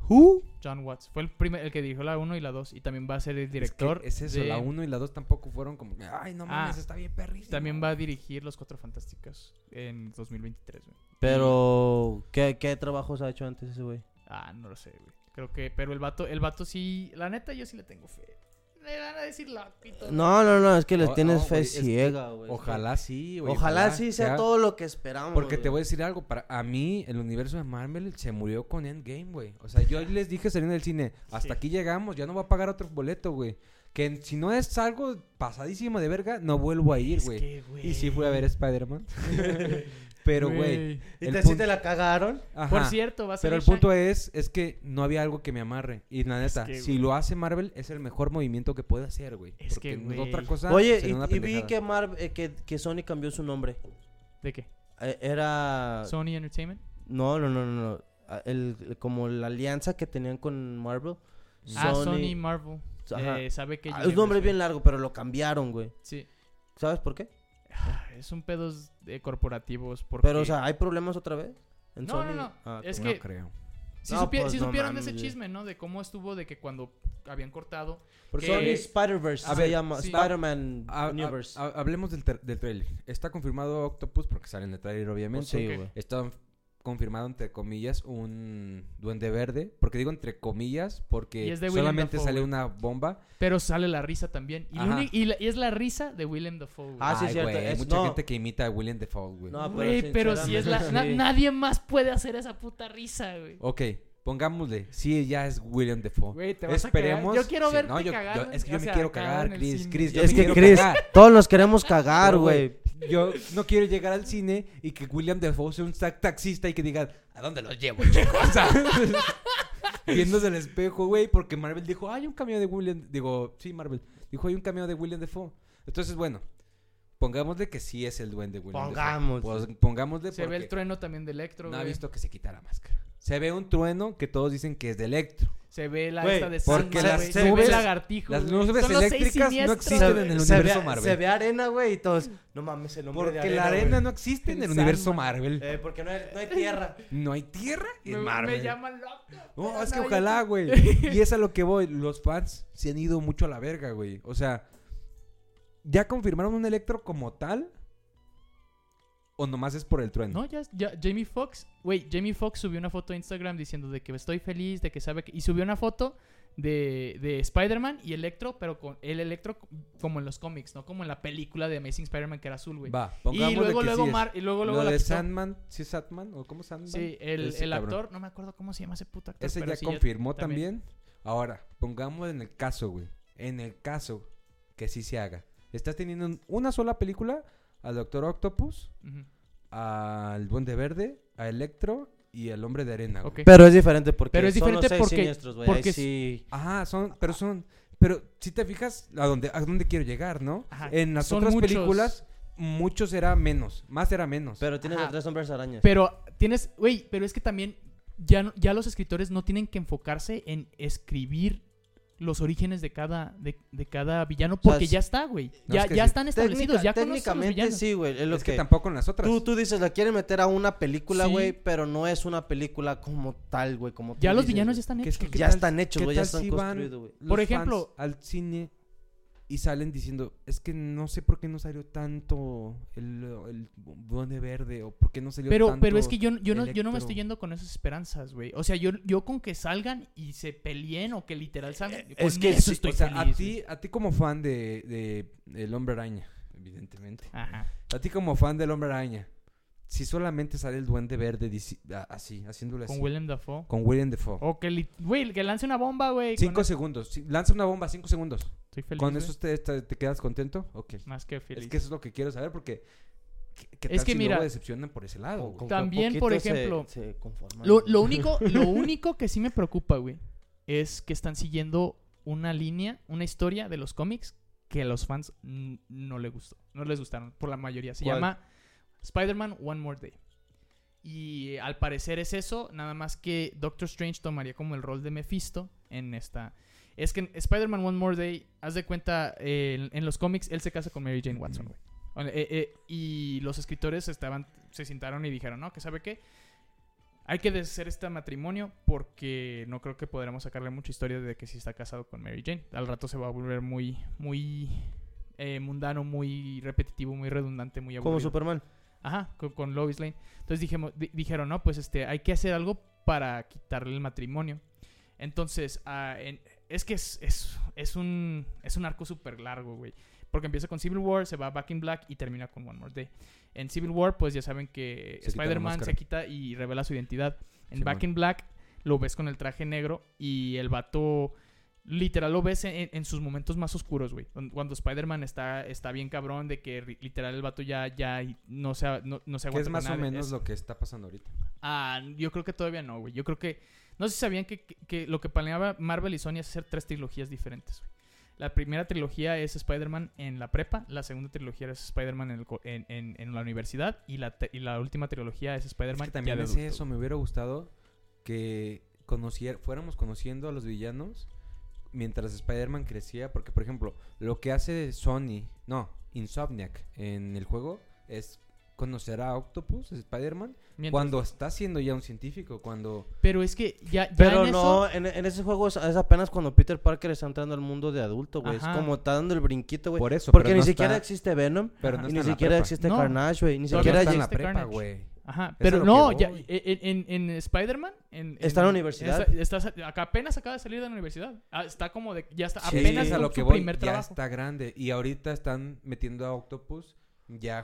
S1: ¿Who?
S2: John Watts. Fue el, primer, el que dirigió la 1 y la 2. Y también va a ser el
S3: Es que
S2: director.
S3: Es, eso,
S2: de-
S3: la 1 y la 2 tampoco fueron como que, ay, no mames,
S2: Ah,
S3: está bien perrísimo.
S2: También va a dirigir Los Cuatro Fantásticos en 2023, güey.
S1: Pero, ¿qué, ¿qué trabajos ha hecho antes ese güey?
S2: Ah, no lo sé, güey. Creo que, pero el vato, el vato sí, la neta yo sí le tengo fe. Me van a decir la pito.
S1: No, no, no, es que les
S3: No,
S1: tienes
S3: Oh, no,
S1: fe
S3: güey, es que
S1: ciega, güey.
S3: Ojalá sí, güey.
S1: ojalá, sí sea,
S3: sea-
S1: todo lo que esperamos.
S3: Porque te
S1: güey.
S3: voy a decir algo, para a mí el universo de Marvel se murió con Endgame, güey. O sea,
S2: *laughs*
S3: yo les dije saliendo del cine, hasta
S2: Sí.
S3: aquí llegamos, ya no voy a pagar otro boleto, güey. Que en- si no es algo pasadísimo de verga, no vuelvo a ir,
S2: Es
S3: güey.
S2: que, güey.
S3: Y sí fui a
S2: *laughs*
S3: ver Spider-Man. Pero, güey.
S1: ¿Y
S3: el
S1: te, sí
S3: punto-
S1: te la cagaron?
S3: ajá.
S2: Por cierto, va a ser
S3: Pero el punto es, es que no había algo que me amarre. Y la neta,
S2: que,
S3: si
S2: güey.
S3: lo hace Marvel, es el mejor movimiento que puede hacer, güey.
S2: Es
S3: Porque
S2: que,
S3: no es
S2: güey.
S3: otra cosa
S1: Oye,
S3: sería una
S1: y, y vi
S3: pendejada.
S1: que, Mar- eh, que, que Sony cambió su nombre.
S2: ¿De qué?
S1: Eh, Era...
S2: Sony Entertainment.
S1: No, no, no, no. no. Ah, el- el- como la alianza que tenían con Marvel.
S2: Ah, Sony Marvel.
S1: Ajá.
S2: Eh, sabe que
S1: Ah,
S2: Universe,
S1: es un nombre
S2: güey.
S1: bien largo, pero lo cambiaron, güey.
S2: Sí.
S1: ¿Sabes por qué?
S2: Ah, Es un pedos de corporativos porque
S1: Pero, o sea, ¿hay problemas otra vez? En
S2: No, no,
S1: Sony?
S2: no.
S1: Ah,
S2: Es
S1: ok.
S2: que-
S3: No creo.
S2: si,
S1: No,
S2: supie-
S1: pues,
S2: si
S1: no
S2: supieran
S1: mames,
S2: de ese
S1: güey.
S2: chisme, ¿no? De cómo estuvo de que cuando habían cortado
S3: Porque-
S1: Sony
S2: Eh,
S1: Spider-Verse
S3: a
S1: se
S3: ver,
S1: llama.
S2: sí.
S1: Spider-Man
S3: Ha- ha-
S1: Universe.
S3: ha- hablemos del, tra- del trailer. Está confirmado Octopus porque sale en el trailer, obviamente.
S1: sí,
S2: ok.
S1: güey.
S3: Está confirmado, entre comillas, un duende verde. Porque digo entre comillas,
S2: Y
S3: porque
S2: es de Willem
S3: solamente
S2: Dafoe,
S3: sale
S2: güey.
S3: una bomba.
S2: Pero sale la risa también. Y, lo
S3: Ajá.
S2: uni- y la- y es la risa de Willem Dafoe. güey.
S1: Ah, sí, es cierto,
S3: güey, Hay
S1: es-
S3: mucha
S1: no.
S3: gente que imita a William Defoe, güey.
S1: No,
S2: Güey, pero si es la... na-
S1: sinceramente, sí.
S2: nadie más puede hacer esa puta risa, güey.
S3: Ok, pongámosle. Sí, ya es William Defoe.
S2: Güey, te vas a
S3: Esperemos.
S2: cagar. Yo quiero
S3: sí,
S2: verte
S3: yo-
S2: cagar,
S3: yo-
S2: güey.
S3: es que
S2: O
S3: yo me
S2: sea,
S3: quiero
S2: cagar
S3: cagar,
S2: en el
S3: Chris.
S2: cine.
S3: Chris, yo
S1: Es
S3: me
S1: que,
S3: quiero
S1: Chris,
S3: cagar.
S1: todos nos queremos cagar,
S3: Ah, Pero,
S1: güey.
S3: Yo no quiero llegar al cine y que William Defoe sea un tac- taxista y que diga, ¿a dónde los llevo, chicos? *laughs* Viéndose al espejo, güey, porque Marvel dijo, hay un cameo de William. Digo, sí, Marvel. Dijo, hay un cameo de William Defoe. Entonces, bueno, pongámosle que sí es el duende William
S1: Pongámosle.
S3: Defoe. Pos- Pongámosle
S2: Se ve el
S3: porque
S2: trueno también de Electro,
S3: No ha
S2: güey.
S3: visto que se quita la máscara. Se ve un trueno que todos dicen que es de Electro.
S2: Se ve la
S1: Güey,
S2: esta de
S3: porque
S2: Sandman,
S1: las
S2: güey. Se
S1: nubes-
S2: ve lagartijo,
S3: las
S2: güey.
S3: nubes
S2: Son los seis
S3: eléctricas no
S2: siniestros,
S3: existen
S2: güey.
S3: en el
S1: se,
S3: universo
S1: ve,
S3: Marvel.
S1: se ve arena, güey, y todos. No mames, el nombre de
S3: Porque
S1: arena.
S3: la arena
S1: güey".
S3: no existe en
S2: El
S3: el universo
S2: Sandman.
S3: Marvel.
S1: Eh, porque no hay, no hay tierra.
S3: No hay tierra en
S2: Me-
S3: Marvel.
S2: Me llaman loco.
S3: No,
S2: pero
S3: es que
S2: no,
S3: ojalá,
S2: yo-
S3: güey. Y es a lo que voy. Los fans se han ido mucho a la verga, güey. O sea, ¿ya confirmaron un Electro como tal? ¿O nomás es por el trueno?
S2: No, ya, ya Jamie Foxx, güey, Jamie Foxx subió una foto a Instagram diciendo de que estoy feliz, de que sabe que... Y subió una foto de, de Spider-Man y Electro, pero con el Electro como en los cómics, no como en la película de Amazing Spider-Man que era azul, güey.
S3: Va, pongámosle
S2: Y luego,
S3: que
S2: luego,
S3: sí es.
S2: Mar- y luego, luego
S3: Lo
S2: la
S3: de
S2: quitó.
S3: Sandman, ¿sí es Sandman? ¿O cómo Sandman?
S2: Sí, el,
S3: Ese
S2: el
S3: cabrón.
S2: actor, no me acuerdo cómo se llama ese puto actor.
S3: Ese
S2: pero
S3: ya
S2: sí,
S3: confirmó
S2: también.
S3: también. Ahora, pongamos en el caso, güey. En el caso que sí se haga. Estás teniendo un- una sola película al Doctor Octopus,
S2: Ujú.
S3: al Duende Verde, a Electro y al Hombre de Arena, güey.
S2: Ok.
S1: Pero es diferente porque
S2: Pero es
S1: son los
S2: diferente
S1: seis
S2: porque-
S1: siniestros, güey. ahí
S2: porque-
S1: sí.
S3: Ajá, son, pero son, pero si te fijas a dónde, a dónde quiero llegar, ¿no?
S2: Ajá.
S3: En las
S2: Son
S3: otras
S2: muchos.
S3: películas, muchos era menos, más era menos.
S1: Pero tienes
S2: Ajá.
S1: a tres hombres arañas.
S2: Pero tienes, güey, pero es que también ya, no- ya los escritores no tienen que enfocarse en escribir los orígenes de cada, de, de cada villano
S1: sea,
S2: porque
S1: es-
S2: ya está, güey.
S3: No,
S2: ya
S3: es que
S2: ya
S3: sí.
S2: están establecidos,
S1: Técnica-
S2: ya conoces a los
S1: técnicamente
S2: villanos.
S1: sí, güey. Es lo
S3: es que,
S1: que,
S3: tampoco en las otras.
S1: tú, tú dices, la quieren meter a una película,
S2: Sí.
S1: güey, pero no es una película como tal, güey. Como tú
S2: Ya los
S1: dices,
S2: villanos ya
S1: güey.
S2: están
S3: Que es
S2: hechos.
S3: que- ¿qué
S1: Ya
S3: tal-
S1: están hechos,
S3: qué
S1: güey. Ya
S3: tal
S1: están
S3: si van-
S1: construidos, güey.
S3: los
S2: Por
S3: fans
S2: ejemplo-
S3: al cine y salen diciendo, es que no sé por qué no salió tanto el, el Duende Verde o por qué no salió
S2: pero,
S3: tanto.
S2: pero es que yo, yo, no, yo no
S3: Electro.
S2: me estoy yendo con esas esperanzas, güey. O sea, yo, yo con que salgan y se peleen o que literal salgan.
S1: Eh,
S2: con
S1: es que sí,
S2: eso estoy
S3: o sea,
S2: feliz,
S3: a ti, a ti como fan de, de El Hombre Araña, evidentemente.
S2: güey. Ajá.
S3: A ti como fan del Hombre Araña, si solamente sale el Duende Verde dici- a- así, haciéndolo
S2: Con
S3: así.
S2: Willem Dafoe.
S3: Con William Defoe.
S2: O que, li- güey, que lance una bomba, güey.
S3: Cinco
S2: con-
S3: segundos. Sí, Lanza una bomba, cinco segundos.
S2: Estoy feliz.
S3: ¿Con
S2: güey.
S3: eso te, te- te quedas contento? Ok.
S2: Más que feliz.
S3: Es que eso es lo que quiero saber porque... ¿Qué, qué
S2: Es
S3: tal
S2: que
S3: si
S2: mira-
S3: luego decepcionan por ese lado? güey?
S1: Con que
S2: También,
S1: poquito
S2: por
S1: se-
S2: ejemplo,
S1: se conforman,
S2: Lo,
S1: güey.
S2: lo único, lo único que sí me preocupa, güey, es que están siguiendo una línea, una historia de los cómics que a los fans n- no le gustó. No les gustaron, por la mayoría. Se
S3: ¿Cuál?
S2: llama Spider-Man One More Day. Y al parecer es eso, nada más que Doctor Strange tomaría como el rol de Mephisto en esta... Es que en Spider-Man One More Day, haz de cuenta, eh, en, en los cómics él se casa con Mary Jane Watson, güey. Eh, eh, y los escritores estaban, se sentaron y dijeron, no, que sabe qué, hay que deshacer este matrimonio porque no creo que podremos sacarle mucha historia de que si está casado con Mary Jane. Al rato se va a volver muy, muy eh, mundano, muy repetitivo, muy redundante, muy aburrido.
S1: Como Superman.
S2: Ajá, con, con Lois Lane. Entonces dijemo- di- dijeron, no, pues este, hay que hacer algo para quitarle el matrimonio. Entonces, ah, en- es que es, es, es un, es un arco súper largo, güey. Porque empieza con Civil War, se va Back in Black y termina con One More Day. En Civil War, pues ya saben que
S3: Se quita la
S2: Spider-Man se
S3: máscara.
S2: quita y revela su identidad. En
S3: Simón.
S2: Back in Black lo ves con el traje negro y el vato... Literal, lo ves en, en sus momentos más oscuros, güey. Cuando- Cuando Spider-Man está, está bien cabrón, de que ri- literal el vato ya, ya y no se, a- no, no se
S3: Que
S2: aguanta.
S3: es
S2: con
S3: más o
S2: nadie.
S3: menos
S2: Es-
S3: lo que está pasando ahorita.
S2: Ah, yo creo que todavía no, güey. Yo creo que. No sé si sabían que, que- que lo que planeaba Marvel y Sony es hacer tres trilogías diferentes, güey. La primera trilogía es Spider-Man en la prepa, la segunda trilogía es Spider-Man en, el co- en, en- en la universidad y la, te- y la última trilogía es
S3: Es
S2: Spider-Man
S3: que
S2: ya
S3: también
S2: de
S3: es
S2: adulto,
S3: eso, me hubiera gustado que conocier- fuéramos conociendo a los villanos mientras Spider-Man crecía, porque por ejemplo, lo que hace Sony, no, Insomniac en el juego es conocer a Octopus, Spider-Man,
S2: güey. Mientras-
S3: cuando está siendo ya un científico, cuando
S2: Pero es que ya. ya
S1: Pero
S2: en
S1: no,
S2: eso-
S1: en, en ese juego es, es apenas cuando Peter Parker está entrando al mundo de adulto, güey. Es
S2: Ajá.
S1: como está dando el brinquito, güey.
S3: por eso,
S1: Porque
S3: pero
S1: ni
S3: no
S1: siquiera
S3: está-
S1: existe Venom.
S3: pero no
S1: y
S3: está
S1: ni
S3: en la
S1: siquiera
S3: prepa.
S1: existe
S2: No.
S1: Carnage, güey. Ni
S2: Todavía
S1: siquiera
S3: no está en la
S2: existe
S3: prepa,
S2: Carnage.
S3: güey.
S2: Ajá,
S3: es
S2: pero
S3: a lo
S2: no,
S3: que
S2: ya, e,
S3: voy.
S2: en, en- en Spider-Man. En,
S1: Está en la universidad.
S2: está- está- acá apenas acaba de salir de la universidad. Ah, Está como de. Ya está.
S3: Sí,
S2: apenas
S3: es a
S2: con
S3: lo que
S2: su
S3: voy,
S2: primer
S3: ya
S2: trabajo.
S3: está grande y ahorita están metiendo a Octopus ya,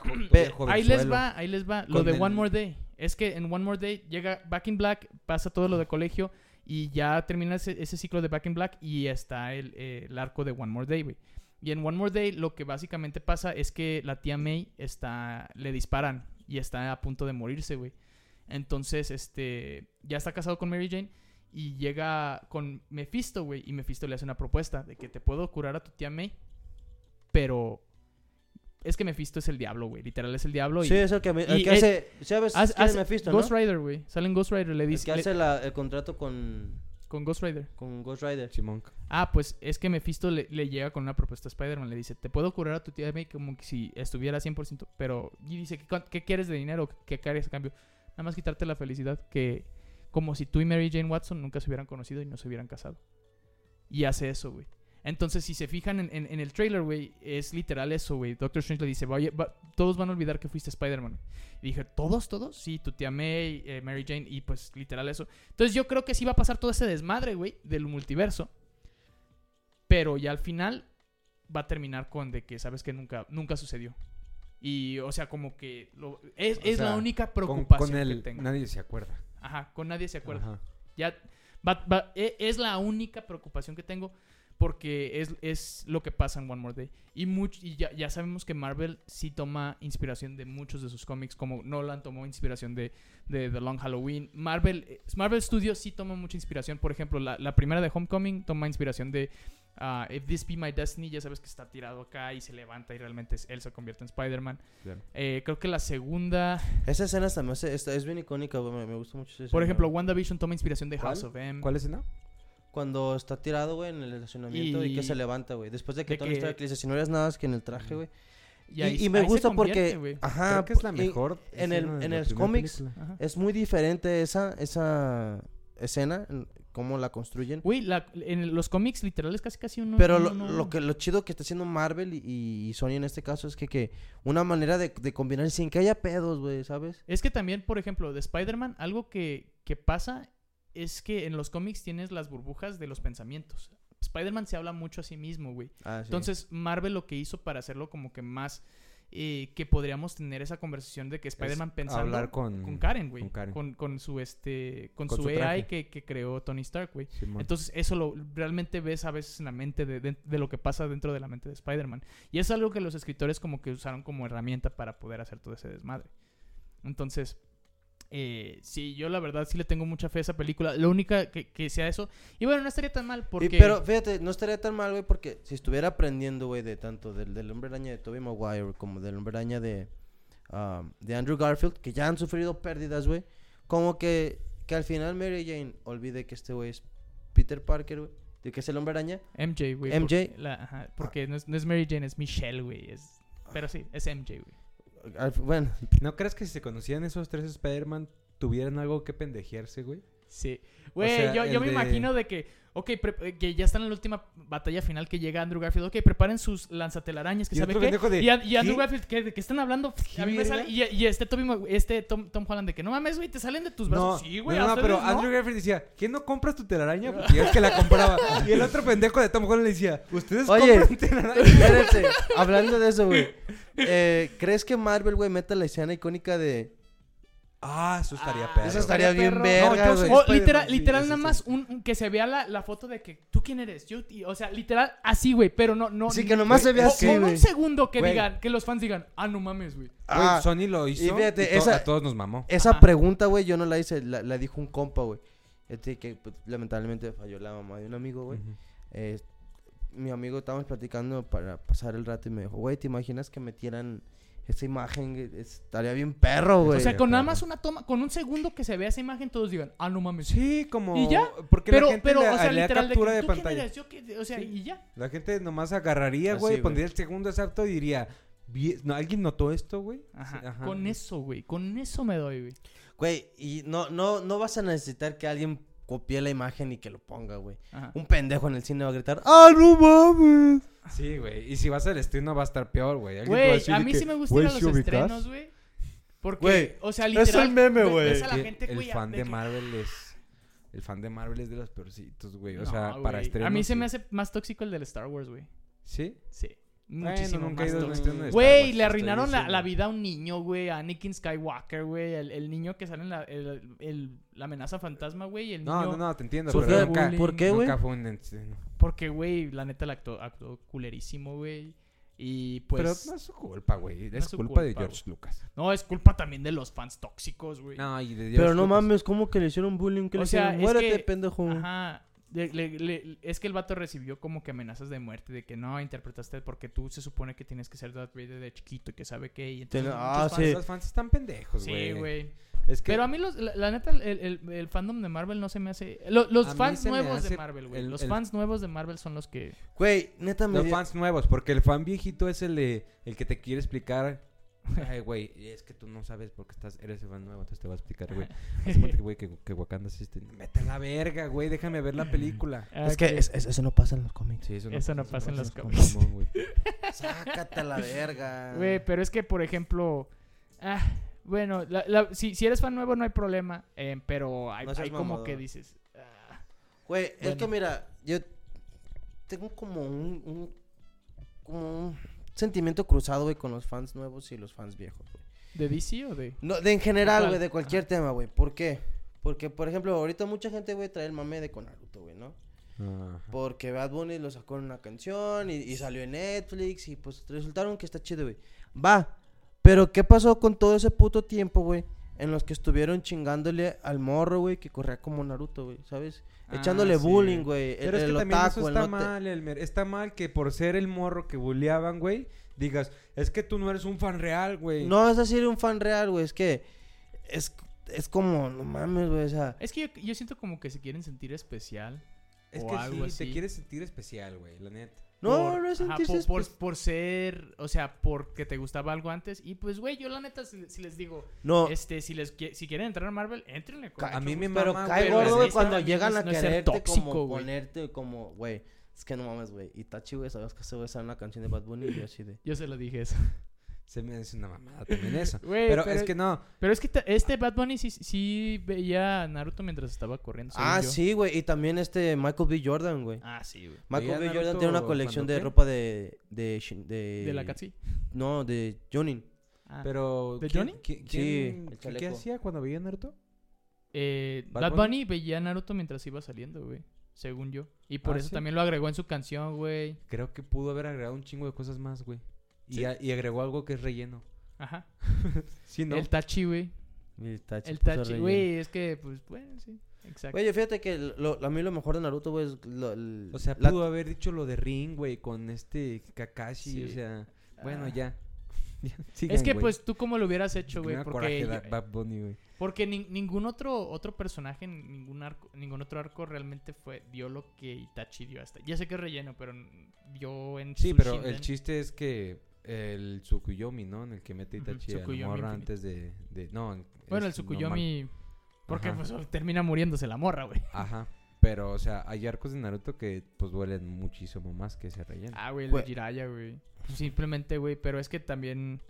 S2: *clears throat*
S3: jo-
S1: Pe-
S3: ya
S2: Ahí les
S3: jovenzuelo.
S2: va, ahí les va. Lo
S3: Con
S2: de
S3: el-
S2: One More Day. Es que en One More Day llega Back in Black, pasa todo lo de colegio y ya termina ese, ese ciclo de Back in Black y está el, eh, el arco de One More Day, güey. Y en One More Day lo que básicamente pasa es que la tía May está, le disparan y está a punto de morirse, güey. Entonces, este, ya está casado con Mary Jane y llega con Mephisto, güey, y Mephisto le hace una propuesta de que te puedo curar a tu tía May, pero es que Mephisto es el diablo, güey, literal es el diablo y
S1: Sí, es el que, me- el
S2: y
S1: que
S2: es-
S1: hace. ¿Sabes?
S2: Haz-
S1: quién es
S2: haz-
S1: Mephisto,
S2: Ghost
S1: ¿no?
S2: Rider, güey. Sale en Ghost Rider, le
S1: El que
S2: dice. le-
S1: hace la- el contrato con,
S2: Con Ghost Rider.
S1: con Ghost Rider.
S3: Simón.
S2: Ah, pues es que Mephisto le, le llega con una propuesta a Spider-Man. Le dice: Te puedo curar a tu tía May como que si estuviera 100%. Pero. Y dice: ¿Qué, cuan- qué quieres de dinero? ¿Qué quieres a cambio? Nada más quitarte la felicidad que. Como si tú y Mary Jane Watson nunca se hubieran conocido y no se hubieran casado. Y hace eso, güey. Entonces, si se fijan en, en- en el trailer, güey, es literal eso, güey. Doctor Strange le dice, "Vaya, va- todos van a olvidar que fuiste Spider-Man. Y dije, ¿todos, todos? Sí, tu tía May, eh, Mary Jane, y pues literal eso. Entonces yo creo que sí va a pasar todo ese desmadre, güey, del multiverso. Pero ya al final va a terminar con de que, ¿sabes que Nunca, nunca sucedió. Y, o sea, como que lo- es,
S3: O
S2: es la
S3: sea,
S2: única
S3: Con-
S2: preocupación
S3: con él
S2: que tengo.
S3: nadie se acuerda.
S2: Ajá, con nadie se acuerda.
S3: Ajá.
S2: Ya, va- va- e- es la única preocupación que tengo porque es, es lo que pasa en One More Day. Y, much- y ya, ya sabemos que Marvel sí toma inspiración de muchos de sus cómics, como Nolan tomó inspiración de, de The Long Halloween. Marvel, eh, Marvel Studios sí toma mucha inspiración. Por ejemplo, la, la primera de Homecoming toma inspiración de ah, If This Be My Destiny. Ya sabes que está tirado acá y se levanta y realmente es- él se convierte en Spider-Man.
S3: Claro.
S2: Eh, creo que la segunda...
S1: Esa escena hasta me hace- esta- es bien icónica, güey. Me, me gusta mucho esa
S2: Por
S1: escena,
S2: ejemplo,
S1: güey.
S2: WandaVision toma inspiración de House of M.
S3: ¿Cuál escena?
S1: Cuando está tirado, güey, en el estacionamiento y,
S2: Y-
S1: que se levanta, güey. Después de que
S2: de
S1: Tony Stark
S2: que-
S1: le dice, si no eres nada más que en el traje, güey. Y,
S2: ahí-
S1: y me
S2: ahí se
S1: gusta
S2: convierte,
S1: porque...
S2: güey.
S1: Ajá.
S3: Creo que es la
S1: Ah, y-
S3: mejor.
S1: en el-
S3: escena de
S1: en
S3: la
S1: el
S3: primera
S1: cómics-
S3: película.
S2: Ajá.
S1: Es muy diferente esa, esa escena, en cómo la construyen.
S2: Güey, la- en los cómics literales casi casi uno.
S1: Pero
S2: uno
S1: lo,
S2: no-
S1: lo que lo chido que está haciendo Marvel y, y Sony en este caso es que, que una manera de, de combinar sin que haya pedos, güey, ¿sabes?
S2: Es que también, por ejemplo, de Spider-Man, algo que, que pasa es que en los cómics tienes las burbujas de los pensamientos. Spider-Man se habla mucho a sí mismo, güey.
S1: Ah, sí.
S2: Entonces, Marvel lo que hizo para hacerlo como que más. eh, que podríamos tener esa conversación de que
S3: Es
S2: Spider-Man pensando.
S3: Hablar con.
S2: con Karen, güey.
S3: con Karen.
S2: Con, con su este. Con,
S3: Con
S2: su,
S3: su
S2: AI
S3: traje.
S2: que, que creó Tony Stark, güey.
S3: Simón.
S2: Entonces, eso lo realmente ves a veces en la mente de, de- de lo que pasa dentro de la mente de Spider-Man. Y es algo que los escritores como que usaron como herramienta para poder hacer todo ese desmadre. Entonces, eh, sí, yo la verdad sí le tengo mucha fe a esa película. Lo única que, que sea eso. Y bueno, no estaría tan mal porque...
S1: Y- pero fíjate, no estaría tan mal, güey, porque si estuviera aprendiendo, güey, de tanto del, del hombre araña de Tobey Maguire como del hombre araña de, ah, de Andrew Garfield, que ya han sufrido pérdidas, güey, como que, que al final Mary Jane olvide que este güey es Peter Parker, güey, de que es el hombre araña.
S2: MJ, güey.
S1: MJ.
S2: Porque, la- ajá, porque no, es, no es Mary Jane, es Michelle, güey. es- Pero sí, es MJ, güey.
S1: Al- bueno,
S2: *laughs*
S3: ¿No crees que si se conocían esos tres Spider-Man tuvieran algo que pendejearse, güey?
S2: Sí. Güey,
S3: sea,
S2: yo, yo
S3: el
S2: me
S3: de-
S2: imagino de que, ok, pre- eh, que ya están en la última batalla final que llega Andrew Garfield. Ok, preparen sus lanzatelarañas que
S3: Y
S2: saben
S3: otro
S2: qué.
S3: pendejo de,
S2: y, a- y Andrew
S3: ¿qué?
S2: Garfield, ¿qué, ¿de qué están hablando?
S3: ¿Qué
S2: A mí me
S3: verga?
S2: sale- y, y este, Tobey Magu- este Tom, Tom Holland de que, no mames, güey, te salen de tus
S3: No,
S2: brazos. sí, güey.
S3: no,
S2: a
S3: no,
S2: ustedes
S3: pero
S2: no.
S3: Andrew Garfield decía, ¿quién no compras tu telaraña? Porque yo es que la compraba. Y el otro pendejo de Tom Holland le decía, ¿ustedes
S1: Oye.
S3: compran telaraña?
S1: espérate, hablando de eso, güey, eh, ¿crees que Marvel, güey, meta la escena icónica de...
S3: Ah, eso estaría
S2: Ah,
S3: perro.
S1: Eso estaría
S2: estaría
S1: bien
S2: perro.
S1: verga,
S3: No, yo soy-
S1: güey.
S2: O
S3: Spider-Man,
S2: literal,
S3: sí,
S2: literal
S3: sí,
S2: nada
S3: sí.
S2: más un, un- que se vea la, la foto de que tú quién eres, yo y- o sea, literal así, güey, pero no Eh, no
S1: Sí, que nomás se vea
S2: o-
S1: así,
S2: con
S1: güey.
S2: un segundo que
S3: Güey.
S2: digan, que los fans digan, "Ah, no mames, güey."
S3: Güey,
S1: Ah,
S3: Sony lo hizo.
S1: y fíjate,
S3: y to-
S1: esa-
S3: a todos nos mamó.
S1: Esa
S2: Ajá.
S1: pregunta, güey, yo no la hice, la, la dijo un compa, güey. Este que pues, lamentablemente falló la mamá de un amigo, güey.
S3: Ujú.
S1: Eh, mi amigo estábamos platicando para pasar el rato y me dijo, güey, ¿te imaginas que metieran esa imagen? güey? Estaría bien perro, güey.
S2: O sea,
S3: de
S2: con nada
S3: acuerdo.
S2: más una toma, con un segundo que se vea esa imagen todos digan, "Ah, no mames."
S3: Sí, como...
S2: ¿Y ya?
S3: Porque
S2: Pero
S3: la gente
S2: pero
S3: le,
S2: o sea,
S3: haría
S2: literal de,
S3: captura
S2: que,
S3: de,
S2: "¿Tú quién
S3: pantalla.
S2: eres? Yo qué- o sea,
S3: Sí.
S2: y ya.
S3: La gente nomás agarraría,
S1: Así,
S3: güey,
S1: güey.
S3: pondría el segundo exacto y diría, "Vi- no, ¿alguien notó esto, güey?
S2: Ajá.
S3: Sí, ajá.
S2: Con eso, güey, con eso me doy, güey.
S1: Güey, y no, no, no vas a necesitar que alguien copie la imagen y que lo ponga, güey.
S2: Ajá.
S1: Un pendejo en el cine va a gritar, ¡ah, no mames!
S3: Sí, güey. Y si vas al estreno va a estar peor, güey. Alguien te va
S2: Güey,
S3: decir
S2: a
S3: de
S2: mí
S3: que,
S2: sí me gusta
S3: "Güey,
S2: ir a los
S3: ¿sí ubicas?"
S2: estrenos, güey. Porque,
S1: Güey,
S2: o sea,
S1: es
S2: literal.
S1: el meme,
S2: ve-
S1: güey.
S2: ves a la
S3: Que
S2: gente,
S3: el
S2: güey,
S3: fan de
S2: que,
S3: Marvel es... El fan de Marvel es de los peorcitos, güey. O
S2: No,
S3: sea, para
S2: güey.
S3: estrenos...
S2: A mí se
S3: sí.
S2: me hace más tóxico el del Star Wars, güey.
S3: ¿Sí?
S2: Sí.
S3: Bueno,
S2: Muchísimo
S3: nunca he
S2: más
S3: ido a un
S2: tóxico.
S3: estreno de Star Wars,
S2: Güey,
S3: te
S2: le
S3: estoy
S2: arruinaron la,
S3: diciendo.
S2: la vida a un niño, güey. A Anakin Skywalker, güey. El, el niño que sale en la, el- el- la amenaza fantasma, güey. El
S3: No,
S2: niño...
S3: no, no, te entiendo.
S1: pues,
S2: sufre
S1: eh,
S2: de
S3: Pero nunca,
S2: bullying.
S1: ¿Por qué, güey?
S3: nunca fue un estreno.
S2: Porque, güey, la neta la actuó, actuó culerísimo, güey. Y pues.
S3: Pero no es su culpa, güey.
S2: no
S3: es
S2: es su
S3: culpa, de
S2: culpa,
S3: George Lucas.
S2: No, es culpa también de los fans tóxicos, güey.
S3: No, y de George
S1: Pero no
S3: Lucas.
S1: mames, ¿cómo que le hicieron bullying? Que
S2: O
S1: le
S2: sea,
S1: hicieron?
S2: es que-
S1: Muérete, pendejo.
S2: Ajá. Le- le- le- es que el vato recibió como que amenazas de muerte, de que no, interpretaste porque tú se supone que tienes que ser Darth Vader de chiquito y que sabe qué. Y entonces
S1: Ten-
S2: muchos
S1: ah,
S2: fans-
S1: sí.
S3: Los fans están pendejos, Pues, güey.
S2: Sí, güey.
S3: Es que
S2: Pero a mí, los, la, la neta, el, el- el fandom de Marvel no se me hace. lo-
S3: A
S2: los
S3: mí
S2: fans
S3: se me
S2: nuevos
S3: hace
S2: de Marvel, güey.
S3: el-
S2: Los
S3: el-
S2: fans nuevos de Marvel son los que.
S1: Güey, neta, me
S3: los
S1: dio-
S3: fans nuevos, porque el fan viejito es el de- el que te quiere explicar. Ay, güey, es que tú no sabes porque estás, eres el fan nuevo, entonces te va a explicar,
S2: *laughs*
S3: güey. Hace cuenta que, güey, que, que Wakanda existe. Vete a la verga, güey, déjame ver la
S2: *laughs*
S3: película.
S2: eh,
S1: Es que es- es- eso no pasa en los cómics.
S3: Sí, eso no,
S2: Ah, Eso no pasa en los cómics.
S3: Simón, güey.
S1: *laughs* Sácate a la verga.
S2: Güey, pero es que, por ejemplo. Ah, bueno, la- la- si, si eres fan nuevo no hay problema. eh, pero hay,
S1: No seas
S2: hay como
S1: mamador.
S2: que dices. ah,
S1: Güey, es
S2: Bueno.
S1: que mira, yo tengo como un, un- como un sentimiento cruzado, güey, con los fans nuevos y los fans viejos, güey.
S2: ¿De DC o de.?
S1: No, de en general,
S2: ¿Cuál?
S1: güey, de cualquier tema, güey. ¿Por qué? Porque, por ejemplo, ahorita mucha gente, güey, trae el mame de con Naruto, güey, ¿no?
S3: Ajá.
S1: Porque Bad Bunny lo sacó en una canción y, y salió en Netflix y pues resultaron que está chido, güey. Va, pero ¿qué pasó con todo ese puto tiempo, güey? En los que estuvieron chingándole al morro, güey, que corría como Naruto, güey, ¿sabes?
S2: Ah,
S1: Echándole
S3: sí.
S1: bullying, güey. El,
S3: Pero es que
S1: el
S3: también
S1: otaku,
S3: eso
S1: el
S3: está
S1: no te-
S3: mal, Elmer. Está mal que por ser el morro que bulleaban, güey, digas, es que tú no eres un fan real, güey.
S1: No es decir un fan real, güey, es que es, es como, no mames, güey, o sea...
S2: Es que yo, yo siento como que se quieren sentir especial.
S3: es
S2: o
S3: que
S2: algo
S3: sí,
S2: así.
S3: te quieres sentir especial, güey, la neta.
S1: No,
S2: por-
S1: no es
S2: ajá,
S1: sentirse...
S2: por- por,
S1: espe-
S2: por ser, o sea, porque te gustaba algo antes. Y pues, güey, yo la neta, si, si les digo,
S1: No,
S2: este, si les qui- si quieren entrar a Marvel, entrenle.
S1: Ca-
S3: a mí me
S1: pero
S3: mama,
S1: cae
S2: güey,
S1: gordo,
S2: pero
S1: güey,
S2: es-
S1: cuando
S2: es-
S1: llegan a
S2: no es ser
S1: quererte como
S2: tóxico, güey.
S1: ponerte como, güey... Es que no mames, güey. Itachi, güey, sabes que se va a hacer una canción de Bad Bunny y yo así
S2: *clears throat*
S1: de...
S2: Yo se lo dije
S1: *laughs*
S2: eso.
S3: Se me hace una mamada también eso.
S2: Güey,
S3: pero,
S2: pero-
S3: es que no.
S2: Pero es que te- este Bad Bunny sí, sí veía a Naruto mientras estaba corriendo. según
S1: Ah,
S2: yo.
S1: sí, güey. Y también este Michael B. Jordan, güey.
S2: Ah, sí, güey.
S1: Michael B.
S3: Veía
S1: Jordan
S3: Naruto
S1: tiene una colección
S3: cuando
S1: de
S3: qué?
S1: ropa de. De, Shin- de,
S2: De la Katsi.
S1: No, de Jonin.
S2: Ah.
S3: Pero.
S2: ¿De
S3: ¿quién-
S2: Johnny?
S3: qui-
S1: Sí,
S3: quién-
S1: el
S3: qué- ¿Qué
S1: chaleco.
S3: hacía cuando veía Naruto?
S2: Eh,
S3: Bad
S2: Bad,
S3: Bunny.
S2: Bunny? veía a Naruto mientras iba saliendo, güey. Según yo. Y por
S3: Ah,
S2: eso
S3: ¿sí?
S2: también lo agregó en su canción, güey.
S3: Creo que pudo haber agregado un chingo de cosas más, güey. Y,
S2: Sí.
S3: a- y agregó algo que es relleno.
S2: Ajá.
S3: Sí, ¿no? pues,
S2: El Tachi, güey.
S1: El Tachi.
S2: El
S1: puso
S2: Tachi,
S1: relleno.
S2: güey, es que, pues, bueno, sí. Exacto.
S1: Güey, fíjate que lo- a mí lo mejor de Naruto, güey, es. lo- el-
S3: O sea,
S1: la-
S3: pudo haber dicho lo de Ring, güey, con este Kakashi, o
S2: Sí.
S3: sea, bueno,
S2: Ah.
S3: ya. *laughs* Ya,
S2: es
S3: sigan,
S2: que,
S3: güey.
S2: pues, tú cómo lo hubieras hecho,
S3: Me
S2: güey.
S3: da
S2: Porque,
S3: coraje
S2: yo-
S3: da- Bad Bunny, güey.
S2: porque nin- ningún otro, otro personaje, ningún, arco, ningún otro arco realmente fue, dio lo que Itachi dio hasta. Ya sé que es relleno, pero n- dio en
S3: Sí,
S2: su
S3: pero
S2: Shinden.
S3: el chiste es que el Tsukuyomi, ¿no? En el que mete
S2: Ujú,
S3: Itachi a la
S2: Tsukuyomi
S3: morra
S2: infinito.
S3: antes de, de- No, en-
S2: Bueno, el
S3: es normal.
S2: Tsukuyomi. Porque
S3: Ajá.
S2: pues termina muriéndose la morra, güey.
S3: Ajá. Pero, o sea, hay arcos de Naruto que, pues, duelen muchísimo más que ese relleno.
S2: Ah, güey, el
S1: Güey.
S2: de Jiraiya, güey. Simplemente, güey, pero es que también.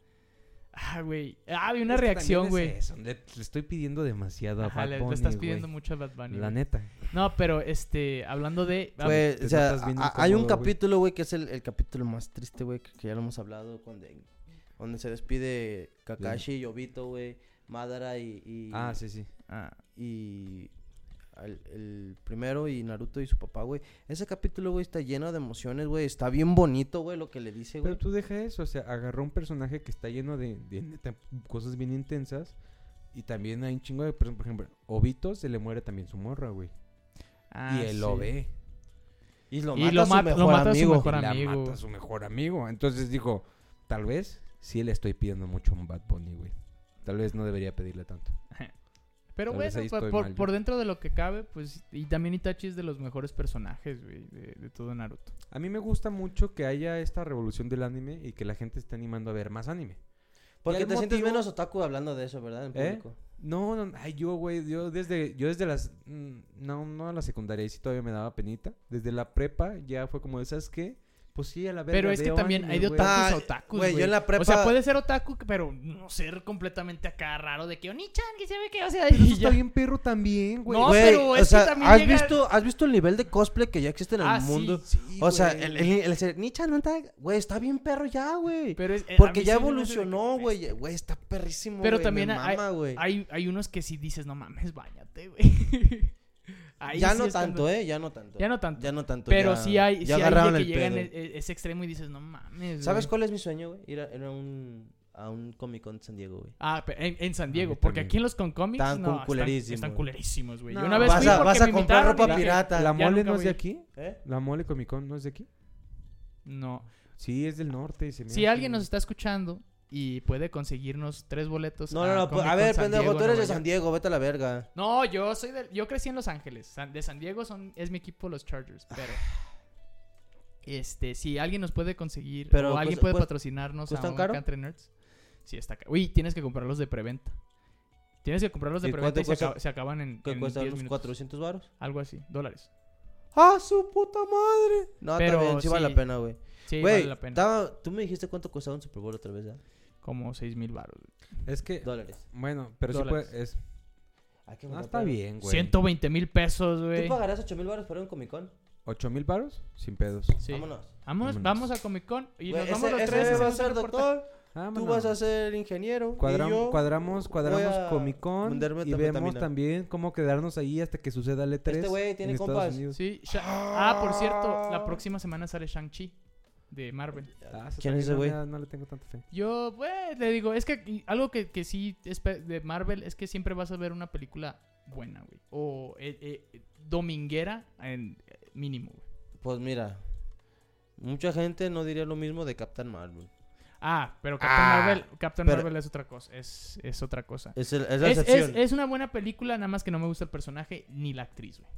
S2: Ah, güey. Ah, había una
S3: Es que
S2: reacción,
S3: también es
S2: güey.
S3: eso, le, le estoy pidiendo demasiado a
S2: Ajá,
S3: Bad
S2: le, le
S3: Bunny,
S2: estás
S3: güey.
S2: pidiendo mucho a Bad Bunny.
S3: La
S2: güey.
S3: neta.
S2: No, pero este, hablando de. ah,
S1: Güey,
S3: te
S1: o sea,
S3: notas bien
S1: a- hay un
S3: incómodo, güey.
S1: capítulo, güey, que es el, el capítulo más triste, güey, que, que ya lo hemos hablado, cuando, donde se despide Kakashi, Yobito, güey, Madara y... y-
S3: Ah, sí, sí.
S2: ah,
S1: Y al- el primero y Naruto y su papá, güey. Ese capítulo, güey, está lleno de emociones, güey. Está bien bonito, güey, lo que le dice,
S3: Pero
S1: güey.
S3: tú deja eso, o sea, agarró un personaje que está lleno de, de neta cosas bien intensas. Y también hay un chingo de personas, por ejemplo, Obito se le muere también su morra, güey.
S2: ah,
S3: y él lo
S2: sí.
S3: ve.
S1: Y lo
S2: y
S1: mata,
S2: lo
S1: a su,
S2: ma- lo
S1: mejor
S2: mata a su
S1: amigo.
S2: mejor-
S3: y la
S2: amigo.
S3: mata a su mejor amigo. Entonces dijo, tal vez sí le estoy pidiendo mucho a un Bad Bunny, güey. Tal vez no debería pedirle tanto.
S2: Pero
S3: Tal vez
S2: bueno,
S3: ahí
S2: pa-
S3: estoy
S2: por,
S3: mal yo.
S2: por dentro de lo que cabe, pues. Y también Itachi es de los mejores personajes, güey, de, de todo Naruto.
S3: A mí me gusta mucho que haya esta revolución del anime y que la gente esté animando a ver más anime.
S1: Porque
S3: Y
S1: te
S3: el
S1: sientes
S3: motivo-
S1: menos otaku hablando de eso, ¿verdad? En
S3: ¿Eh?
S1: público.
S3: No, no, ay, yo, güey, yo desde, yo desde las, mm, no, no a la secundaria, y sí todavía me daba penita. Desde la prepa ya fue como, ¿sabes qué? Pues sí, a la verga
S2: pero es que
S3: veo
S2: también
S3: anime,
S2: hay de
S3: güey.
S2: otakus
S1: Ah,
S2: a otakus,
S1: güey,
S2: güey.
S1: yo en la
S2: O sea,
S1: prepa-
S2: puede ser otaku, pero no ser completamente acá raro de que Oni-chan, que se ve que, o sea,
S3: Pero
S2: *laughs* y
S3: eso Pues está
S2: ya.
S3: bien perro también, güey.
S2: No,
S1: Güey,
S2: pero es
S1: o
S2: que
S1: sea,
S2: también
S1: ¿has,
S2: llega-
S1: visto, ¿has visto el nivel de cosplay que ya existe en el
S2: Ah, sí,
S1: mundo?
S3: Sí,
S1: O sea,
S3: güey.
S1: el, el, el ser- Nichan no está, güey, está bien perro ya, güey.
S2: Pero es- eh, a
S1: Porque
S2: mí
S1: ya
S2: sí se me hace de que,
S1: evolucionó, güey. Güey, está perrísimo,
S2: Pero
S1: güey,
S2: también
S1: me
S2: hay,
S1: mama, güey.
S2: hay, hay unos que sí dices, no mames, bañate, güey. *laughs* Ahí
S1: Ya
S2: sí
S1: no
S2: es cuando-
S1: tanto, eh, ya no tanto.
S2: Ya no tanto.
S1: Ya no tanto.
S2: Pero
S1: ya-
S2: sí hay, sí
S1: ya
S2: hay
S1: agarraron
S2: de que
S1: el
S2: llegan
S1: pedo.
S2: e- e- ese extremo y dices, no mames.
S1: ¿Sabes
S2: güey".
S1: cuál es mi sueño, güey? Ir a, ir a un, a un Comic Con San Diego, güey.
S2: Ah, pero en, en San Diego,
S3: mí
S2: porque
S3: también.
S2: aquí en los Concomics
S1: Están
S2: no,
S1: con culerísimo,
S2: Están,
S1: güey.
S2: culerísimos, güey. Yo
S3: No,
S2: una vez
S1: vas
S2: fui
S1: a,
S2: porque
S1: vas a
S2: me
S1: comprar
S2: invitaron y
S1: ropa
S2: dije,
S1: pirata.
S3: ¿La
S2: Ya
S3: mole
S2: nunca
S3: no es de
S2: voy.
S3: aquí?
S1: ¿Eh?
S3: ¿La mole Comic Con no es de aquí?
S2: No.
S3: Sí, es del norte. y se me
S2: Si
S3: hace-
S2: alguien nos está escuchando y puede conseguirnos tres boletos.
S1: No, no, no.
S2: Ah, Comic
S1: a
S2: Con
S1: ver,
S2: San
S1: pendejo,
S2: Diego,
S1: tú eres de
S2: Nueva
S1: San
S2: York.
S1: Diego, vete a la verga.
S2: No, yo soy de, yo crecí en Los Ángeles. San- de San Diego son, es mi equipo los Chargers,
S1: Ah.
S2: pero este, si alguien nos puede conseguir
S1: Pero
S2: o alguien
S1: cuesta-
S2: puede
S1: cuesta-
S2: patrocinarnos a
S1: ¿cuestan
S2: un
S1: caro?
S2: Country Nerds. Sí, está caro. Uy, tienes que comprarlos de preventa. Tienes que comprarlos de
S1: ¿Y
S2: preventa y
S1: cuánto
S2: se,
S1: cuesta?
S2: acaba- se acaban en,
S1: Que
S2: en
S1: cuesta
S2: 10
S1: unos
S2: minutos.
S1: 400 baros.
S2: Algo así, dólares.
S1: ¡Ah, su puta madre! No,
S2: Pero
S1: Pero también, sí, vale
S2: sí.
S1: la pena, güey.
S2: Sí,
S1: Güey,
S2: vale la pena.
S1: estaba- tú me dijiste cuánto costaba un Super Bowl otra vez, ¿eh?
S2: Como 6 mil baros.
S3: Es que,
S1: Dólares.
S3: bueno, pero sí
S2: Dólares.
S3: puede... Es...
S1: Hay que
S3: No,
S1: juntar
S3: está
S1: para-
S3: bien, güey.
S2: 120 mil pesos,
S1: ¿Tú
S2: Ah, güey.
S1: pagarás 8 mil baros para un Comic Con?
S3: ¿Ocho mil varos? Sin pedos.
S2: Sí. Vámonos.
S1: Vámonos.
S3: Vámonos.
S2: Vamos a Comic Con y
S1: Güey,
S2: nos vamos
S1: ese
S2: los
S1: ese
S2: tres.
S1: va a
S2: hacemos
S1: ser
S2: un reportaje.
S1: doctor, tú
S3: Vámonos.
S1: vas a ser ingeniero.
S3: Cuadram-
S1: y yo...
S3: cuadramos cuadramos
S1: a
S3: Comic Con
S1: venderme
S3: y vemos
S1: metamina.
S3: también cómo quedarnos ahí hasta que suceda el E3.
S1: Este güey tiene
S3: en Estados
S1: compas.
S3: Unidos.
S2: Sí, Sha- ah, por cierto, la próxima semana sale Shang-Chi de Marvel.
S3: Ah, esa
S1: ¿Quién es ese
S3: también
S1: güey?
S3: No, no le tengo tanta fe.
S2: Yo, pues, le digo, es que y- algo que, que sí espe- de Marvel es que siempre vas a ver una película buena, güey. O eh, eh, dominguera en eh, mínimo, güey.
S1: Pues mira, mucha gente no diría lo mismo de Captain Marvel.
S2: Ah, pero Captain
S3: Ah,
S2: Marvel, Captain
S1: pero-
S2: Marvel es otra cosa, es, es otra cosa.
S1: Es, el- es la
S2: Es,
S1: excepción.
S2: es- es una buena película, nada más que no me gusta el personaje ni la actriz, güey.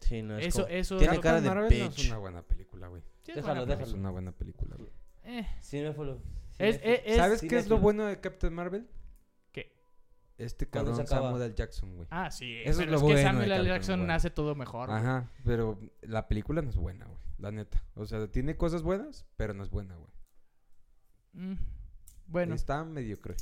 S1: Sí, no, es
S2: Eso,
S1: como-
S2: eso...
S1: Tiene
S2: no-
S1: cara de
S3: Marvel no es
S1: bitch.
S3: una buena película, güey.
S2: sí es
S1: déjalo,
S2: buena,
S1: déjalo.
S3: Es una buena película, güey.
S2: pero- eh,
S1: Cinéfalo.
S2: Es-
S1: Cinéfilo.
S2: es- es-
S3: ¿Sabes qué es lo
S1: cinéfilo.
S3: bueno de Captain Marvel?
S2: ¿qué?
S3: Este
S1: Cuando se
S3: cabrón
S1: acaba.
S3: Samuel L. Jackson, güey.
S2: Ah, sí.
S3: Eso es
S2: pero
S3: lo
S2: es,
S3: bueno
S2: que
S3: de
S2: Samuel L.
S3: Captain
S2: Jackson
S3: Marvel.
S2: hace todo mejor. güey.
S3: Ajá, pero la película no es buena, güey. La neta. O sea, tiene cosas buenas, pero no es buena, güey.
S2: Mm, Bueno, e-
S3: Está mediocre.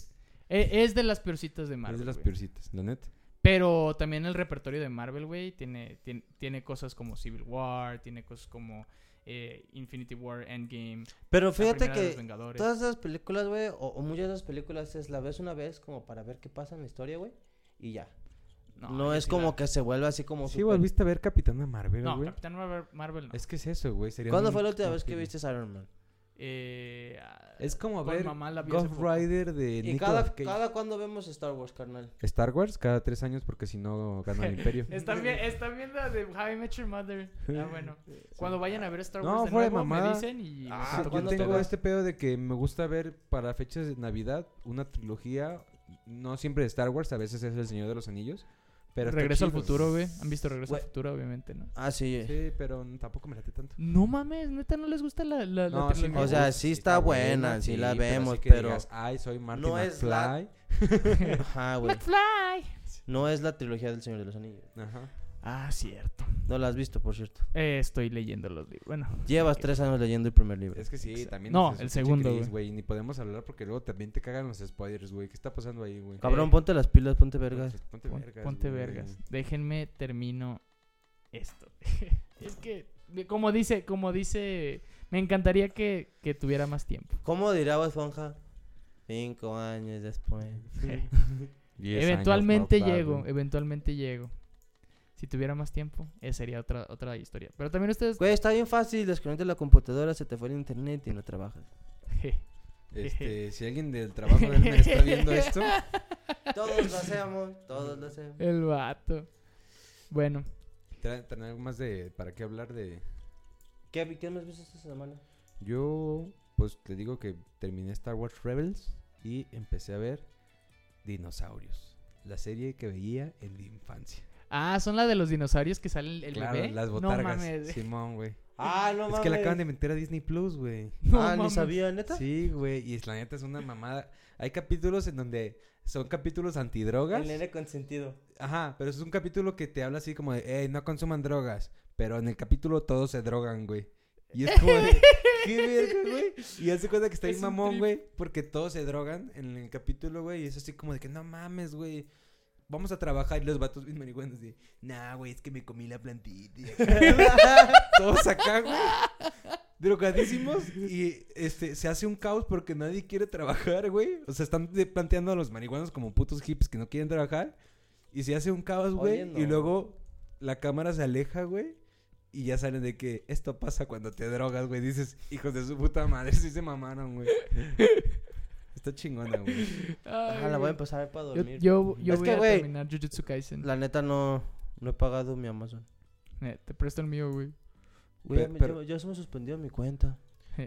S2: es, de las peorcitas de Marvel.
S3: es de las
S2: güey.
S3: peorcitas, la neta.
S2: Pero también el repertorio de Marvel, güey, tiene, tiene, tiene cosas como Civil War, tiene cosas como eh, Infinity War, Endgame.
S1: Pero
S2: la
S1: fíjate
S2: primera de los
S1: que
S2: Vengadores.
S1: todas esas películas, güey, o, o muchas de esas películas es la ves una vez como para ver qué pasa en la historia, güey, y ya. No,
S2: yo
S1: es
S2: sí
S1: como
S2: la-
S1: que se vuelve así como...
S3: Sí,
S1: súper-
S3: volviste a ver Capitana Marvel,
S2: No,
S3: güey.
S2: Capitán Marvel, Marvel no.
S3: Es que es eso, güey. sería
S1: ¿Cuándo
S3: muy
S1: fue la última vez que
S3: tópico.
S1: viste Iron Man?
S2: eh, ah,
S3: Es como
S2: cuál
S3: ver
S2: mamá la vio hace
S3: Ghost
S2: poco.
S3: Rider de
S1: ¿Y
S3: Nicolas
S1: cada,
S3: Cage.
S1: cada cuándo vemos Star Wars, carnal?
S3: Star Wars cada tres años porque si no gana el
S2: *laughs*
S3: imperio.
S2: Están, vi- están viendo de How I Met Your
S3: *laughs*
S2: Mother. Ah, bueno. Cuando vayan a ver Star
S3: No,
S2: Wars de
S3: fuera de
S2: nuevo, me
S3: mamada.
S2: dicen y... les
S1: Ah,
S3: Sí,
S2: cuento
S1: ¿cuándo
S3: yo
S2: cómo
S1: te
S3: tengo
S1: va?
S2: va.
S3: este pedo de que me gusta ver para fechas de Navidad una trilogía, no siempre de Star Wars, a veces es El Señor de los Anillos, pero está
S2: Regreso al
S3: chido.
S2: futuro, güey. ¿Han visto Regreso
S1: Güey.
S2: al futuro? Obviamente, ¿no?
S1: Ah, sí.
S3: Sí, pero tampoco me late tanto.
S2: No mames, neta, ¿no les gusta la, la, la
S3: No, sí
S2: trilogía?
S3: me
S1: O sea,
S3: gusta,
S1: sí está buena, sí la
S3: pero así
S1: vemos,
S3: que
S1: pero
S3: digas, ay, soy Martin
S1: no es la-
S3: McFly".
S1: *laughs* Ajá, *laughs* güey.
S2: Pues
S1: No es la trilogía del Señor de los Anillos.
S3: Ajá.
S2: Ah, cierto.
S1: No la has visto, por cierto.
S2: Eh, estoy leyendo los libros. Bueno.
S1: Llevas
S2: ok.
S1: tres años leyendo el primer libro.
S3: Es que sí,
S2: Exacto.
S3: también.
S2: No,
S3: es- es
S2: el
S3: un pinche
S2: segundo,
S3: gris,
S2: güey.
S3: güey. Ni podemos hablar porque luego también te cagan los spoilers, güey. ¿Qué está pasando ahí, güey?
S1: Cabrón, ponte las pilas, ponte vergas.
S3: Entonces, Ponte
S2: Pon-
S3: vergas.
S2: Ponte
S3: güey.
S2: vergas. Déjenme termino esto. *laughs* es que, de- como dice, como dice, me encantaría que, que tuviera más tiempo.
S1: ¿Cómo dirá Bob Esponja? Cinco años después.
S2: *laughs*
S3: Diez años,
S2: eventualmente
S3: Bob Barney.
S2: llego, *laughs* eventualmente llego. Si tuviera más tiempo, esa sería otra, otra historia. Pero también ustedes... *laughs*
S1: Güey, está bien fácil. Desconecta la computadora, se te fue el internet y no trabajas.
S3: Este, si
S2: *laughs*
S3: alguien del trabajo de él me está viendo esto,
S1: Todos lo hacemos, todos lo hacemos.
S2: El vato. Bueno,
S3: tra- traen algo más de. ¿Para qué hablar de.?
S1: ¿Qué, ¿Qué más viste esta semana?
S3: Yo, pues te digo que terminé Star Wars Rebels y empecé a ver Dinosaurios, la serie que veía en la infancia.
S2: Ah, son la de los dinosaurios que salen el
S3: claro,
S2: bebé.
S3: las botargas.
S2: No mames. *laughs*
S3: Simón, güey.
S1: Ah, no
S3: es que la acaban de meter a Disney Plus, güey.
S2: No
S1: ah, ni
S2: mames.
S1: sabía, neta.
S3: Sí, güey. Y es, la neta es una mamada. Hay capítulos en donde son capítulos antidrogas.
S1: El nene consentido.
S3: Ajá, pero es un capítulo que te habla así como de, eh, no consuman drogas. Pero en el capítulo todos se drogan, güey. Y es como de, qué verga, güey. Y hace cuenta que está ahí
S2: Es un
S3: mamón,
S2: trip.
S3: güey. Porque todos se drogan en el capítulo, güey. Y es así como de que, no mames, güey. Vamos a trabajar. Y los vatos bien marihuanos de, nah, güey, es que me comí la plantita. *laughs* todos acá, güey. Drogadísimos
S2: *laughs*
S3: y este se hace un caos porque nadie quiere trabajar, güey. O sea, están de- planteando a los marihuanos como putos hippies que no quieren trabajar. Y se hace un caos, güey.
S1: Oye,
S3: Y
S1: no.
S3: luego la cámara se aleja, güey. Y ya salen de que esto pasa cuando te drogas, güey. Dices, hijos de su puta madre, sí se
S2: *laughs*
S3: mamaron, güey. Está chingona, güey.
S2: Ay,
S1: Ah, la voy a
S2: güey.
S1: empezar a ver para
S2: Yo,
S1: dormir.
S2: yo, yo
S1: Es
S2: voy
S1: que,
S2: a
S1: güey,
S2: terminar Jujutsu Kaisen.
S1: La neta no, no he pagado mi Amazon.
S2: Eh, te presto el mío, güey.
S1: Güey,
S3: Pe-
S1: me-
S3: pero-
S1: yo, yo se me suspendió mi cuenta.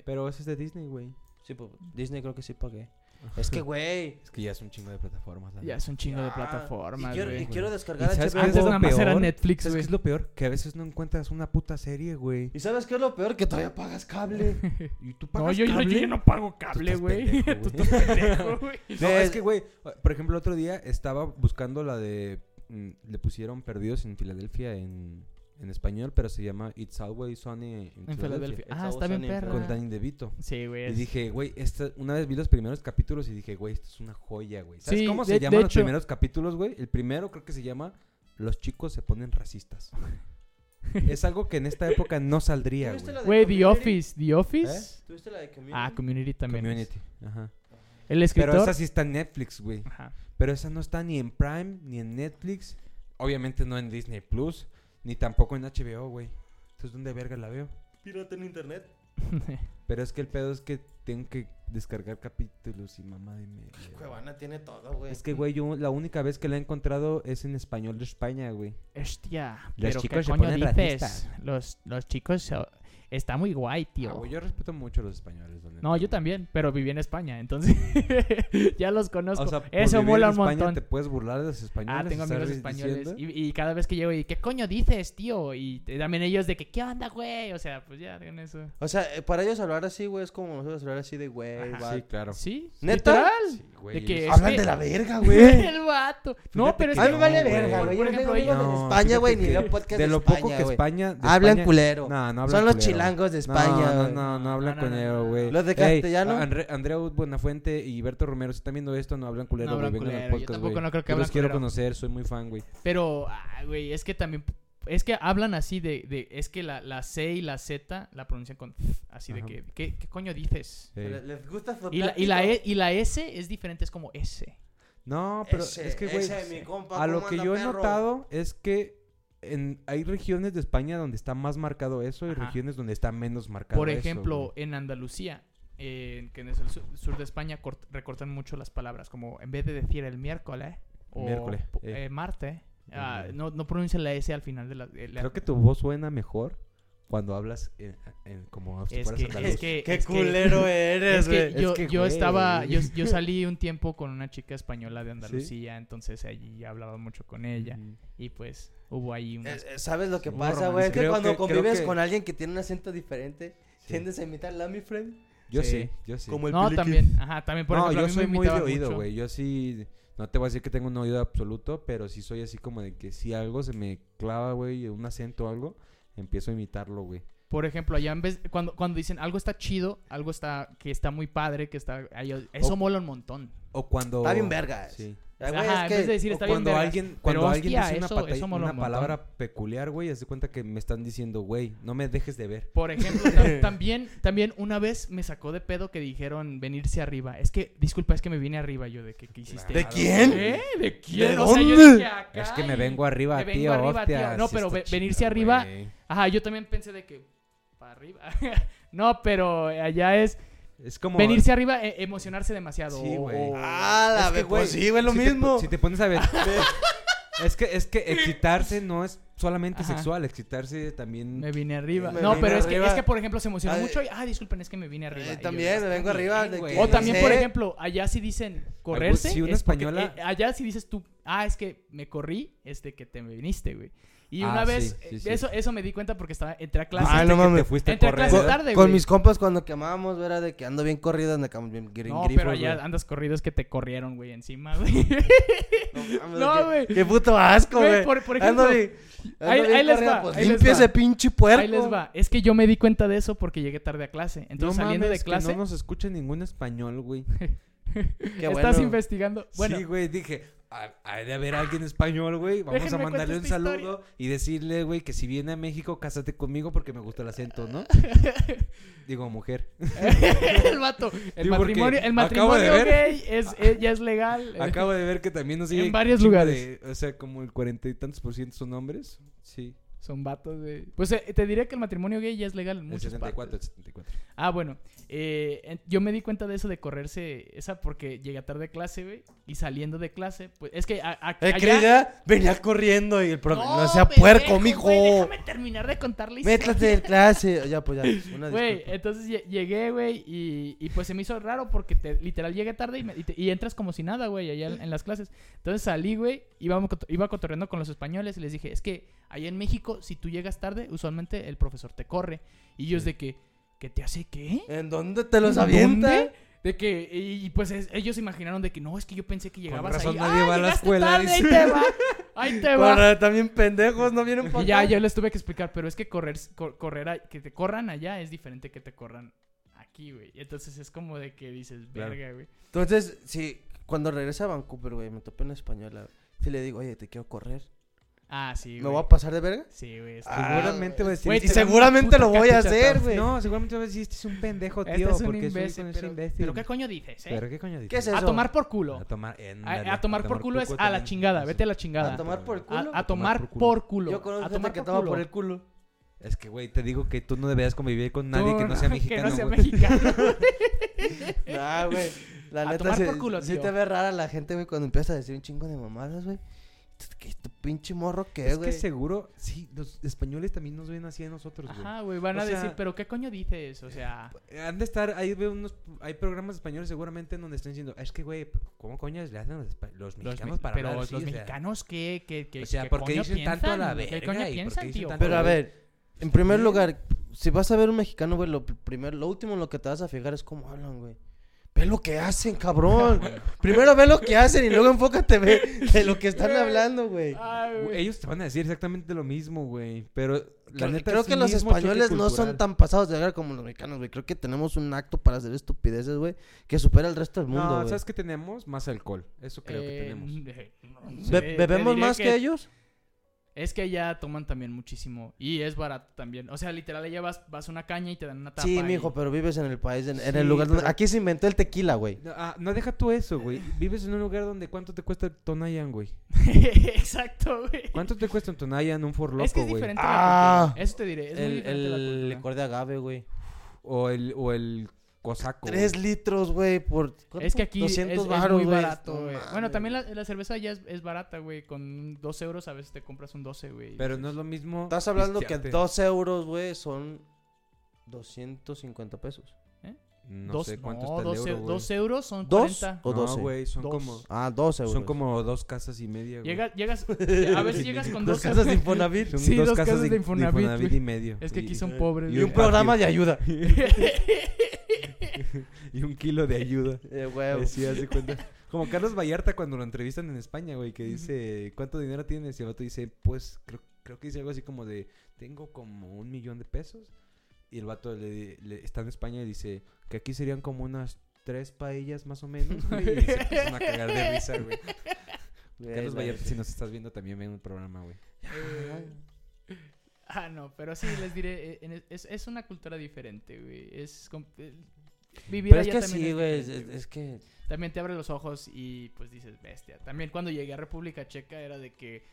S3: Pero eso es de Disney, güey.
S1: Sí, pues, Disney creo que sí pagué. Es que, güey.
S3: Es que ya es un chingo de plataformas, la
S2: Ya
S3: neta.
S2: es un chingo de
S1: ah,
S2: plataformas,
S1: Y quiero, y
S2: güey. Ah,
S1: quiero descargar
S3: ¿Y sabes
S1: HBO.
S3: qué
S2: Antes
S3: es
S2: nada
S3: lo
S2: más era
S3: peor?
S2: Netflix,
S3: ¿Sabes qué
S2: güey.
S3: es lo peor? Que a veces no encuentras una puta serie, güey.
S1: ¿Y sabes qué es lo peor? Que todavía pagas cable.
S3: *laughs* ¿Y tú
S2: No, yo, yo- yo ya no pago cable,
S3: estás
S2: güey.
S3: *laughs* pendejo,
S2: *laughs* Tú
S3: güey.
S2: estás pendejo, güey. *laughs*
S3: No,
S1: Ve-
S3: es que, güey, por ejemplo, el otro día estaba buscando la de... mm, Le pusieron Perdidos en Filadelfia en, en español, pero se llama It's Always Sunny
S2: En Filadelfia. Ah, está bien
S1: Con
S2: perra.
S3: Con Danny DeVito.
S2: Sí, güey.
S3: Y
S2: es-
S3: dije, güey, esta- una vez vi los primeros capítulos y dije, güey, esto es una joya, güey. ¿Sabes
S2: Sí,
S3: cómo
S2: de-
S3: se
S2: de
S3: llaman los
S2: hecho-
S3: primeros capítulos, güey? El primero creo que se llama Los chicos se ponen racistas.
S2: *laughs*
S3: es algo que en esta época no saldría,
S1: ¿Tuviste
S3: güey.
S1: la de
S2: *laughs* Güey, The
S1: Community?
S2: Office. The Office.
S1: ¿Tuviste la de Community?
S2: Ah, Community también. es.
S3: ¿Eh? Community. Ajá.
S2: El escritor.
S3: Pero esa sí está en Netflix, güey.
S2: Ajá.
S3: Pero esa no está ni en Prime, ni en Netflix. Obviamente no en Disney Plus, ni tampoco en HBO, güey. Entonces, ¿dónde verga la veo?
S1: Pirata en internet.
S3: Pero es que el pedo es que tengo que descargar capítulos y mamá de media.
S1: Cuevana tiene todo, güey.
S3: Es que, güey, yo la única vez que la he encontrado es en español de España, güey.
S2: Hostia.
S3: Los
S2: pero
S3: chicos
S2: ¿qué
S3: se
S2: coño
S3: ponen
S2: dices?
S3: racistas.
S2: Los, los chicos... so- Está muy guay, tío.
S3: Ah, güey, yo respeto mucho a los españoles. la neta,
S2: No,
S3: güey.
S2: yo también, pero viví en España, entonces *laughs* ya los conozco.
S3: O sea, por
S2: Eso
S3: vivir
S2: mola
S3: en
S2: un
S3: España
S2: montón.
S3: te puedes burlar de los españoles.
S2: Ah, tengo
S3: estar
S2: amigos
S3: di-
S2: españoles.
S3: diciendo-
S2: Y, y cada vez que llego y, ¿qué coño dices, tío? Y te- también ellos de que, ¿qué onda, güey? O sea, pues ya, en eso.
S1: O sea, eh, para ellos hablar así, güey, es como nosotros hablar así de güey,
S2: Ajá.
S1: va.
S3: Sí, claro.
S2: ¿Sí?
S1: ¿Neta?
S2: ¿Literal?
S3: Sí, güey,
S2: de que
S3: ellos-
S1: Hablan
S2: es
S1: de la
S2: *laughs*
S1: verga, *laughs* güey.
S2: El vato. No, pero es
S1: A
S2: que...
S1: mí me vale
S3: No, güey.
S1: verga, güey. Yo
S2: Por
S1: no tengo
S2: ejemplo,
S1: amigos en
S3: No,
S1: España,
S3: fíjate
S1: güey, ni
S3: que
S1: veo podcast
S3: De
S1: de
S3: lo
S1: España,
S3: poco que
S1: güey.
S3: España. de
S1: Hablan
S3: España-
S1: culero.
S3: No, no hablan
S1: Son los
S3: culero.
S1: chilangos de
S3: No,
S1: España,
S3: No,
S1: güey.
S3: no, no
S2: No,
S3: hablan
S2: no, no, no,
S3: culero,
S2: no.
S3: güey.
S1: ¿Los de
S3: Ey,
S1: castellano?
S3: a- Andre- Andreu Buenafuente y Berto Romero, si están viendo esto, no hablan culero,
S2: No
S3: güey.
S2: hablan
S3: vengan al
S2: culero, yo
S3: podcast,
S2: tampoco
S3: güey.
S2: no creo que
S3: Yo los
S2: hablan
S3: quiero
S2: culero.
S3: conocer, soy muy fan, güey.
S2: Pero, ah, güey, es que también... Es que hablan así de... de- es que la, la C y la Z la pronuncian con... Así de
S3: Ajá.
S2: que, ¿qué, qué coño dices?
S3: Ey.
S1: Le- Les gusta su
S2: Y la, y, la e- y la S es diferente, es como S.
S3: No, pero
S1: plático. Ese,
S3: es que, güey,
S1: ese, mi compa,
S3: a lo
S1: ¿cómo
S3: que
S1: anda,
S3: yo he
S1: perro?
S3: notado es que en, hay regiones de España donde está más marcado eso y
S2: Ajá.
S3: regiones donde está menos marcado
S2: Por
S3: eso,
S2: ejemplo,
S3: güey.
S2: en Andalucía, eh, que en el sur, sur de España cort- recortan mucho las palabras, como en vez de decir el miércoles o
S3: Miércoles,
S2: po-
S3: eh.
S2: eh, martes, ah,
S3: Eh.
S2: no, no pronuncian la S al final de la... eh, la-
S3: Creo que tu voz suena mejor cuando hablas en- en- como si
S2: es
S3: fueras
S2: que,
S3: andaluz.
S2: es que...
S1: Qué
S2: es que- *laughs*
S1: culero
S2: Es
S1: eres,
S2: que
S1: güey.
S3: Es
S2: yo,
S3: que,
S2: yo
S3: güey.
S2: estaba,
S3: *laughs*
S2: yo, yo salí un tiempo con una chica española de Andalucía, entonces allí hablaba mucho con ella
S3: Ujú.
S2: y pues hubo ahí unas...
S1: Eh, eh, ¿Sabes lo que
S3: Sí,
S1: pasa,
S3: romántico.
S1: güey? Es que
S3: Creo
S1: cuando
S3: que- creo
S1: convives
S3: que-
S1: con alguien que tiene un acento diferente,
S3: Sí.
S1: tiendes a imitarla, mi friend.
S3: Yo sí,
S2: Sí.
S3: yo sí.
S1: Como el
S2: No,
S1: Piliquis.
S2: también, ajá, también, por
S3: no,
S2: ejemplo, a
S3: yo
S2: mí
S3: soy
S2: me
S3: muy de
S2: imitaba
S3: oído,
S2: mucho.
S3: güey. Yo sí, no te voy a decir que tengo un oído absoluto, pero sí soy así como de que si algo se me clava, güey, un acento o algo, empiezo a imitarlo, güey.
S2: Por ejemplo, allá en vez cuando cuando dicen algo está chido, algo está que está muy padre, que está ay, eso
S3: O-
S2: mola un montón.
S3: O cuando...
S1: Está bien vergas.
S3: Sí.
S1: Ay, güey,
S2: Ajá, en
S1: es
S2: vez de
S1: que...
S2: decir
S3: O
S2: está bien
S3: cuando
S2: vergas,
S3: alguien,
S2: pero
S3: cuando alguien
S2: hostia,
S3: dice una,
S2: eso-
S3: pata-
S2: eso mola
S3: una
S2: un montón.
S3: palabra peculiar, güey, haz de cuenta que me están diciendo, güey, no me dejes de ver.
S2: Por ejemplo,
S1: *laughs*
S2: tam- también también una vez me sacó de pedo que dijeron venirse arriba. Es que disculpa, es que me vine arriba yo de que qué hiciste.
S1: ¿De
S3: Claro,
S1: quién?
S3: güey.
S2: ¿Eh? ¿De quién?
S1: ¿De
S2: O sea, yo
S1: dónde?
S2: dije, "Acá,
S3: Es que me
S2: y-
S3: vengo arriba,
S2: me vengo
S3: tío,
S2: arriba, tío".
S3: hostia,
S2: No,
S3: sí
S2: pero
S3: está
S2: ve- venirse
S3: chido,
S2: arriba-
S3: este güey.
S2: Ajá, yo también pensé de que para arriba. *laughs* no, pero allá es
S3: Es como...
S2: venirse arriba, e- emocionarse demasiado. Oh,
S3: Sí,
S2: o-
S3: güey.
S2: o-
S1: Ah, la
S3: Es que,
S1: ve- pues sí, güey, lo
S3: si te
S1: mismo.
S3: po- si te pones a ver. *laughs* es que, es que excitarse no es solamente
S2: Ajá.
S3: sexual, excitarse también.
S2: Me vine arriba.
S1: Me
S2: no,
S1: vine
S2: pero es que,
S1: arriba.
S2: es que, por ejemplo, se emocionó
S1: Ay.
S2: mucho y, ah, disculpen, es que me vine arriba. Y
S1: Eh,
S2: yo, "Ah,
S1: también, me vengo arriba. de
S3: güey.
S1: que-
S2: O también,
S1: no
S2: por
S1: sé.
S2: ejemplo, allá si dicen correrse.
S3: si una
S2: es porque,
S3: española-
S2: eh, allá si dices tú, ah, es que me corrí, es de que te me viniste, güey. Y
S3: Ah,
S2: una vez,
S3: sí, sí,
S2: eh,
S3: sí.
S2: Eso, eso me di cuenta porque estaba, entré a clase.
S1: Ah, no
S3: Que
S1: mames.
S3: te fuiste
S2: entré a
S3: correr.
S2: clase
S1: Con-
S2: tarde,
S1: Con
S2: güey.
S1: mis compas cuando quemábamos, era de que ando bien corrido, ando cam- bien gr-
S2: no,
S1: grifos,
S2: pero allá
S1: güey.
S2: andas corrido es que te corrieron, güey, encima, güey.
S1: No, mames,
S2: No,
S1: qué-
S2: güey.
S1: Qué puto asco,
S2: Güey,
S1: güey.
S2: por- por
S1: Ando
S2: ejemplo,
S1: bien- ando
S2: ahí-
S1: bien
S2: ahí les
S1: corrido,
S2: va,
S1: pues,
S2: ahí les
S1: limpia
S2: va.
S1: ese pinche puerco.
S2: Ahí les va. Es que yo me di cuenta de eso porque llegué tarde a clase. Entonces,
S3: no
S2: saliendo
S3: mames,
S2: de
S3: que
S2: clase,
S3: no nos escucha ningún español, güey.
S1: Qué
S2: estás
S1: bueno.
S2: investigando. *laughs* Bueno,
S3: Sí, güey, dije, "Ah, hay de haber alguien español, güey. Vamos
S2: Déjenme
S3: a mandarle un
S2: cuento esta
S3: saludo
S2: historia".
S3: y decirle, güey, que si viene a México, cásate conmigo porque me gusta el
S2: *laughs*
S3: acento, ¿no? Digo, mujer.
S2: *laughs* el vato. El
S3: Digo, porque
S2: matrimonio, el
S3: acabo de
S2: matrimonio
S3: ver.
S2: gay es, es- ya es legal.
S3: Acabo de ver que también nos sigue
S2: En varios
S3: un chingo
S2: lugares.
S3: de- o sea, como el cuarenta y tantos por ciento son hombres. Sí.
S2: Son vatos de... Pues eh, te diré que el matrimonio gay ya es legal en
S3: El
S2: muchas
S3: 74, el
S2: partes.
S3: 74.
S2: Ah, bueno. eh, en- yo me di cuenta de eso de correrse esa porque llegué tarde a clase, güey. Y saliendo de clase, pues es que... A, a-
S1: El
S2: allá-
S1: Chris ya Eh, venía corriendo y el profe, no, sea
S2: pendejo,
S1: puerco,
S2: güey,
S1: mijo.
S2: déjame terminar de contar la historia.
S1: Métlate del clase. Ya, pues ya. Una
S2: Güey,
S1: disculpa.
S2: entonces lle- llegué, güey, y, y pues se me hizo raro porque te- literal llegué tarde y, me- y te- y entras como si nada, güey, allá en, en las clases. Entonces salí, güey, iba, iba cotorreando con los españoles y les dije, es que allá en México, si tú llegas tarde, usualmente el profesor te corre. Y yo es de que, ¿qué te hace qué?
S1: ¿En dónde te los
S2: ¿En
S1: avienta?
S2: eh, dónde? De que, y, y, pues es- ellos se imaginaron de que no, es que yo pensé que llegabas
S3: razón
S2: ahí.
S3: nadie
S2: "Ah,
S3: va a la
S2: llegaste
S3: escuela",
S2: tarde, ahí
S3: dice.
S2: te va,
S3: *laughs*
S2: ahí te va.
S1: Para, también pendejos, Pues no vienen para
S2: Y ya, yo les tuve que explicar, pero es que correr, cor- correr a- que te corran allá es diferente que te corran aquí, güey. Entonces es como de que dices,
S3: Claro.
S2: verga, güey.
S1: Entonces, si cuando regrese a Vancouver, güey, me topé una española. Si le digo, oye, te quiero correr,
S2: Ah, sí,
S1: ¿me
S2: güey.
S1: voy a pasar de verga?
S2: Sí, güey. es-
S1: Ah,
S3: seguramente va a decir. "Este
S2: güey,
S1: y
S2: te dan una
S1: seguramente lo
S2: puta
S1: voy a
S2: cachucha,
S1: hacer,
S2: cabrón.
S1: güey.
S3: No, seguramente vas a decir, este es un pendejo,
S2: Este
S3: tío.
S2: es un
S3: porque soy-
S2: imbécil,
S3: soy
S2: pero,
S3: imbécil".
S2: pero ¿qué coño dices, eh?
S3: ¿Pero qué coño dices?
S1: ¿Qué es eso?
S2: a tomar por culo.
S3: A
S2: A,
S3: tomar,
S2: a
S3: ándale,
S2: tomar por culo es a la
S3: también.
S2: chingada,
S3: Sí.
S2: vete a la
S1: ¿A
S2: chingada.
S1: tomar por el
S2: A,
S1: *laughs* culo?
S2: a tomar por culo.
S1: Yo conozco
S2: a
S1: gente
S2: tomar
S1: que
S2: por
S1: toma
S2: culo.
S1: por el culo.
S3: Es que, güey, te digo que tú no deberías convivir con nadie que
S2: Tú,
S3: no sea
S2: *laughs*
S3: mexicano.
S2: Que no sea
S3: güey.
S2: mexicano.
S1: Ah, güey. La
S2: A
S1: neta,
S2: tomar
S1: sí-
S2: por culo,
S1: sí
S2: tío.
S1: te ve rara la gente, güey, cuando empiezas a decir un chingo de mamadas, güey. ¿Qué tu pinche morro qué,
S3: Es
S1: güey?
S3: que seguro, sí, los españoles también nos ven así a nosotros, güey.
S2: Ajá, güey, van a
S3: O sea-
S2: decir, pero ¿qué coño dices? O sea,
S3: Han de estar, ahí veo unos, hay programas españoles seguramente en donde están diciendo, es que, güey, ¿cómo coño le hacen los, espa- los
S2: los
S3: mexicanos
S2: me-
S3: Pues para
S2: pero
S3: hablar
S2: los
S3: así? O sea,
S2: mexicanos, ¿qué, qué, qué,
S3: o sea,
S2: qué
S3: ¿por qué
S2: coño
S3: dicen tanto a la
S2: piensan? ¿Qué
S3: verga
S2: coño
S3: y por qué
S2: piensan,
S3: dicen
S2: tío?
S3: tanto?
S1: Pero a
S3: güey.
S1: ver, en primer
S3: Sí.
S1: lugar, si vas a ver un mexicano, güey, lo pr- primero, lo último en lo que te vas a fijar es cómo hablan, güey. Ve lo que hacen, *laughs* cabrón. primero ve lo que hacen y luego *laughs* enfócate ve, de lo que están hablando, güey.
S2: Ay,
S3: Güey,
S2: güey.
S3: Ellos te van a decir exactamente lo mismo, güey. Pero la
S1: Creo,
S3: neta
S1: creo
S3: es
S1: que los
S3: mismo choque
S1: españoles no son
S3: cultural.
S1: tan pasados de verga como los mexicanos, güey. Creo que tenemos un acto para hacer estupideces, güey, que supera al resto del mundo,
S3: No,
S1: güey.
S3: ¿sabes qué tenemos? Más alcohol. Eso creo que
S2: Eh,
S3: tenemos.
S2: *laughs* eh, no
S1: Be-
S2: sé, te
S1: ¿Bebemos
S2: diré
S1: más que, ellos?
S2: Es que allá toman también muchísimo. Y es barato también. O sea, literal, allá vas, vas a una caña y te dan una tapa.
S1: Sí,
S2: y- *laughs*
S1: mijo, pero vives en el país, en, en
S3: Sí,
S1: el lugar donde...
S3: pero-
S1: Aquí se inventó el tequila, güey.
S3: No, ah, no deja tú eso, güey. Vives en un lugar donde ¿cuánto te cuesta el Tonayan, güey?
S2: Exacto, güey.
S3: ¿Cuánto te cuesta un Tonayan, un Forloco,
S2: Es que es
S3: güey?
S2: diferente
S1: Ah.
S2: la cultura. Eso te diré. Es muy
S1: el
S2: diferente la
S1: el
S2: cultura.
S1: licor de agave, güey.
S3: O el, o el cosaco. güey.
S1: Tres litros, güey, por...
S2: Es que aquí es, es
S1: varos,
S2: muy
S1: güey.
S2: barato,
S1: No
S2: güey.
S1: mames.
S2: Bueno, también la, la cerveza ya es, es barata, güey. Con 2 euros a veces te compras un 12, güey.
S3: Pero no es lo mismo.
S1: Estás hablando que
S3: pistearte.
S2: eh.
S1: 2 euros, güey, son 250 pesos.
S3: No
S2: Dos-
S3: sé cuánto
S2: no,
S3: está el
S2: dos
S3: euro,
S2: eu-
S3: güey.
S2: dos euros son
S1: ¿Dos
S2: 40.
S1: o
S3: No,
S1: 12?
S3: güey, son
S2: Dos.
S3: como...
S1: Ah, 2 euros.
S3: Son como dos casas y media, güey.
S2: Llega- llegas, *laughs* a veces llegas con
S1: Dos
S2: dos
S1: casas de
S2: *laughs*
S1: Infonavit.
S3: Son
S2: Sí, dos casas de
S3: de
S2: Infonavit, güey.
S3: y medio.
S2: Es que
S3: Y-
S2: aquí son pobres.
S1: Y
S2: güey.
S1: un programa de *laughs* ayuda.
S3: *laughs* Y un kilo de ayuda.
S1: Eh, güey.
S3: Eh, sí, haz de cuenta. Como Carlos Vallarta cuando lo entrevistan en España, güey, que dice, ¿cuánto dinero tienes? Y el vato dice, pues, creo, creo que dice algo así como de, tengo como un millón de pesos. Y el vato le, le- está en España y dice, que aquí serían como unas tres paellas más o menos, güey. Y se empiezan a cagar de risa, güey.
S1: Güey,
S3: Carlos
S1: la
S3: Vallarta,
S1: neta.
S3: si nos estás viendo, también ven un programa, güey.
S2: *laughs* Ah, no, pero sí, les diré, eh, en- es, es una cultura diferente, güey. Es... com- eh, Vivir
S1: Pero es
S2: allá
S1: que
S2: también
S1: sí,
S2: es
S1: güey, es,
S2: diferente,
S1: es- es que...
S2: *laughs* También te abre los ojos y pues dices, bestia. También cuando llegué a República Checa era de que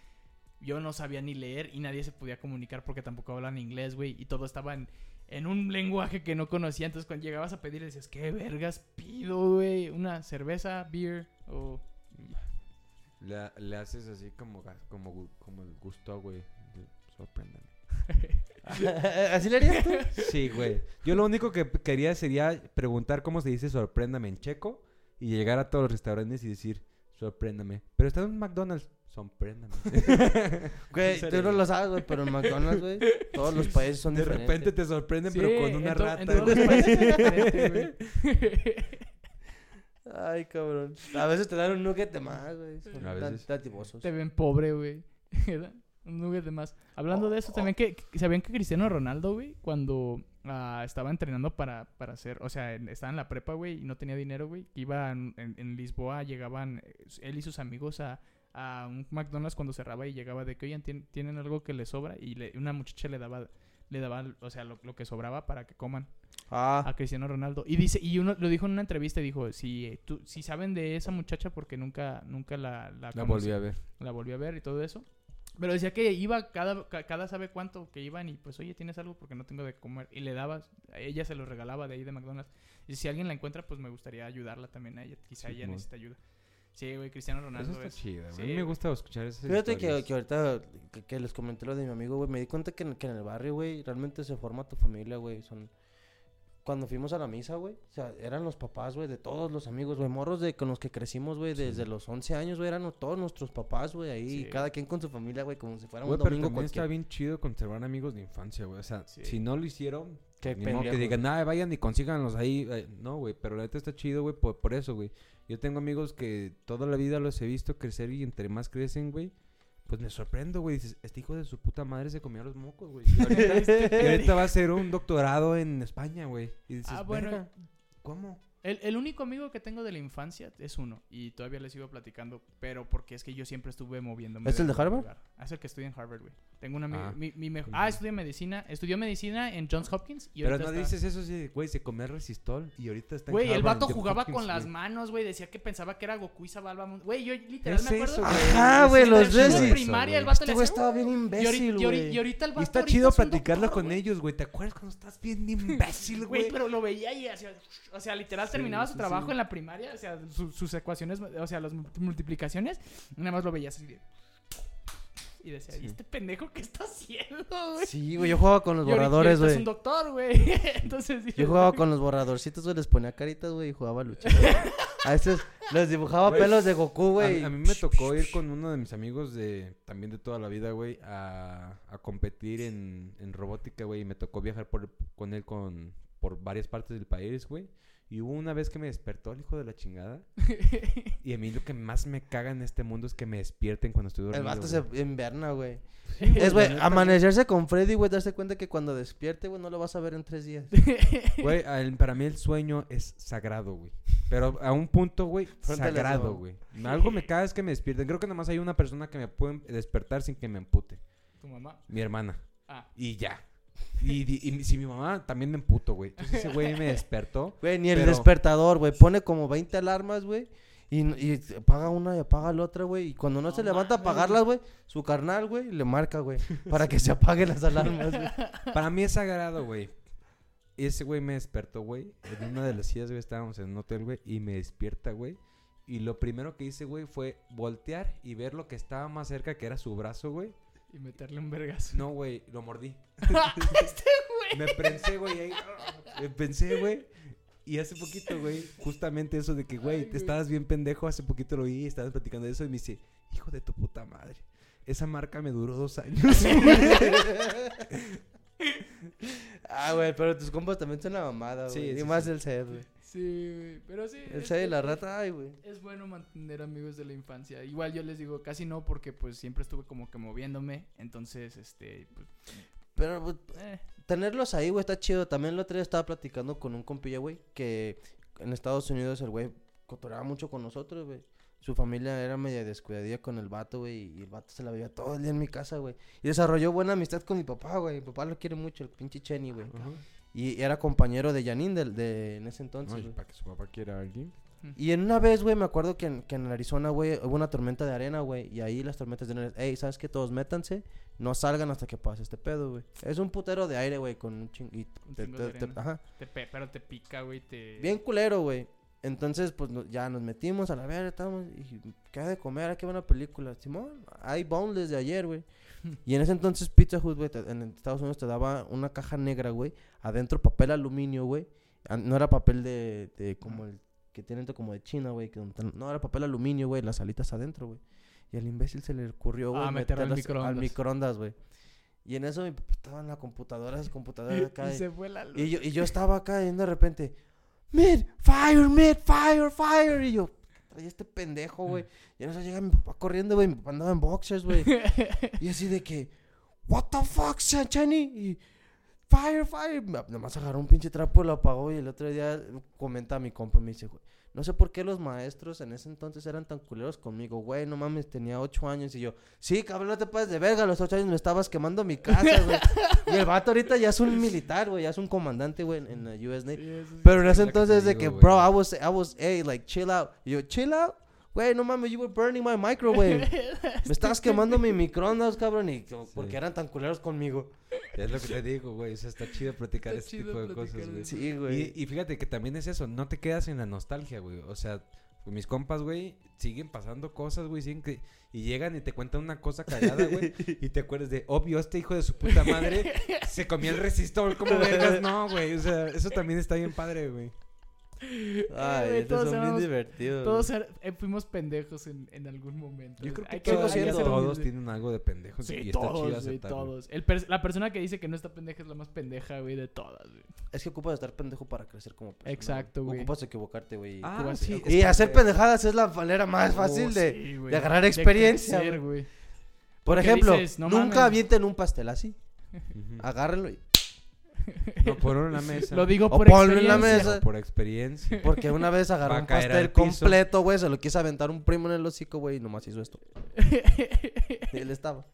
S2: yo no sabía ni leer y nadie se podía comunicar porque tampoco hablan inglés, güey. Y todo estaba en, en un lenguaje que no conocía. Entonces cuando llegabas a pedir decías, ¿qué vergas pido, güey? ¿Una cerveza, beer o...?
S3: Le, le haces así como, ga- como, gu- como el gusto, güey. de- Sorpréndeme.
S1: ¿Así le harías tú?
S3: Sí, güey. Yo lo único que p- quería sería preguntar cómo se dice sorpréndame en checo y llegar a todos los restaurantes y decir sorpréndame. Pero está en un McDonald's,
S1: *laughs*
S3: sorpréndame.
S1: *laughs* Güey, tú no lo sabes, güey, pero en McDonald's, güey, todos *laughs* los países son
S3: de
S1: diferentes.
S3: repente te sorprenden,
S2: Sí, pues,
S3: pero con una
S2: en to-
S3: rata.
S2: en todos los
S1: *laughs*
S3: güey.
S2: países es
S3: *laughs*
S2: diferente, güey.
S1: Ay, cabrón. A veces te dan un nugget de más, güey. Son
S3: A
S1: tan-
S3: veces.
S1: tan tibosos.
S2: Pues, Te ven pobre, güey. *laughs* ¿Verdad? Un nugget de más. Hablando de eso, también que, que- ¿sabían que Cristiano Ronaldo, güey, cuando ah, estaba entrenando para, para hacer, o sea, en- estaba en la prepa, güey, y no tenía dinero, güey, que iba en, en- en Lisboa, llegaban eh, él y sus amigos a, a un McDonald's cuando cerraba y llegaba de que, oigan, ¿tien- tienen algo que les sobra y le- una muchacha le daba, le daba, o sea, lo- lo que sobraba para que coman
S1: Ah,
S2: a Cristiano Ronaldo. Y dice, y uno lo dijo en una entrevista, dijo, si eh, tú, si saben de esa muchacha porque nunca, nunca la, la,
S3: La
S2: conocí".
S3: volví a ver.
S2: la volví a ver y todo eso. Pero decía que iba cada, ca- cada sabe cuánto que iban y pues, oye, ¿tienes algo? Porque no tengo de comer. Y le dabas, a ella se lo regalaba de ahí de McDonald's. Y si alguien la encuentra, pues me gustaría ayudarla también a ella. Quizá
S3: Sí,
S2: ella
S3: mon.
S2: necesita ayuda. Sí, güey, Cristiano
S3: Eso
S2: Ronaldo
S3: está
S2: es...
S3: chido, güey.
S2: Pues, sí,
S3: A mí me
S2: güey.
S3: gusta escuchar esas
S1: fíjate que,
S3: historias.
S1: que ahorita que, que les comenté lo de mi amigo, güey, me di cuenta que en, que en el barrio, güey, realmente se forma tu familia, güey. Son... Cuando fuimos a la misa, güey, o sea, eran los papás, güey, de todos los amigos, güey, morros de, con los que crecimos, güey, desde los 11 años, güey, eran no- todos nuestros papás, güey, ahí,
S2: Sí.
S1: cada quien con su familia, güey, como si fuera un
S3: Güey, pero
S1: domingo
S3: también está
S1: cualquiera.
S3: bien chido conservar amigos de infancia, güey. O sea,
S2: Sí.
S3: si no lo hicieron,
S1: Qué
S3: Ni modo que
S1: pendejos. *laughs*
S3: digan, nada, vayan y consíganlos ahí. eh, no, güey, pero la neta está chido, güey, por, por eso, güey. Yo tengo amigos que toda la vida los he visto crecer y entre más crecen, güey, pues me sorprendo, güey. Dices, este hijo de su puta madre se comió los mocos,
S2: *laughs*
S3: güey. Y ahorita, y ahorita va a ser un doctorado en España, güey. Y dices,
S2: Ah, bueno,
S3: "Verga, ¿cómo?
S2: El, el único amigo que tengo de la infancia es uno. Y todavía le sigo platicando, pero porque es que yo siempre estuve moviéndome.
S1: ¿Es el de
S2: lugar a
S1: Harvard?
S2: lugar. Es el que estudia en Harvard, güey. Tengo un amigo.
S3: Ah.
S2: mi, mi mejo-
S3: Ujú.
S2: ah, estudia medicina. Estudió medicina en Johns Hopkins. Y
S3: Pero
S2: ahorita
S3: no
S2: está-
S3: dices eso, sí, güey, se comió resistol y ahorita está en
S2: Güey, el
S3: Harvard,
S2: vato
S3: en
S2: jugaba
S3: Hopkins,
S2: con las
S3: güey.
S2: manos, güey. Decía que pensaba que era Goku y Zabalba. Güey, yo literal
S3: Es
S2: me acuerdo.
S3: eso,
S2: que
S3: güey.
S1: Ajá,
S2: desde
S1: güey,
S2: la
S1: los
S2: escuela
S1: de...
S3: Eso,
S2: primaria,
S3: güey.
S2: el vato
S1: Este
S2: le
S1: güey
S2: hacía,
S1: estaba bien
S2: "Güey". Y ahorita-
S1: imbécil,
S2: y ahorita-
S1: güey.
S2: Y ahorita el vato.
S3: Y está
S2: ahorita
S3: chido
S2: es un
S3: platicarlo
S2: doctor,
S3: con
S2: güey.
S3: ellos, güey. ¿Te acuerdas cuando estás
S2: *laughs*
S3: bien imbécil,
S2: Güey, pero lo veía y hacía. O sea, literal terminaba su
S3: sí,
S2: trabajo
S3: sí.
S2: en la primaria. O sea, su- sus ecuaciones, o sea, las multi- multiplicaciones. y Nada más lo veías así de. Y decía,
S3: Sí.
S2: ¿y este pendejo qué está haciendo, güey?
S1: Sí, güey, yo jugaba con los
S2: Y ahorita- y
S1: borradores,
S2: ahorita Es un
S1: güey.
S2: doctor, güey. *laughs* Entonces.
S1: Yo jugaba con los borradorcitos, güey, les ponía caritas, güey, y jugaba lucha. A veces les dibujaba
S3: Güey,
S1: pelos de Goku, güey.
S3: A, a mí me tocó ir con uno de mis amigos de también de toda la vida, güey, a, a competir en, en robótica, güey. Y me tocó viajar por, con él con, por varias partes del país, güey. Y hubo una vez que me despertó el hijo de la chingada. y a mí lo que más me caga en este mundo es que me despierten cuando estoy
S1: El
S3: dormido.
S1: vato
S3: güey.
S1: se inverna, güey. Es, güey, amanecerse con Freddy, güey, darse cuenta que cuando despierte, güey, no lo vas a ver en tres días.
S3: Güey, al- para mí el sueño es sagrado, güey. Pero a un punto, güey,
S1: Frontales,
S3: sagrado,
S1: no.
S3: güey. Algo me caga es que me despierten. Creo que nada más hay una persona que me puede despertar sin que me empute.
S2: Tu mamá.
S3: Mi hermana.
S2: Ah.
S3: Y ya. Y, di- y mi- si mi mamá también me emputo, güey. Entonces ese güey me despertó.
S1: Güey, ni el
S3: Pero-
S1: despertador, güey. Pone como 20 alarmas, güey. Y, y apaga una y apaga la otra, güey. Y cuando no,
S2: No
S1: se levanta a
S2: mames.
S1: apagarlas, güey, su carnal, güey, le marca, güey. Para que se apaguen las alarmas, güey.
S3: Para mí es sagrado, güey. ese güey me despertó, güey. En una de las sillas, güey, estábamos en un hotel, güey, y me despierta, güey. Y lo primero que hice, güey, fue voltear y ver lo que estaba más cerca, que era su brazo, güey.
S2: Y meterle un vergazo.
S3: No, güey, lo mordí.
S2: *laughs* este
S3: Me pensé, güey, ahí. Me pensé, güey. Y hace poquito, güey, justamente eso de que,
S2: Ay,
S3: güey,
S2: güey.
S3: te estabas bien pendejo, hace poquito lo vi, estabas platicando de eso y me dice, hijo de tu puta madre. Esa marca me duró
S2: *laughs*
S3: dos años.
S1: Ah, güey, pero tus compas también son una mamada, güey.
S3: Sí,
S1: y
S3: sí,
S1: más
S3: sí.
S1: el Said, güey.
S2: Sí, güey. Pero sí.
S1: El
S2: es-
S1: Said y
S2: es-
S1: la rata, ay, güey.
S2: Es bueno mantener amigos de la infancia. Igual yo les digo, casi no, porque pues siempre estuve como que moviéndome. Entonces, este. Pues,
S1: Pero pues,
S2: eh.
S1: tenerlos ahí, güey, está chido. También el otro día estaba platicando con un compilla, güey, que en Estados Unidos el güey cotoraba mucho con nosotros, güey. Su familia era media descuidadilla con el vato, güey, y el vato se la veía todo el día en mi casa, güey. Y desarrolló buena amistad con mi papá, güey. Mi papá lo quiere mucho, el pinche Chenny, güey. Y era compañero de Janine del- de, en ese entonces, güey.
S3: para que su papá quiera a alguien.
S1: Y en una vez, güey, me acuerdo que en, que en Arizona, güey, hubo una tormenta de arena, güey. Y ahí las tormentas de arena, ey, ¿sabes qué? Todos métanse, no salgan hasta que pase este pedo, güey. Es un putero de aire, güey, con un chingo.
S2: Un chingo de arena.
S1: ajá.
S2: Te pe- pero te pica, güey. Te...
S1: Bien culero, güey. Entonces, pues no- ya nos metimos a la verga, estábamos. Y ¿qué hay de comer? Aquí buena película. Simón, hay boneless de ayer,
S2: *laughs*
S1: güey. Y en ese entonces, Pizza Hut, güey, te- en Estados Unidos te daba una caja negra, güey. Adentro papel aluminio, güey. Ah, No era papel de, de como el que tienen de- como de China, güey. que donde están- No, era papel aluminio, güey, las alitas adentro, güey. Y al imbécil se le ocurrió, güey,
S2: Ah, meterlo al
S1: meterlas al
S2: microondas.
S1: microondas, güey. Y en eso mi papá estaba en la computadora, las
S2: *laughs*
S1: computadoras acá.
S2: y
S1: y-
S2: se fue la luz.
S1: y yo, y yo estaba acá y de repente, mid, fire, mid, fire, fire. Y yo, traía este pendejo, güey. Y en eso llega mi papá corriendo, güey. Mi papá andaba en boxers, güey. y así de que, what the fuck, Chani? Y, fire, fire. Ma- Nomás agarró un pinche trapo, lo apagó. Y el otro día comenta a mi compa, me dice, güey. No sé por qué los maestros en ese entonces eran tan culeros conmigo, güey, no mames, tenía ocho años y yo, sí, cabrón, no te pases de verga, a los ocho años me estabas quemando mi casa, güey. y el vato ahorita ya es un militar, güey, ya es un comandante, güey, en, en la US Navy.
S2: Sí, eso sí.
S1: eh, Pero en ese
S3: es lo que te
S1: entonces de
S3: digo,
S1: que,
S3: güey.
S1: bro, I was, I was, hey, like, chill out. Y yo, chill out, güey, no mames, you were burning my
S3: *laughs*
S1: microwave. me estabas quemando mi microondas, cabrón, y yo, ¿por
S3: Sí.
S1: qué eran tan culeros conmigo?
S3: Es lo que te digo, güey. O sea, está chido platicar
S2: Está
S3: ese
S2: chido
S3: tipo de
S2: platicar
S3: cosas, güey.
S2: de
S1: Sí,
S3: Y,
S1: güey.
S3: y fíjate que también es eso, no te quedas en la nostalgia, güey. O sea, mis compas, güey, siguen pasando cosas, güey, siguen que... Y llegan y te cuentan una cosa cagada, güey. y te acuerdas de, obvio, este hijo de su puta madre se comió el resistor. Como vergas, no, güey. O sea, eso también está bien padre, güey.
S1: Ay,
S2: Eh, güey,
S1: estos
S2: todos
S1: son bien
S2: éramos-
S1: divertidos.
S2: Todos er- eh, fuimos pendejos en, en algún momento.
S3: Yo creo que,
S2: Hay
S1: todo
S3: todos,
S1: hay que
S2: ser
S1: hacerlo.
S3: todos
S2: humildes.
S3: tienen algo de pendejo.
S2: Sí,
S3: y está chido
S2: todos, güey,
S3: aceptarlo.
S2: todos. El per- la persona que dice que no está pendeja es la más pendeja, güey, de todas, güey.
S1: Es que ocupas estar pendejo para crecer como persona.
S2: Exacto, güey.
S1: Ocupas equivocarte, güey.
S3: Ah,
S2: Cuba, sí.
S3: sí.
S1: y hacer pendejadas es la manera más
S3: Oh,
S1: fácil de...
S2: Sí, güey.
S1: de agarrar experiencia,
S2: crecer, güey.
S1: Por
S2: Porque
S1: ejemplo,
S2: dices, "No
S1: nunca
S2: mames".
S1: avienten un pastel así.
S3: Ujú.
S1: Agárrenlo y...
S3: Ah, No, por en la mesa.
S2: Lo digo
S1: O
S2: por
S1: ponlo
S2: experiencia.
S1: en la mesa.
S3: Pero por experiencia.
S1: Porque una vez agarró
S3: *laughs* Va a
S1: un
S3: caer
S1: pastel
S3: al piso.
S1: completo, güey. Se lo quiso aventar un primo en el hocico, güey. Y nomás hizo esto. Él estaba.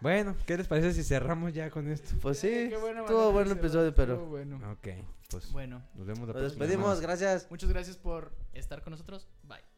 S3: Bueno, ¿qué les parece si cerramos ya con esto?
S1: *laughs* Pues sí,
S2: Qué buena manera
S1: estuvo
S2: de
S1: buen
S2: cerrar,
S1: episodio,
S2: estuvo
S1: pero...
S2: bueno.
S3: Ok, pues
S2: Bueno,
S3: nos vemos la
S1: Nos
S3: próxima
S1: despedimos,
S3: semana.
S1: gracias.
S2: muchas gracias por estar con nosotros. Bye.